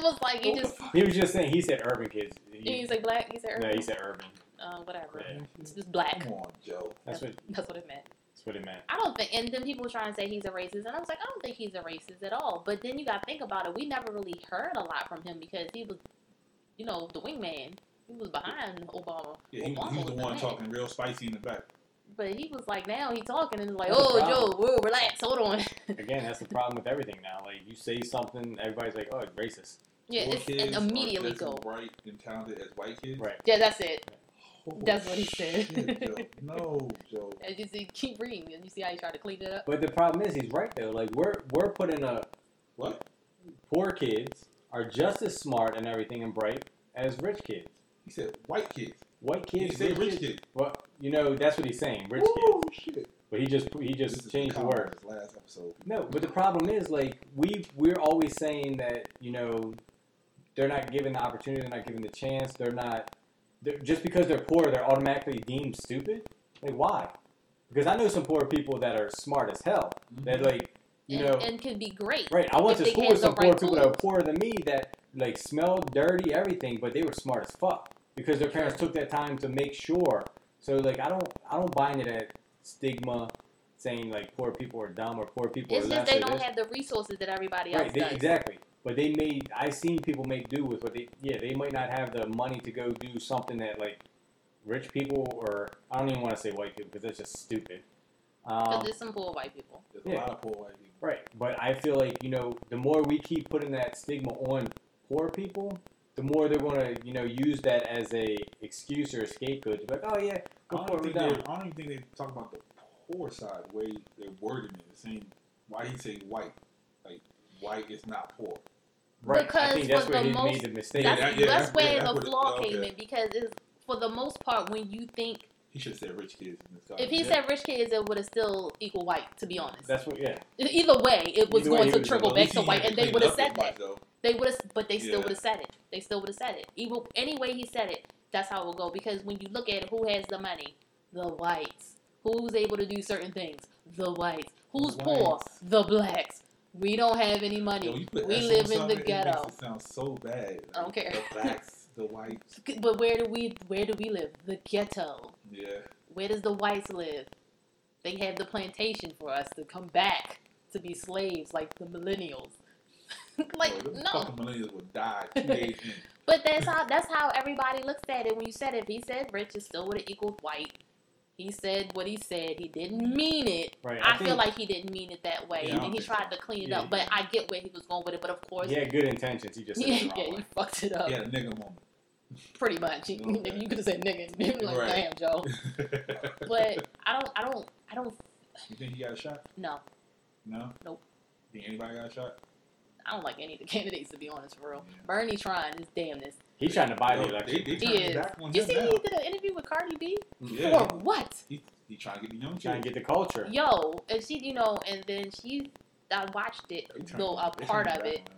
C: was like
B: Oh,
C: he just
D: He was just saying. He said urban kids.
C: he was like black. He said
D: no,
C: urban.
D: he said urban.
C: um, whatever.
D: Yeah.
C: It's just black.
B: Come on, Joe.
D: That's what.
C: That's what it meant.
D: That's what it meant.
C: I don't think, and then people were trying to say he's a racist, and I was like, I don't think he's a racist at all. But then you got to think about it. We never really heard a lot from him because he was, you know, the wingman. He was behind Obama.
B: Yeah, he,
C: Obama
B: he's the one
C: man.
B: talking real spicy in the back.
C: But he was like, now he talking and it's like,
D: That's
C: oh,
D: the
C: Joe, whoa, relax, hold on.
D: Again, that's the problem with everything now. Like you say something, everybody's like, "Oh, it's racist."
C: yeah,
B: Poor
C: it's,
B: kids
C: and
B: are
C: immediately
B: just
C: go.
B: as bright and talented as white kids.
D: Right.
C: Yeah, that's it.
B: Holy
C: That's what he said.
B: shit, Joe. No, Joe.
C: And you see, keep reading, and you see how he tried to clean it up.
D: But the problem is, he's right though. Like we're we're putting a
B: What?
D: poor kids are just as smart and everything and bright as rich kids.
B: He said white kids.
D: White
B: He
D: kids,
B: didn't say rich kids.
D: Well, you know that's what he's saying, rich
B: Ooh,
D: kids.
B: shit.
D: But he just he
B: This
D: just
B: is
D: changed the
B: Conrad's
D: word.
B: Last episode.
D: No, but the problem is like we we're always saying that you know they're not given the opportunity, they're not given the chance, they're not they're, just because they're poor, they're automatically deemed stupid. Like why? Because I know some poor people that are smart as hell. That like you
C: Mm-hmm. and,
D: know
C: and can be great.
D: right. I went
C: if
D: to
C: they
D: school
C: had
D: with some
C: the
D: poor
C: right
D: people that were poorer than me that like smelled dirty everything, but they were smart as fuck because their parents took that time to make sure. So like I don't I don't buy into that stigma saying like poor people are dumb or poor people
C: It's
D: are
C: just
D: less
C: they
D: or
C: don't
D: this.
C: have the resources that everybody else
D: Right, they,
C: does.
D: exactly. But they made. I've seen people make do with what they. Yeah, they might not have the money to go do something that like rich people or I don't even want to say white people because that's just stupid.
C: Because
D: Um,
C: there's some poor white people.
B: There's a
D: Yeah.
B: lot of poor white people.
D: right, but I feel like you know the more we keep putting that stigma on poor people, the more they're going to you know use that as a excuse or a scapegoat. To be like, oh
B: I
D: yeah, we're
B: don't,
D: poor,
B: even
D: we're
B: think they,
D: dumb.
B: I don't even think they talk about the poor side. The way they're wording it, the same. Why he say white? Like white is not poor.
D: Right, I
C: Because
D: think that's
C: for
D: where
C: the
D: he made
C: most-
D: the mistake.
C: That's,
B: that- yeah,
C: that's
B: that's-
C: where
B: yeah, that's
C: the
B: what it-
C: flaw
B: okay.
C: came in because it's, for the most part when you think
B: He should have said rich kids. In this
C: if he said rich kids it would have still equal white to be honest. E,
D: that's what. Yeah,
C: Either way it was
D: Either way,
C: going
D: he
C: to
D: was
C: trickle
D: wrong.
C: back to white and they would have said that.
B: Though.
C: They would have but they still
B: Yeah.
C: would have said it. They still would have said it. Even any way he said it, that's how it will go because when you look at who has the money, the whites. Who's able to do certain things? The whites. Who's
B: The
C: poor?
B: whites.
C: The blacks. We don't have any
B: Yo,
C: money.
B: you put
C: we
B: S on
C: live in
B: something,
C: the
B: It
C: ghetto.
B: makes it sound so bad.
C: I don't care.
B: The blacks. the white.
C: But where do we where do we live? The ghetto.
B: Yeah.
C: Where does the whites live? They have the plantation for us to come back to be slaves like the millennials. like
B: Bro, them
C: no.
B: Fucking millennials would die two days in.
C: But that's how that's how everybody looks at it. When you said it, he said rich is still would have equaled white. He said what he said. He didn't mean it.
D: Right.
C: I,
D: think
C: feel like he didn't mean it that way,
B: Yeah, I
C: and
B: don't
C: then he
B: think so.
C: tried to clean it
D: Yeah,
C: up. But I get where he was going with it. But of course,
D: he had good intentions. He just said
C: yeah,
D: it the wrong
C: yeah,
D: way.
C: you fucked it up
B: He had a nigga moment.
C: pretty much. You,
B: Okay.
C: you could have said nigga, and be like
B: Right.
C: damn Joe. But I don't, I don't, I don't.
B: you think he got a shot?
C: No,
B: No.
C: Nope.
B: Think anybody got a shot?
C: I don't like any of the candidates to be honest, for real.
B: Yeah.
C: Bernie trying his damnness.
D: He's trying to buy the
B: They-
D: election. Mm-hmm.
B: They, they
C: He
B: trying to
C: is.
B: get back on
C: You
B: him
C: see,
B: now.
C: he did an interview with Cardi B
B: Yeah.
C: for what?
B: He, he trying to get the young kid.
D: Trying to get the culture.
C: Yo, and she, you know, and then she, I watched it,
B: They trying to-
C: though a
B: they trying to
C: part
B: get
C: of
B: back
C: it,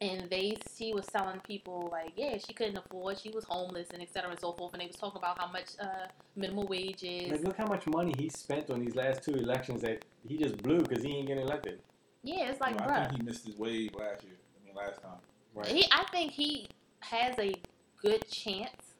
B: on him.
C: and they, she was telling people like, yeah, she couldn't afford, she was homeless, and et cetera and so forth, and they was talking about how much uh minimum wage is.
D: Like, look how much money he spent on these last two elections that he just blew because he ain't getting elected.
C: Yeah, it's like,
B: Well, I
C: bruh.
B: think he missed his wave last year. I mean, last time.
D: Right.
C: He, I think he has a good chance,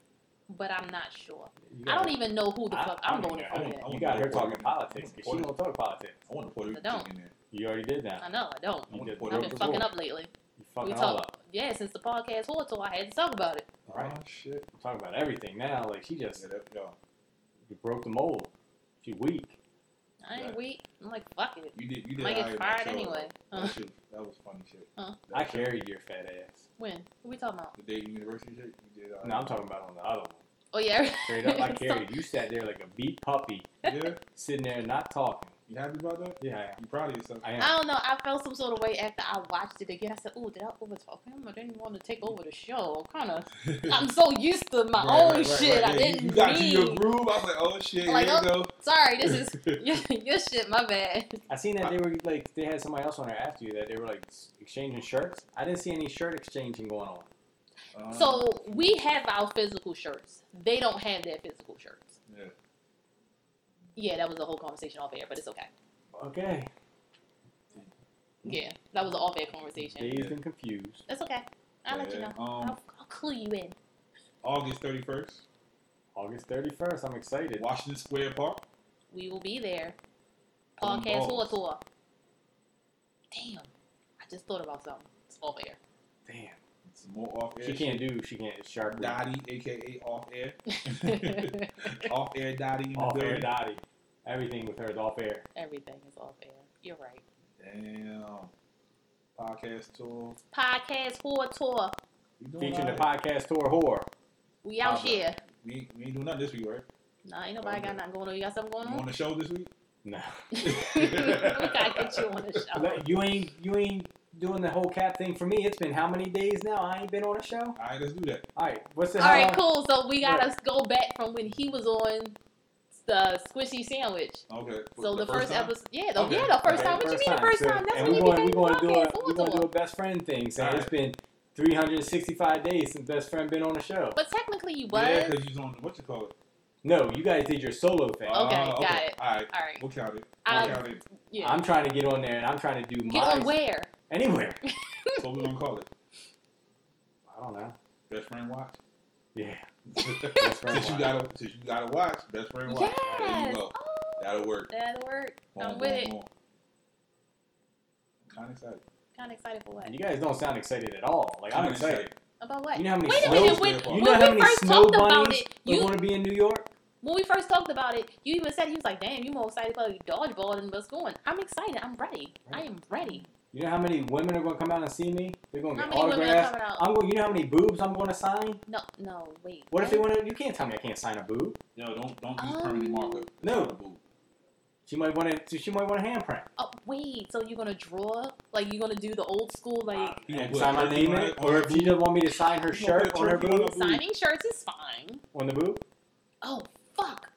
C: but I'm not sure.
D: You
C: I
D: gotta-
C: don't even know who the
D: I-
C: fuck
D: I
C: I'm
D: don't
C: voting
D: even-
C: for.
B: I don't-
C: yet.
B: I
D: You got her
B: Puerto
D: talking
B: Rican.
D: politics.
B: I
D: She
B: want
D: don't talk politics.
B: I want the Puerto Rican
C: don't.
B: chick in there.
D: You already did
C: I
D: that.
C: know I don't.
B: I want
D: You
B: the
D: did
B: Puerto
C: I've been
D: Broke the
B: Rican.
D: fuck
C: fucking
D: rule.
C: up lately.
D: You
C: we
D: fucking all up.
C: talk, yeah, since the podcast war tour, I had to talk about it.
D: Right.
B: Oh shit.
D: You Talk about everything now. Like she just
B: Yeah, that, yo,
D: you broke the mold. She weak.
C: I ain't
B: Right.
C: weak. I'm like, fuck it.
B: you did. You
C: I
B: did.
C: might get
B: alright,
C: fired
B: Marcelo.
C: anyway. Huh.
B: That, shit, that was funny shit.
C: Huh.
D: I
B: That shit,
D: carried your fat ass.
C: When? What we talking about?
B: The dating university shit. You uh, did.
D: No, I'm talking about on the other one.
C: Oh yeah.
D: Straight up, I carried. You sat there like a beat puppy,
B: talking. Yeah.
D: sitting there not talking.
B: You happy about that?
D: Yeah,
B: You proud of yourself?
D: I am. I
C: I don't know. I felt some sort of way after I watched it again. I said, "Ooh, did I over talk him? I didn't want to take over the show. Kind of. I'm so used to my
B: Right,
C: own
B: right, right,
C: shit.
B: right.
C: I
B: Yeah,
C: didn't
B: You got
C: mean.
B: you your groove. I was like, oh shit,
C: Like,
B: here
C: oh,
B: you go.
C: Sorry, this is your, your shit. My bad.
D: seen that they were like they had somebody else on there after you that they were like s- exchanging shirts. I didn't see any shirt exchanging going on.
B: Um,
C: So we have our physical shirts. They don't have their physical shirts.
B: Yeah.
C: Yeah, that was a whole conversation off air, but it's okay.
D: Okay,
C: Yeah, that was an off air conversation.
D: dazed and confused.
C: That's okay. I'll let you know.
B: Yeah, Um,
C: I'll, I'll clue you in.
B: August 31st,
D: August thirty first. I'm excited.
B: Washington Square Park.
C: We will be there.
B: On
C: Podcast tour
B: balls.
C: tour. Damn, I just thought about something. It's off air.
D: Damn,
B: Some more off air.
D: she can't do. She can't sharp.
B: Dottie, aka off air. off air Dottie. in the
D: Off air
B: building.
D: Dottie. Everything with her is off air.
C: Everything is off air. You're right.
B: Damn. Podcast tour.
C: Podcast tour tour.
B: We doing
D: Featuring the
B: alright.
D: podcast tour whore.
C: We out
D: Baba.
C: here.
B: We, ain't- we ain't doing nothing this week, right?
C: Nah, ain't nobody got nothing going on. You got something going
B: You on
C: on?
B: the show this week?
D: No.
C: we gotta get you on the show.
D: Look, you ain't you ain't doing the whole cap thing for me. It's been how many days now? I ain't been on a show.
B: All right, let's do that.
D: All right, what's the
C: All right,
D: how long-
C: cool. So we gotta go back from when he was on the Squishy Sandwich.
B: Okay.
C: So the, first,
B: time?
C: episode, yeah, the,
B: Okay.
C: yeah, the first
D: Okay,
C: time. What you mean the first
D: So-
C: time? That's when
D: and we're
C: he
D: going,
C: became
D: we're going to do
C: podcast.
D: a, we're going to do a best friend thing. So
B: All
D: it's been 365 days since best friend been on the show.
C: But technically, you was.
B: Yeah, because you was on what you call it.
D: No, you guys did your solo thing.
C: Okay, got it.
B: uh, All right,
C: All right.
B: we'll count it. We'll
C: Um,
B: count it.
C: Yeah.
D: I'm trying to get on there and I'm trying to do
C: Get
D: my
C: on where?
D: anywhere.
B: So we're gonna call it
D: I don't know.
B: best friend watch.
D: Yeah,
B: since
D: best friend.
B: you
D: watch.
B: gotta, since you gotta watch best friend watch. There you
C: Yes.
B: go.
C: Oh,
B: That'll work.
C: that'll work. I'm
B: Boom,
C: with
B: boom,
C: it.
B: boom. Kinda excited.
C: Kind of excited for what?
D: you guys don't sound excited at all. Like I'm
B: Kinda
D: excited.
C: About what?
D: You know how many
C: Wait a
D: snow-
C: minute. When,
B: You
D: You
C: when
D: know
C: we
D: how many
C: first
D: snow
C: talked about
D: bunnies
C: it,
D: would
C: you
D: want to be in New York?
C: when we first talked about it, you even said he was like, "Damn, you more excited about dodgeball than what's going." I'm excited. I'm ready. I
D: Right.
C: am ready.
D: You know how many women are going to come out and see me? They're going to
C: How
D: get
C: many women are
D: autographs.
C: coming out?
D: I'm going. You know how many boobs I'm going to sign?
C: No, no, wait.
D: What if they want to? You can't tell me I can't sign a boob.
B: No, don't don't use
C: Oh.
B: permanent marker.
D: No.
B: Boo.
D: She might want to. She might want a handprint.
C: Oh wait, so you're gonna draw? Like you're gonna do the old school
D: Uh,
C: like
B: You gonna
D: And
B: put
D: sign
B: a
D: my
B: turkey
D: name
B: on
D: in,
B: it, on
D: or
B: the
D: if you just want me to sign her
B: You gonna
D: shirt
B: put a
D: on her
B: turkey on
D: boob
B: the-
C: signing shirts is fine.
D: on the boob.
C: Oh fuck!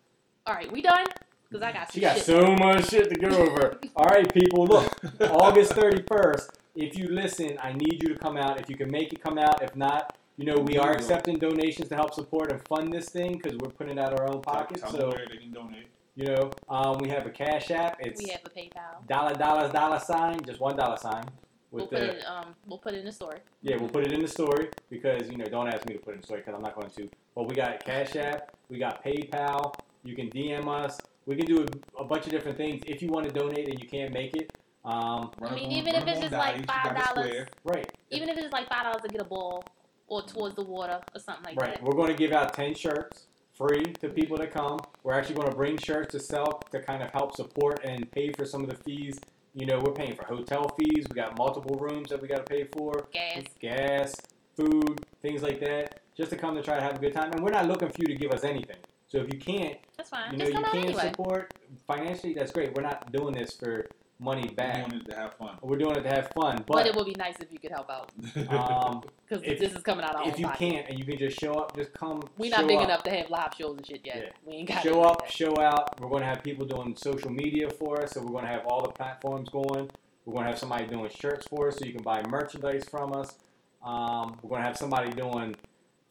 C: All right, we done? Cause I got
D: She
C: some
D: got
C: shit.
D: so much shit to go over. All right, people, look. August 31st. If you listen, I need you to come out. If you can make it, come out. If not, you know we are accepting donations to help support and fund this thing because we're putting out our own
B: Tell-
D: pocket.
B: tell them
D: So
B: where they can donate.
D: you know, um, we have a cash app. It's
C: we have a PayPal.
D: dollar, dollar, dollar sign, just one dollar sign.
C: We'll
D: with
C: put
D: the
C: it. Um, we'll put it in the story.
D: yeah, we'll put it in the story because you know don't ask me to put it in the story because I'm not going to. But we got Cash App, we got PayPal. You can DM us. We can do a, a bunch of different things if you want to donate and you can't make it. Um,
B: Run
C: I mean,
B: up on-
C: even
B: run
C: if
B: up
C: it's
B: on
C: just like
B: Dottie, she
C: five
B: got the
C: dollars,
B: square.
D: right.
C: even if it's like five dollars to get a ball or towards the water or something like
D: Right. We're going to give out 10 shirts free to people that come. We're actually going to bring shirts to sell to kind of help support and pay for some of the fees. You know, we're paying for hotel fees. We got multiple rooms that we got to pay for,
C: that. Gas.
D: gas, food, things like that, just to come to try to have a good time. And we're not looking for you to give us anything. So if you can't,
C: That's fine.
D: you know,
C: Uh, Just
D: you
C: come out
D: can
C: anyway.
D: support financially. That's great. We're not doing this for money
B: We
D: back.
B: wanted to have fun.
D: We're doing it to have fun.
C: But
D: But,
C: it would be nice if you could help out
D: um,
C: because
D: If-
C: this is coming out of our
D: if
C: own
D: you
C: pocket.
D: can't and you can just show up, just come.
C: We're not
D: show
C: big
D: up.
C: enough to have live shows and shit yet.
D: Yeah.
C: We ain't got
D: show
C: it like
D: up,
C: that.
D: show out. We're going to have people doing social media for us, so we're going to have all the platforms going. We're going to have somebody doing shirts for us, so you can buy merchandise from us. Um, we're going to have somebody doing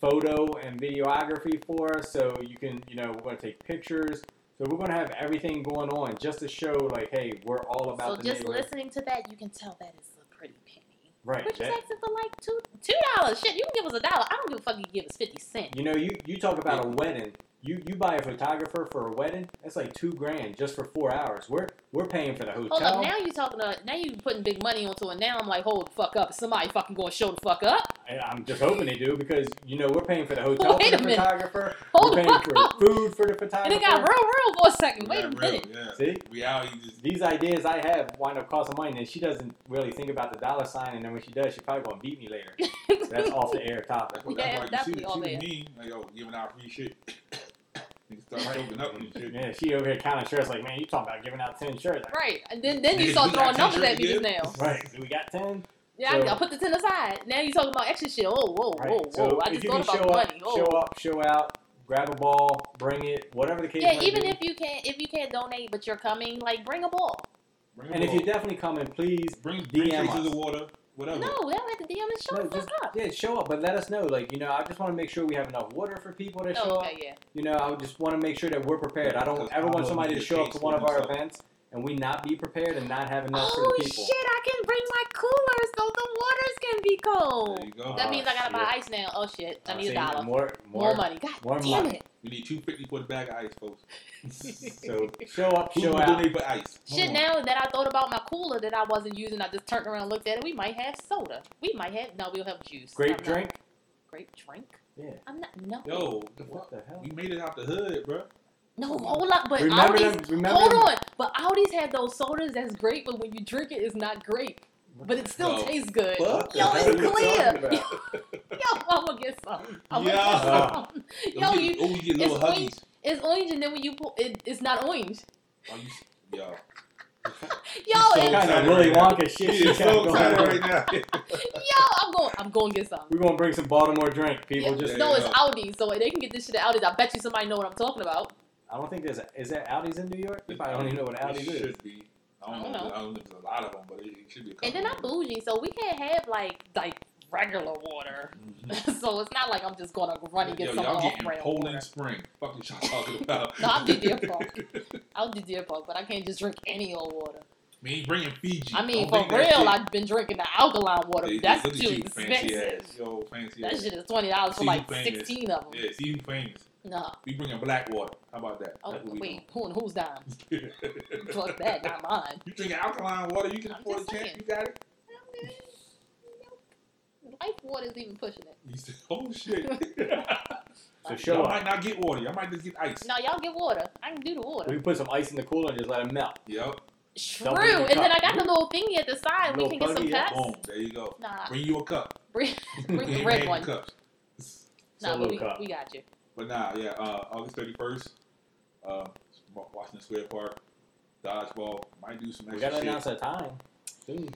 D: photo and videography for us, so you can, you know, we're going to take pictures. So we're going to have everything going on just to show, like, hey, we're all about.
C: So
D: the
C: just
D: neighborhood.
C: listening to that, you can tell that is a pretty penny.
D: right?
C: We're just
D: that-
C: asking for like two two dollars. Shit, you can give us a dollar. I don't give a fuck. if You give us fifty cent.
D: you know, you you talk about a wedding. You, you buy a photographer for a wedding. That's like two grand just for four hours. We're we're paying for the hotel.
C: Hold up, now you talking to now you putting big money onto it. Now I'm like, hold the fuck up. Is somebody fucking going to show the fuck up?
D: I- I'm just hoping they do because you know we're paying for the hotel
C: Wait
D: for
C: a
D: the
C: minute.
D: photographer.
C: Hold
D: we're
C: the
D: paying
C: fuck
D: for
C: up.
D: food for the
C: And
D: photographer.
C: it got real, real for a second.
B: We
C: Wait a
B: got
C: minute.
B: real, Yeah.
D: See,
B: Reality just
D: these ideas I have wind up costing money, and she doesn't really think about the dollar sign. And then when she does, she's probably gonna beat me later. So that's off the air topic.
B: That's what,
C: Yeah,
B: that's why you see
C: definitely
B: that
C: all
B: she was
C: there.
B: mean. Like, yo, giving out free shit. Niggas start choking up and shit.
D: Yeah, she over here counting shirts like, man, you talking about giving out ten shirts? Like,
C: Right. And then then you
B: Niggas,
C: start
B: we got
C: throwing numbers
B: t-shirt
C: at me
B: again?
C: now.
D: right. So we got ten.
C: Yeah,
D: So-
C: I, I put the ten aside. Now you talking about extra shit. Oh, whoa,
D: Right.
C: whoa,
D: so
C: whoa. I
D: if
C: just
D: you can
C: thought
D: show
C: about
D: up,
C: money. Oh.
D: show up, show out, grab a ball, bring it, whatever the case.
C: Yeah,
D: may
C: even
D: be.
C: if you can't if you can't donate but you're coming, like bring a ball.
B: Bring
D: and if
B: a
D: you're definitely coming, please
B: bring, bring
D: DM
B: cases
D: us.
B: of water,
C: No,
B: whatever.
C: they don't have to DM and shut
D: No,
C: the fuck
D: just-
C: up.
D: Yeah, show up, but let us know. Like, you know, I just want to make sure we have enough water for people to show
C: Oh,
D: up.
C: okay, yeah.
D: You know, I just want to make sure that we're prepared. I don't
B: Because
D: ever want
B: Pablo
D: somebody to
B: needs
D: show up
B: case
D: to one of
B: for
D: our
B: himself.
D: events and we not be prepared and not have enough for
C: Oh
D: the
C: shit,
D: people.
C: I can bring my coolers so the waters can be
B: There you
C: cold.
B: go.
C: That
D: Oh,
C: means I gotta buy
D: shit.
C: ice now. Oh shit, I
D: I'm
C: need a
D: saying
C: dollar. More,
D: More, more,
C: money. God
D: more
C: damn
D: money.
C: it.
B: we need two fifty for the bag of ice, folks.
D: So show up,
B: Who
D: show
B: will
D: out.
B: donate for ice?
C: Shit, now that I thought about my cooler that I wasn't using, I just turned around and looked at it. We might have soda. We might have no, we'll have juice. I'm
D: Grape
C: not-
D: drink.
C: grape drink?
D: Yeah.
C: I'm not no
B: Yo, what the
D: What
B: fuck?
D: the hell?
B: We made it out the hood, bro.
C: No, hold up, but
D: remember
C: Aldi's
D: them? Remember
C: Hold
D: them?
C: on, but Aldi's had those sodas that's great, but when you drink it, it's not grape. But it still
B: No.
C: tastes good.
B: Fuck.
C: Yo,
D: What
C: it's
D: are you talking
C: clear.
D: about?
C: Yo, I'm gonna get some. I'm
B: Yeah.
C: gonna get some. Yo,
B: oh, we
C: you,
B: get, oh, we get little
C: it's
B: huggies.
C: it's orange, and then when you pull, it, it's not orange.
B: Oh, you, yo,
C: Yo,
B: So
D: What
C: it's,
D: kind of
B: excited
D: Willy
B: right
D: Wonka shit
B: she
D: she
B: is
D: got
B: so
D: going
B: excited
D: on.
B: right now.
C: yo, I'm going, I'm going to get some.
D: We're gonna bring some Baltimore drink, people.
C: Yeah,
D: Just
B: there
C: no,
B: you
C: it's
B: go.
C: Aldi, so they can get this shit at Aldi's. I bet you somebody know what I'm talking about.
D: I don't think there's. A, is there Aldi's in New York? You probably don't even know what
B: It
D: Aldi's is.
B: Should be. I don't,
C: I don't
B: know.
C: know.
B: I don't know if there's a lot of them, but it, it should be a couple.
C: And then I'm bougie, so we can't have like like regular water.
B: Mhm.
C: so it's not like I'm just gonna run and get
B: Yo,
C: some
B: y'all
C: off
B: getting
C: brand.
B: Poland Spring. Fuck is y'all talking about?
C: No, I'll do deer park. I'll do deer park, but I can't just drink any old water.
B: We ain't bringing Fiji.
C: I mean,
B: Don't
C: for
B: bring that
C: real,
B: shit.
C: I've been drinking the alkaline water.
B: They- they
C: That's
B: look at
C: too
B: you, fancy
C: expensive.
B: ass. Yo, fancy
C: That
B: ass.
C: shit is twenty dollars for
B: See,
C: like
B: you famous.
C: sixteen of them.
B: Yeah, see you famous.
C: No,
B: We bringing black water. How about that?
C: oh
B: That's what we
C: wait, who and who's dime?
B: doing.
C: Fuck that, not mine.
B: You drinking alkaline water? You can
C: I'm
B: afford a
C: just
B: chance.
C: saying.
B: You got it.
C: Life water's even pushing it.
B: You said, "Oh shit."
D: So show
B: Y'all
D: up.
B: might not get water. Y'all might just get ice.
C: No, y'all get water. I can do the
D: We
C: water.
D: can put some ice in the cooler and just let it melt.
B: Yep.
C: True,
D: Double the
C: and then I
D: cup.
C: got the little thingy at the side. We
D: Little
C: can get some
D: buggy, yeah.
C: cups.
B: Boom. There you go.
C: Nah,
B: Bring you a cup.
C: bring, Ah. bring the
B: Ain't
C: red
B: made
C: one.
B: Cups.
C: Nah,
D: Solo
C: but we,
D: cup.
C: we got you.
B: But nah, yeah, uh, August 31st, uh, Wa- Washington Square Park, dodgeball. Might do some
D: We
B: extra
D: gotta
B: shit.
D: announce our time. Soon.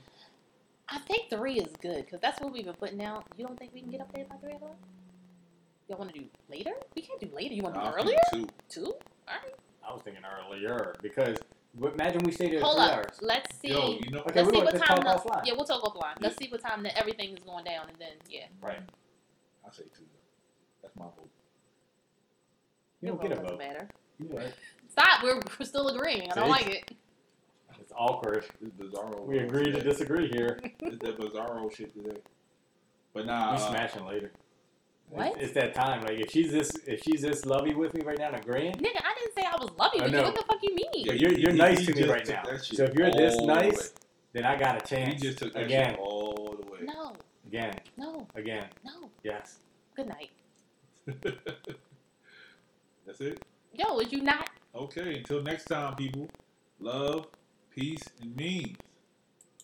C: I think three is good because that's what we've been putting out. You don't think we can get up there by three o'clock? Y'all want to do later? We can't do later. You want to
B: Nah,
C: do
B: I'm
C: earlier?
B: thinking two.
C: Two? All right.
D: I was thinking earlier because w- imagine we stay there
C: Hold
D: three
C: up.
D: hours.
C: Let's see.
B: Yo, you know,
D: Okay,
C: Let's
D: we're
C: see
D: gonna
C: what
D: just
C: time.
D: talk
C: the-
D: offline.
C: yeah, we'll talk offline. Let's see what time that everything is going down, and then yeah.
D: Right.
B: I say two. That's my vote.
D: You
C: Your
D: don't get a
C: vote doesn't
D: vote.
C: matter.
D: You right.
C: Stop. We're, we're still agreeing. I don't
D: See?
C: like it.
D: It's awkward.
B: This is bizarro.
D: We agree to disagree here.
B: It's that bizarro shit today. But nah,
D: We
B: uh,
D: smashing later.
C: What?
D: It's, it's that time. Like if she's this, if she's this lovey with me right now, and agreeing.
C: Nigga, I didn't say I was loving
D: I
C: you.
D: know.
C: What the fuck you mean?
B: yeah,
D: you're-
B: he-
D: you're
B: he-
D: nice
B: he
D: to me
B: just
D: right
B: took
D: now.
B: that shit
D: So if you're this
B: all the
D: nice, then I got a
B: way. he
D: chance.
B: just took that
D: again.
B: shit all the way.
C: No,
D: Again,
C: no,
D: again,
C: no.
D: yes.
C: Good night.
B: That's it.
C: Yo, is you not
B: Okay, until next time, people. Love, peace, and memes.